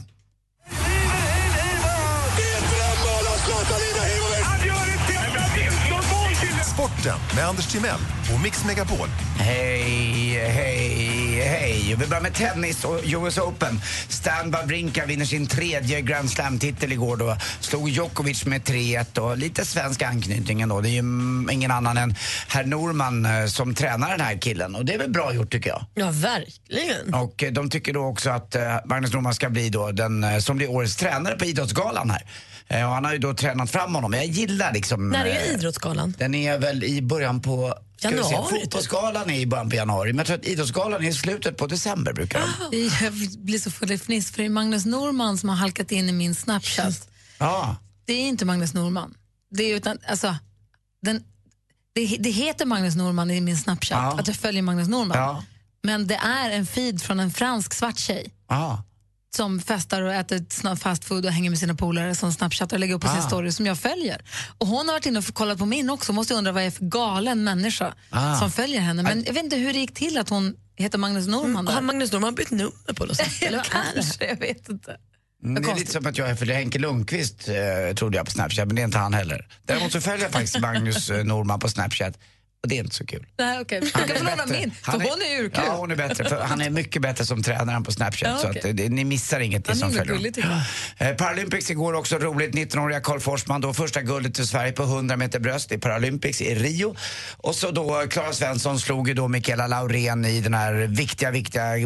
Speaker 8: Sporten med Anders Timell och Mix Megapol.
Speaker 3: Hej, hej, hej. Vi börjar med tennis och US Open. Stan Wawrinka vinner sin tredje Grand Slam-titel igår då. Slog Djokovic med 3-1 och lite svensk anknytning ändå. Det är ju mm, ingen annan än herr Norman eh, som tränar den här killen och det är väl bra gjort tycker jag.
Speaker 4: Ja, verkligen.
Speaker 3: Och eh, de tycker då också att eh, Magnus Norman ska bli då den eh, som blir årets tränare på Idrottsgalan här. Eh, och han har ju då tränat fram honom. Jag gillar liksom...
Speaker 4: När
Speaker 3: eh,
Speaker 4: är Idrottsgalan?
Speaker 3: Den är väl i början på... ska vi se,
Speaker 2: typ.
Speaker 4: Januari,
Speaker 3: Fotbollsgalan är i början på januari, men jag tror att Idrottsgalan är i slutet på december brukar
Speaker 2: Ah.
Speaker 3: de.
Speaker 2: Jag blir så full i fniss för det är Magnus Norman som har halkat in i min Snapchat.
Speaker 3: Ja.
Speaker 2: Det är inte Magnus Norman. Det, är utan, alltså, den, det, det heter Magnus Norman i min Snapchat, att jag följer Magnus Norman.
Speaker 3: Ja.
Speaker 2: Men det är en feed från en fransk svart tjej
Speaker 3: Ja.
Speaker 2: som festar och äter sna- fast food och hänger med sina polare som snapchattar och lägger upp på
Speaker 3: Ah.
Speaker 2: sin story som jag följer. Och Hon har varit inne och kollat på min också måste jag undra vad jag är för galen människa
Speaker 4: Ah.
Speaker 2: som följer henne. Men jag vet inte hur det gick till att hon heter Magnus Norman.
Speaker 4: Mm. Har
Speaker 2: där.
Speaker 4: Magnus Norman bytt nummer på något sätt? Eller vad är det?
Speaker 2: Kanske, jag vet inte.
Speaker 3: Mm, Det är lite som att jag följer Henke Lundqvist, eh, trodde jag på Snapchat, men det är inte han heller. Däremot så följer jag faktiskt Magnus eh, Norman på Snapchat och det är inte så kul.
Speaker 2: Nej, okej. Du kan få låna min, för
Speaker 3: Han
Speaker 2: hon är urkul.
Speaker 3: Ja, hon är bättre. För han är mycket bättre som tränare än på Snapchat.
Speaker 2: Ja,
Speaker 3: så
Speaker 2: okej.
Speaker 3: att, eh, det- ni missar inget ni
Speaker 2: Han är
Speaker 3: som
Speaker 2: nog
Speaker 3: följer
Speaker 2: gullig, tycker
Speaker 3: honom. Eh, Paralympics igår också roligt. 19-åriga Karl Forsman, då första guldet för Sverige på 100 meter bröst i Paralympics i Rio. Och så då eh, Klara Svensson slog ju då Mikaela Laurén i den här viktiga, viktiga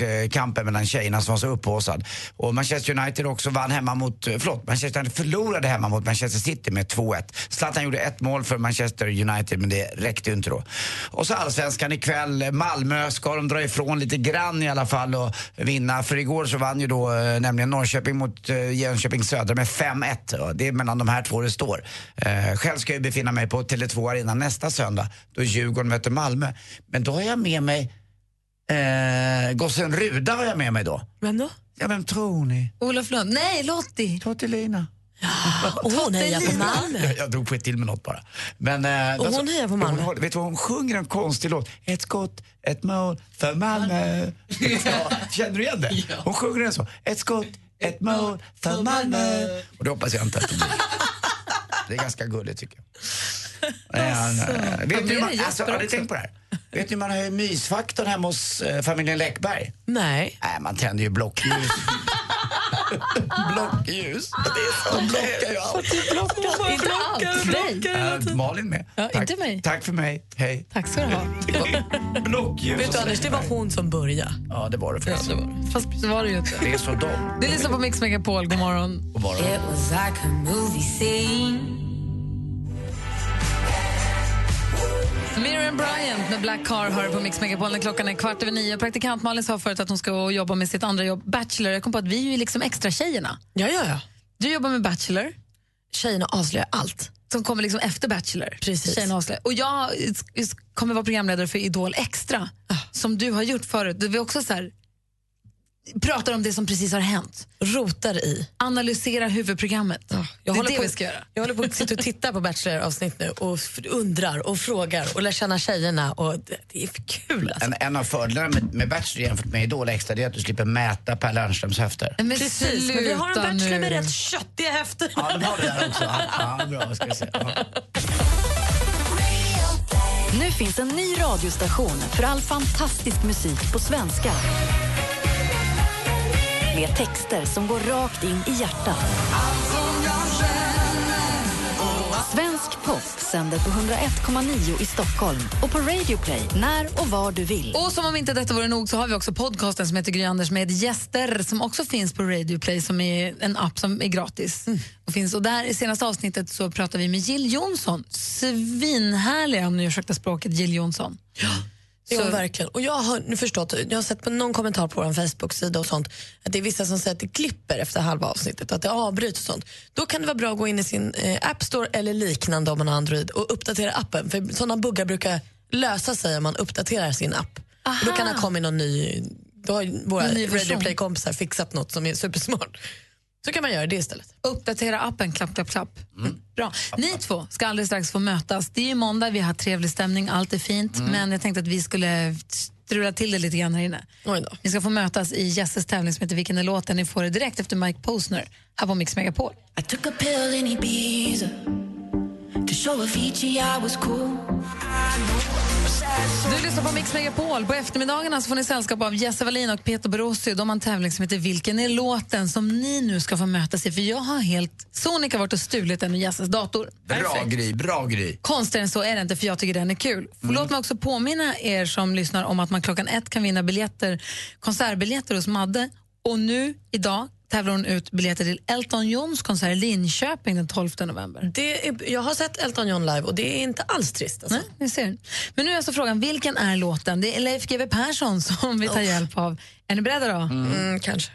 Speaker 3: boxningskampen mellan tjejerna som var så upphaussad. Och Manchester United också vann hemma mot, eh, förlåt, Manchester United förlorade hemma mot Manchester City med 2-1. Zlatan gjorde ett mål för Manchester United men det räckte ju inte då. Och så allsvenskan ikväll. Malmö ska de dra ifrån lite grann i alla fall och vinna. För igår så vann ju då eh, nämligen Norrköping mot eh, Jönköping Södra med 5-1. Och Det är mellan de här två det står. Eh, själv ska jag ju befinna mig på Tele2 Arena nästa söndag då Djurgården möter Malmö. Men då har jag med mig eh, gossen Ruda har jag med mig då.
Speaker 4: Vem då?
Speaker 3: Ja, vem tror ni?
Speaker 2: Olof Lund. Nej, Lotti.
Speaker 3: Tottelina.
Speaker 4: Åh, nej, jag är på Malmö.
Speaker 3: Jag, jag drog på ett till med något bara. Men, eh,
Speaker 4: Och hon hejar på Malmö.
Speaker 3: Hon, håller- vet du vad, hon sjunger en konstig låt. Ett skott, ett mål för Malmö. Ja, känner du igen det? Hon sjunger den så. Ett skott, ett mål för Malmö. Och det hoppas jag inte att det blir. Det är ganska gulligt tycker jag. Eh, eh,
Speaker 4: Ja,
Speaker 3: vet
Speaker 4: det
Speaker 3: du, hur man,
Speaker 4: är det
Speaker 3: alltså,
Speaker 4: Jesper
Speaker 3: har ni
Speaker 4: också.
Speaker 3: tänkt på det här? Vet ni hur man höjer mysfaktorn hemma hos eh, familjen Läckberg?
Speaker 4: Nej.
Speaker 3: Nej, man tänder ju blockljus. blockljus. Det är så. De blockar ju allt.
Speaker 2: Inte allt. Nej.
Speaker 3: Äh, Malin med.
Speaker 2: Ja, inte mig.
Speaker 3: Tack för mig. Hej.
Speaker 2: Tack ska du ha.
Speaker 3: Blockljus.
Speaker 4: Vet du Anders, det var hon som började.
Speaker 3: Ja, det var det faktiskt. det,
Speaker 2: Fast det var det ju inte.
Speaker 3: är så dumt.
Speaker 2: Du lyssnar på Mix Megapol. God morgon.
Speaker 3: God morgon.
Speaker 13: It was like a movie scene
Speaker 2: Miriam Bryant med Black Car hör på Mix Megapol när klockan är kvart över nio. Praktikant Malin sa förut att hon ska jobba med sitt andra jobb, Bachelor. Jag kom på att vi är ju liksom extra tjejerna.
Speaker 4: Ja, ja, ja.
Speaker 2: Du jobbar med Bachelor.
Speaker 4: Tjejerna avslöjar allt.
Speaker 2: Som kommer liksom efter Bachelor.
Speaker 4: Precis.
Speaker 2: Tjejerna avslöjar. Och jag s- s-
Speaker 4: Ah.
Speaker 2: kommer vara programledare för Idol Extra, som du har gjort förut. Det var också så här, pratar om det som precis har hänt.
Speaker 4: Rotar i.
Speaker 2: Analysera huvudprogrammet.
Speaker 4: Jag
Speaker 2: det är
Speaker 4: håller
Speaker 2: det
Speaker 4: på-
Speaker 2: vi ska göra.
Speaker 4: Jag håller på att sitta och titta på Bachelor-avsnitt nu och f- undrar och frågar och lär känna tjejerna. Och det, det är kul alltså.
Speaker 3: En, en av fördelarna med, med Bachelor jämfört med Idol extra det är att du slipper mäta Per Lernströms höfter.
Speaker 2: Men
Speaker 4: Precis, men vi har en
Speaker 2: sluta
Speaker 4: bachelor med
Speaker 2: nu.
Speaker 4: rätt köttiga höfter.
Speaker 3: Ja, de har det där också. Ja, ja, bra, ska vi se.
Speaker 1: Nu finns en ny radiostation för all fantastisk musik på svenska. Med texter som går rakt in i hjärtat. Svensk pop sänder på 101,9 i Stockholm och på Radio Play när och var du vill.
Speaker 2: Och som om inte detta vore nog så har vi också podcasten som heter Gry Anders med gäster som också finns på Radio Play som är en app som är gratis.
Speaker 4: Mm.
Speaker 2: Och, finns, och där i senaste avsnittet så pratar vi med Jill Johnson. Svinhärliga, om ni ursäktar språket, Jill Johnson.
Speaker 4: Det är hon verkligen. Och jag har nu förstått, jag har sett på någon kommentar på vår Facebook-sida och sånt, att det är vissa som säger att det klipper efter halva avsnittet och att det avbryts och sånt. Då kan det vara bra att gå in i sin eh, App Store eller liknande om man har Android och uppdatera appen. För sådana buggar brukar lösa sig om man uppdaterar sin app. Och då kan det
Speaker 2: Aha.
Speaker 4: komma in någon ny, då har ju våra
Speaker 2: Någon ny version.
Speaker 4: Radio Play-kompisar fixat något som är supersmart. Så kan man göra det istället.
Speaker 2: Uppdatera appen, klapp, klapp, klapp. Bra. Ni två ska alldeles strax få mötas. Det är ju måndag, vi har trevlig stämning, allt är fint. Men jag tänkte att vi skulle strula till det lite grann här inne. Ni ska få mötas i Jesses tävling som heter Vilken är låten? Ni får det direkt efter Mike Posner här på Mix Megapol.
Speaker 13: I took a pill in Ibiza to show Avicii I was cool.
Speaker 2: Du lyssnar på Mix Megapol. På eftermiddagarna så får ni sällskap av Jesse Wallin och Peter Borossi. De har en tävling som heter Vilken är låten? som ni nu ska få mötas i. För jag har helt sonika varit och stulit den ur Jesses dator.
Speaker 3: Bra Gry, bra Gry.
Speaker 2: Konstigare än så är det inte, för jag tycker den är kul. Låt mig också påminna er som lyssnar om att man klockan ett kan vinna biljetter, konsertbiljetter hos Madde. Och nu, idag, tävlar hon ut biljetter till Elton Johns konsert i Linköping den 12 november.
Speaker 4: Det är, jag har sett Elton John live och det är inte alls trist. Alltså.
Speaker 2: Nej, ni ser. Men nu är alltså frågan, vilken är låten? Det är Leif GW Persson som vi tar hjälp av. Är ni beredda då?
Speaker 4: Mm, kanske.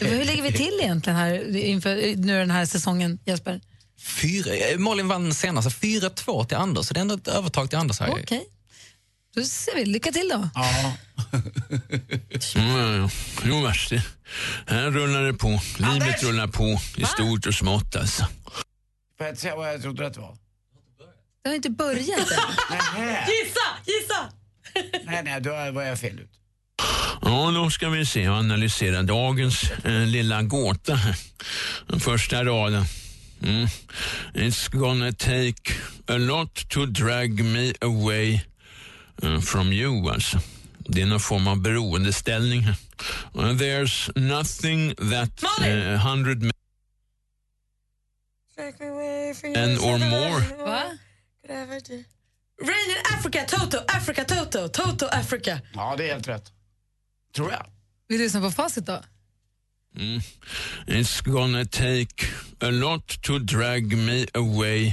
Speaker 2: Hur ligger vi till egentligen här inför nu den här säsongen, Jesper?
Speaker 15: Fyra, eh, Malin vann senast, 4-2 till Anders, så det är ändå ett övertag till Anders här.
Speaker 2: Okej. Då ser vi. Lycka till då.
Speaker 15: Ja.
Speaker 16: Mm, jo, värst det. Här rullar det på. Livet rullar på i stort och smått alltså.
Speaker 3: Får jag säga vad jag trodde att det var?
Speaker 2: Det har inte börjat än.
Speaker 4: Ah, Gissa! Gissa!
Speaker 3: Nej, nej, då var jag fel ut.
Speaker 16: Ja, då ska vi se och analysera dagens eh, lilla gåta. här. Den första raden. Mm. It's gonna take a lot to drag me away eh, from you, alltså. Det är någon form av beroendeställning. här. And there's nothing that eh, hundred men and or more
Speaker 4: Va? Rain in Africa, Toto, Africa, Toto, Toto, Africa.
Speaker 3: Ja, det är helt rätt. Tror jag.
Speaker 2: Vi lyssnar på facit då.
Speaker 16: Mm. It's gonna take a lot to drag me away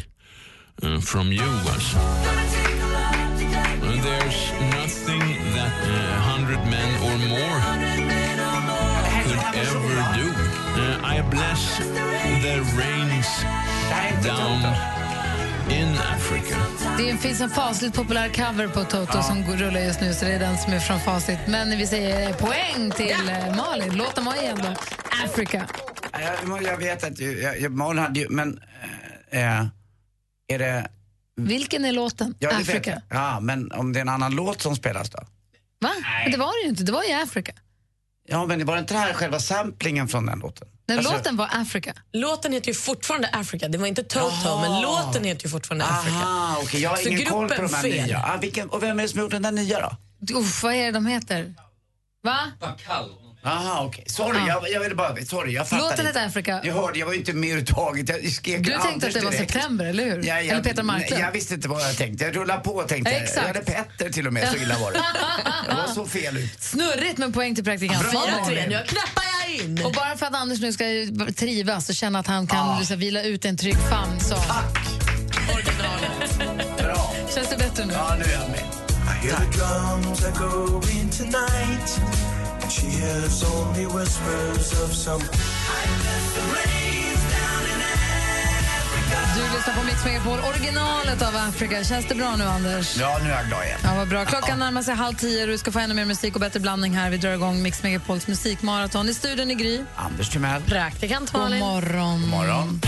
Speaker 16: uh, from you, alltså. And There's nothing that uh, a hundred men or more could ever do. Uh, I bless the rains down in Africa.
Speaker 2: Det är- finns en fasligt populär cover på Toto som går- rullar just nu, så det är den som är från facit. Men vi säger poäng till eh, Malin. Låt dem ha igen då. Africa.
Speaker 3: Jag, jag vet att jag, jag, Malin hade ju, men... Eh, eh, är det...
Speaker 2: Vilken är låten?
Speaker 3: Ja, det vet
Speaker 2: Africa.
Speaker 3: jag. Ja, men om det är en annan låt som spelas då?
Speaker 2: Va? Men det var det ju inte. Det var ju Africa.
Speaker 3: Ja, men det var inte det här själva samplingen från den låten?
Speaker 2: Den
Speaker 3: Alltså-
Speaker 2: låten var Africa.
Speaker 4: Låten heter ju fortfarande Africa. Det var inte Toto,
Speaker 3: Jaha.
Speaker 4: men låten heter ju fortfarande Africa.
Speaker 3: Aha, okej. Jag har
Speaker 4: Så
Speaker 3: ingen koll på
Speaker 4: gruppen
Speaker 3: de här
Speaker 4: fel.
Speaker 3: nya. Ah, vilken, och vem är det som har gjort den där nya då?
Speaker 2: Uff, vad är det de heter? Va?
Speaker 3: Aha, okej. Sorry,
Speaker 2: Ja.
Speaker 3: jag, jag ville bara... Sorry, jag fattade
Speaker 2: Låten
Speaker 3: inte.
Speaker 2: heter Africa.
Speaker 3: Jag hörde, jag var ju inte med överhuvudtaget. Jag skrek
Speaker 2: Du tänkte
Speaker 3: Anders
Speaker 2: att det var
Speaker 3: direkt.
Speaker 2: september, eller hur?
Speaker 3: Ja, jag,
Speaker 2: Eller Peter Marklund.
Speaker 3: nej, Jag visste inte vad jag tänkte. Jag rullade på och tänkte.
Speaker 2: Exakt.
Speaker 3: Jag hade Petter till och med, så illa var det. Jag var så fel ut.
Speaker 2: Snurrigt med poäng till praktikant.
Speaker 3: Bra,
Speaker 2: Fyra.
Speaker 3: Malin.
Speaker 4: Nu knappar jag in.
Speaker 2: Och bara för att Anders nu ska trivas och känna att han kan liksom vila ut en trygg famn så...
Speaker 3: Ah.
Speaker 2: Tack!
Speaker 3: Bra.
Speaker 2: Känns det bättre nu?
Speaker 3: Ja, nu är jag med.
Speaker 23: I hear the drums echoing tonight, and she hears only whispers of some. I left the rains down in Africa.
Speaker 2: Du lyssnar på Mix Megapol, originalet av Afrika. Känns det bra nu, Anders?
Speaker 3: Ja, nu är jag glad igen.
Speaker 2: Ja, vad bra. Klockan närmar sig halv tio och du ska få ännu mer musik och bättre blandning här. Vi drar igång Mix Megapols musikmaraton. I studion i Gry.
Speaker 3: Anders Timell.
Speaker 2: Praktikant Malin. God morgon. God
Speaker 3: morgon.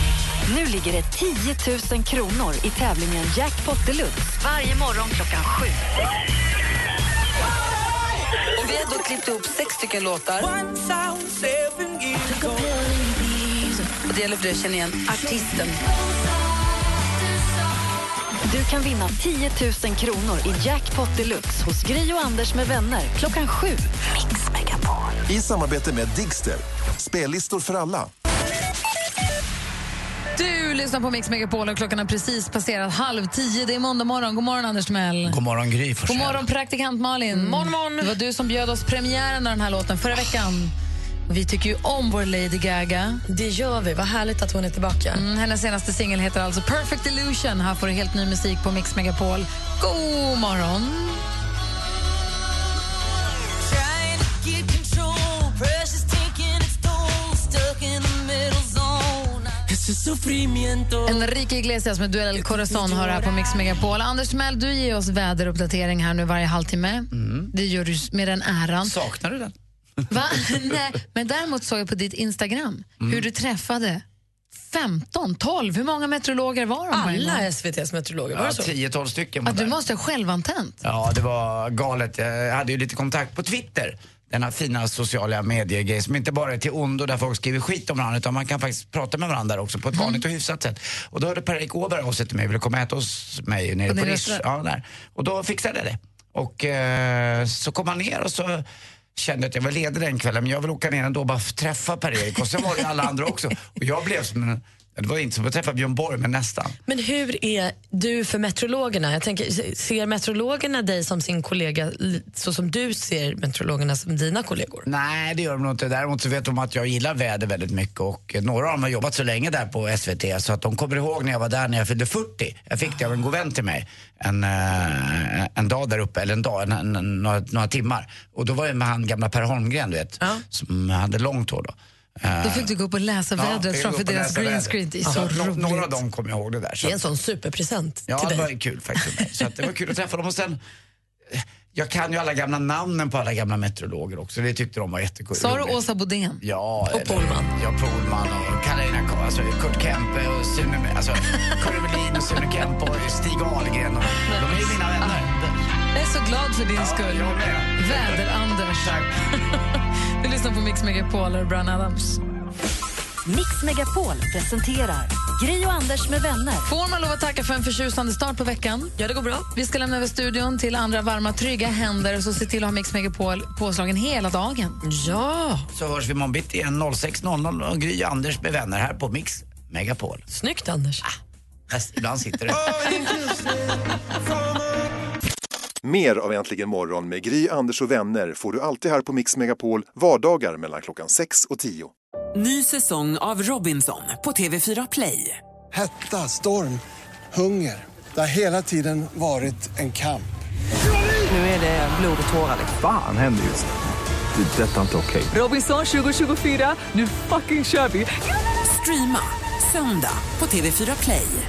Speaker 1: Nu ligger det 10 000 kronor i tävlingen Jackpot Deluxe varje morgon klockan sju.
Speaker 10: Och vi har då klippt ihop sex stycken låtar. Och det gäller för dig att känna igen artisten.
Speaker 1: Du kan vinna 10 000 kronor i Jackpot Deluxe hos Gry och Anders med vänner klockan sju.
Speaker 8: I samarbete med Digster. Spellistor för alla.
Speaker 2: Du lyssnar på Mix Megapol och klockan har precis passerat halv tio. Det är måndag morgon. God morgon, Anders Timell.
Speaker 3: God morgon Gry Forssell.
Speaker 2: God morgon, praktikant
Speaker 4: Mm.
Speaker 2: Malin. Morgon, morgon. Det var du som bjöd oss premiären av den här låten förra veckan. Och Vi tycker ju om vår Lady Gaga.
Speaker 4: Det gör vi. Vad härligt att hon är tillbaka.
Speaker 2: Mm, hennes senaste singel heter alltså Perfect Illusion. Här får du helt ny musik på Mix Megapol. God morgon!
Speaker 13: Trying to get control, pressure's taking its toll, stuck in the middle zone.
Speaker 2: Enrique Iglesias med Duell Corazon har här på Mix Megapol. Anders Timell, du ger oss väderuppdatering här nu varje halvtimme. Det gör du med den äran.
Speaker 3: Saknar Mm. du den?
Speaker 2: Va? Nej, men däremot såg jag på ditt Instagram
Speaker 3: Mm.
Speaker 2: hur du träffade 15, 12, hur många meteorologer var de?
Speaker 4: Alla SVTs meteorologer, var
Speaker 3: Ja,
Speaker 4: det så?
Speaker 3: 10-12 stycken var
Speaker 2: Att du
Speaker 3: där.
Speaker 2: måste ha självantänt.
Speaker 3: Ja, det var galet. Jag hade ju lite kontakt på Twitter. Denna fina sociala medier som inte bara är till ondo där folk skriver skit om varandra utan man kan faktiskt prata med varandra också på ett
Speaker 2: Mm.
Speaker 3: vanligt och hyfsat sätt. Och då hörde Per-Erik Åberg av sig till mig och ville komma och äta hos mig nere
Speaker 2: Och ni
Speaker 3: på Rish.
Speaker 2: röstade?
Speaker 3: Ja, där. Och då fixade jag det. Och eh, så kom han ner och så kände jag att jag var ledig den kvällen men jag vill åka ner ändå och bara f- träffa Per-Erik och sen var det ju alla andra också. Och jag blev som en, det var inte som att träffa Björn Borg men nästan.
Speaker 4: Men hur är du för meteorologerna? Jag tänker, ser meteorologerna dig som sin kollega li- så som du ser meteorologerna som dina kollegor?
Speaker 3: Nej, det gör de nog inte. Däremot så vet de att jag gillar väder väldigt mycket och eh, några av dem har jobbat så länge där på SVT så att de kommer ihåg när jag var där när jag fyllde 40. Jag fick det av en god vän till mig en, eh, en dag där uppe, eller en dag, en, en, en, några, några timmar. Och då var jag med han gamla Per Holmgren, du vet, som hade långt hår då. Eh,
Speaker 2: Då fick du gå upp och läsa
Speaker 3: ja, fick
Speaker 2: vädret
Speaker 3: jag gå
Speaker 2: framför
Speaker 3: upp och
Speaker 2: deras
Speaker 3: läsa
Speaker 2: green
Speaker 3: vädret.
Speaker 2: screen. Det är
Speaker 3: Ja,
Speaker 2: så
Speaker 3: nå-
Speaker 2: roligt.
Speaker 3: Några av dem kommer jag ihåg det där. så
Speaker 4: Det är en
Speaker 3: att-
Speaker 4: sån superpresent
Speaker 3: Ja,
Speaker 4: till
Speaker 3: det
Speaker 4: dig.
Speaker 3: var ju kul faktiskt. för mig. Så att det var kul att träffa dem. Och sen, eh, jag kan ju alla gamla namnen på alla gamla meteorologer också. Det tyckte de var jättekul.
Speaker 2: Sa du
Speaker 3: roligt.
Speaker 2: Åsa Bodén?
Speaker 3: Ja, och Polman. Ja, Polman och Karolina Karl, alltså Kurt Kempe och Sune, alltså Kurre Melin och Sune Kempe och Stig Ahlgren. Och, de är ju mina vänner.
Speaker 2: Jag är så glad för din skull. Väder-Anders. du lyssnar på Mix Megapol och Brian Adams.
Speaker 1: Mix Megapol presenterar Gry och Anders med vänner.
Speaker 2: Får man lov att tacka för en förtjusande start på veckan?
Speaker 4: Ja, det går bra.
Speaker 2: Vi ska lämna över studion till andra varma, trygga händer och så se till att ha Mix Megapol påslagen hela dagen.
Speaker 4: Ja.
Speaker 3: Så hörs vi imorgon bitti igen 06.00 och Gry och Anders med vänner här på Mix Megapol. Ah,
Speaker 4: Snyggt, Anders.
Speaker 3: Fast ibland sitter det.
Speaker 8: Mer av Äntligen morgon med Gry, Anders och vänner får du alltid här på Mix Megapol vardagar mellan klockan 6 och 10.
Speaker 17: Ny säsong av Robinson på TV4 Play.
Speaker 19: Hetta, storm, hunger. Det har hela tiden varit en kamp.
Speaker 17: Nu är det blod och tårar.
Speaker 24: Fan händer just nu. Det. är Detta är inte okej.
Speaker 17: Robinson 2024, nu fucking kör vi! Streama söndag på TV4 Play.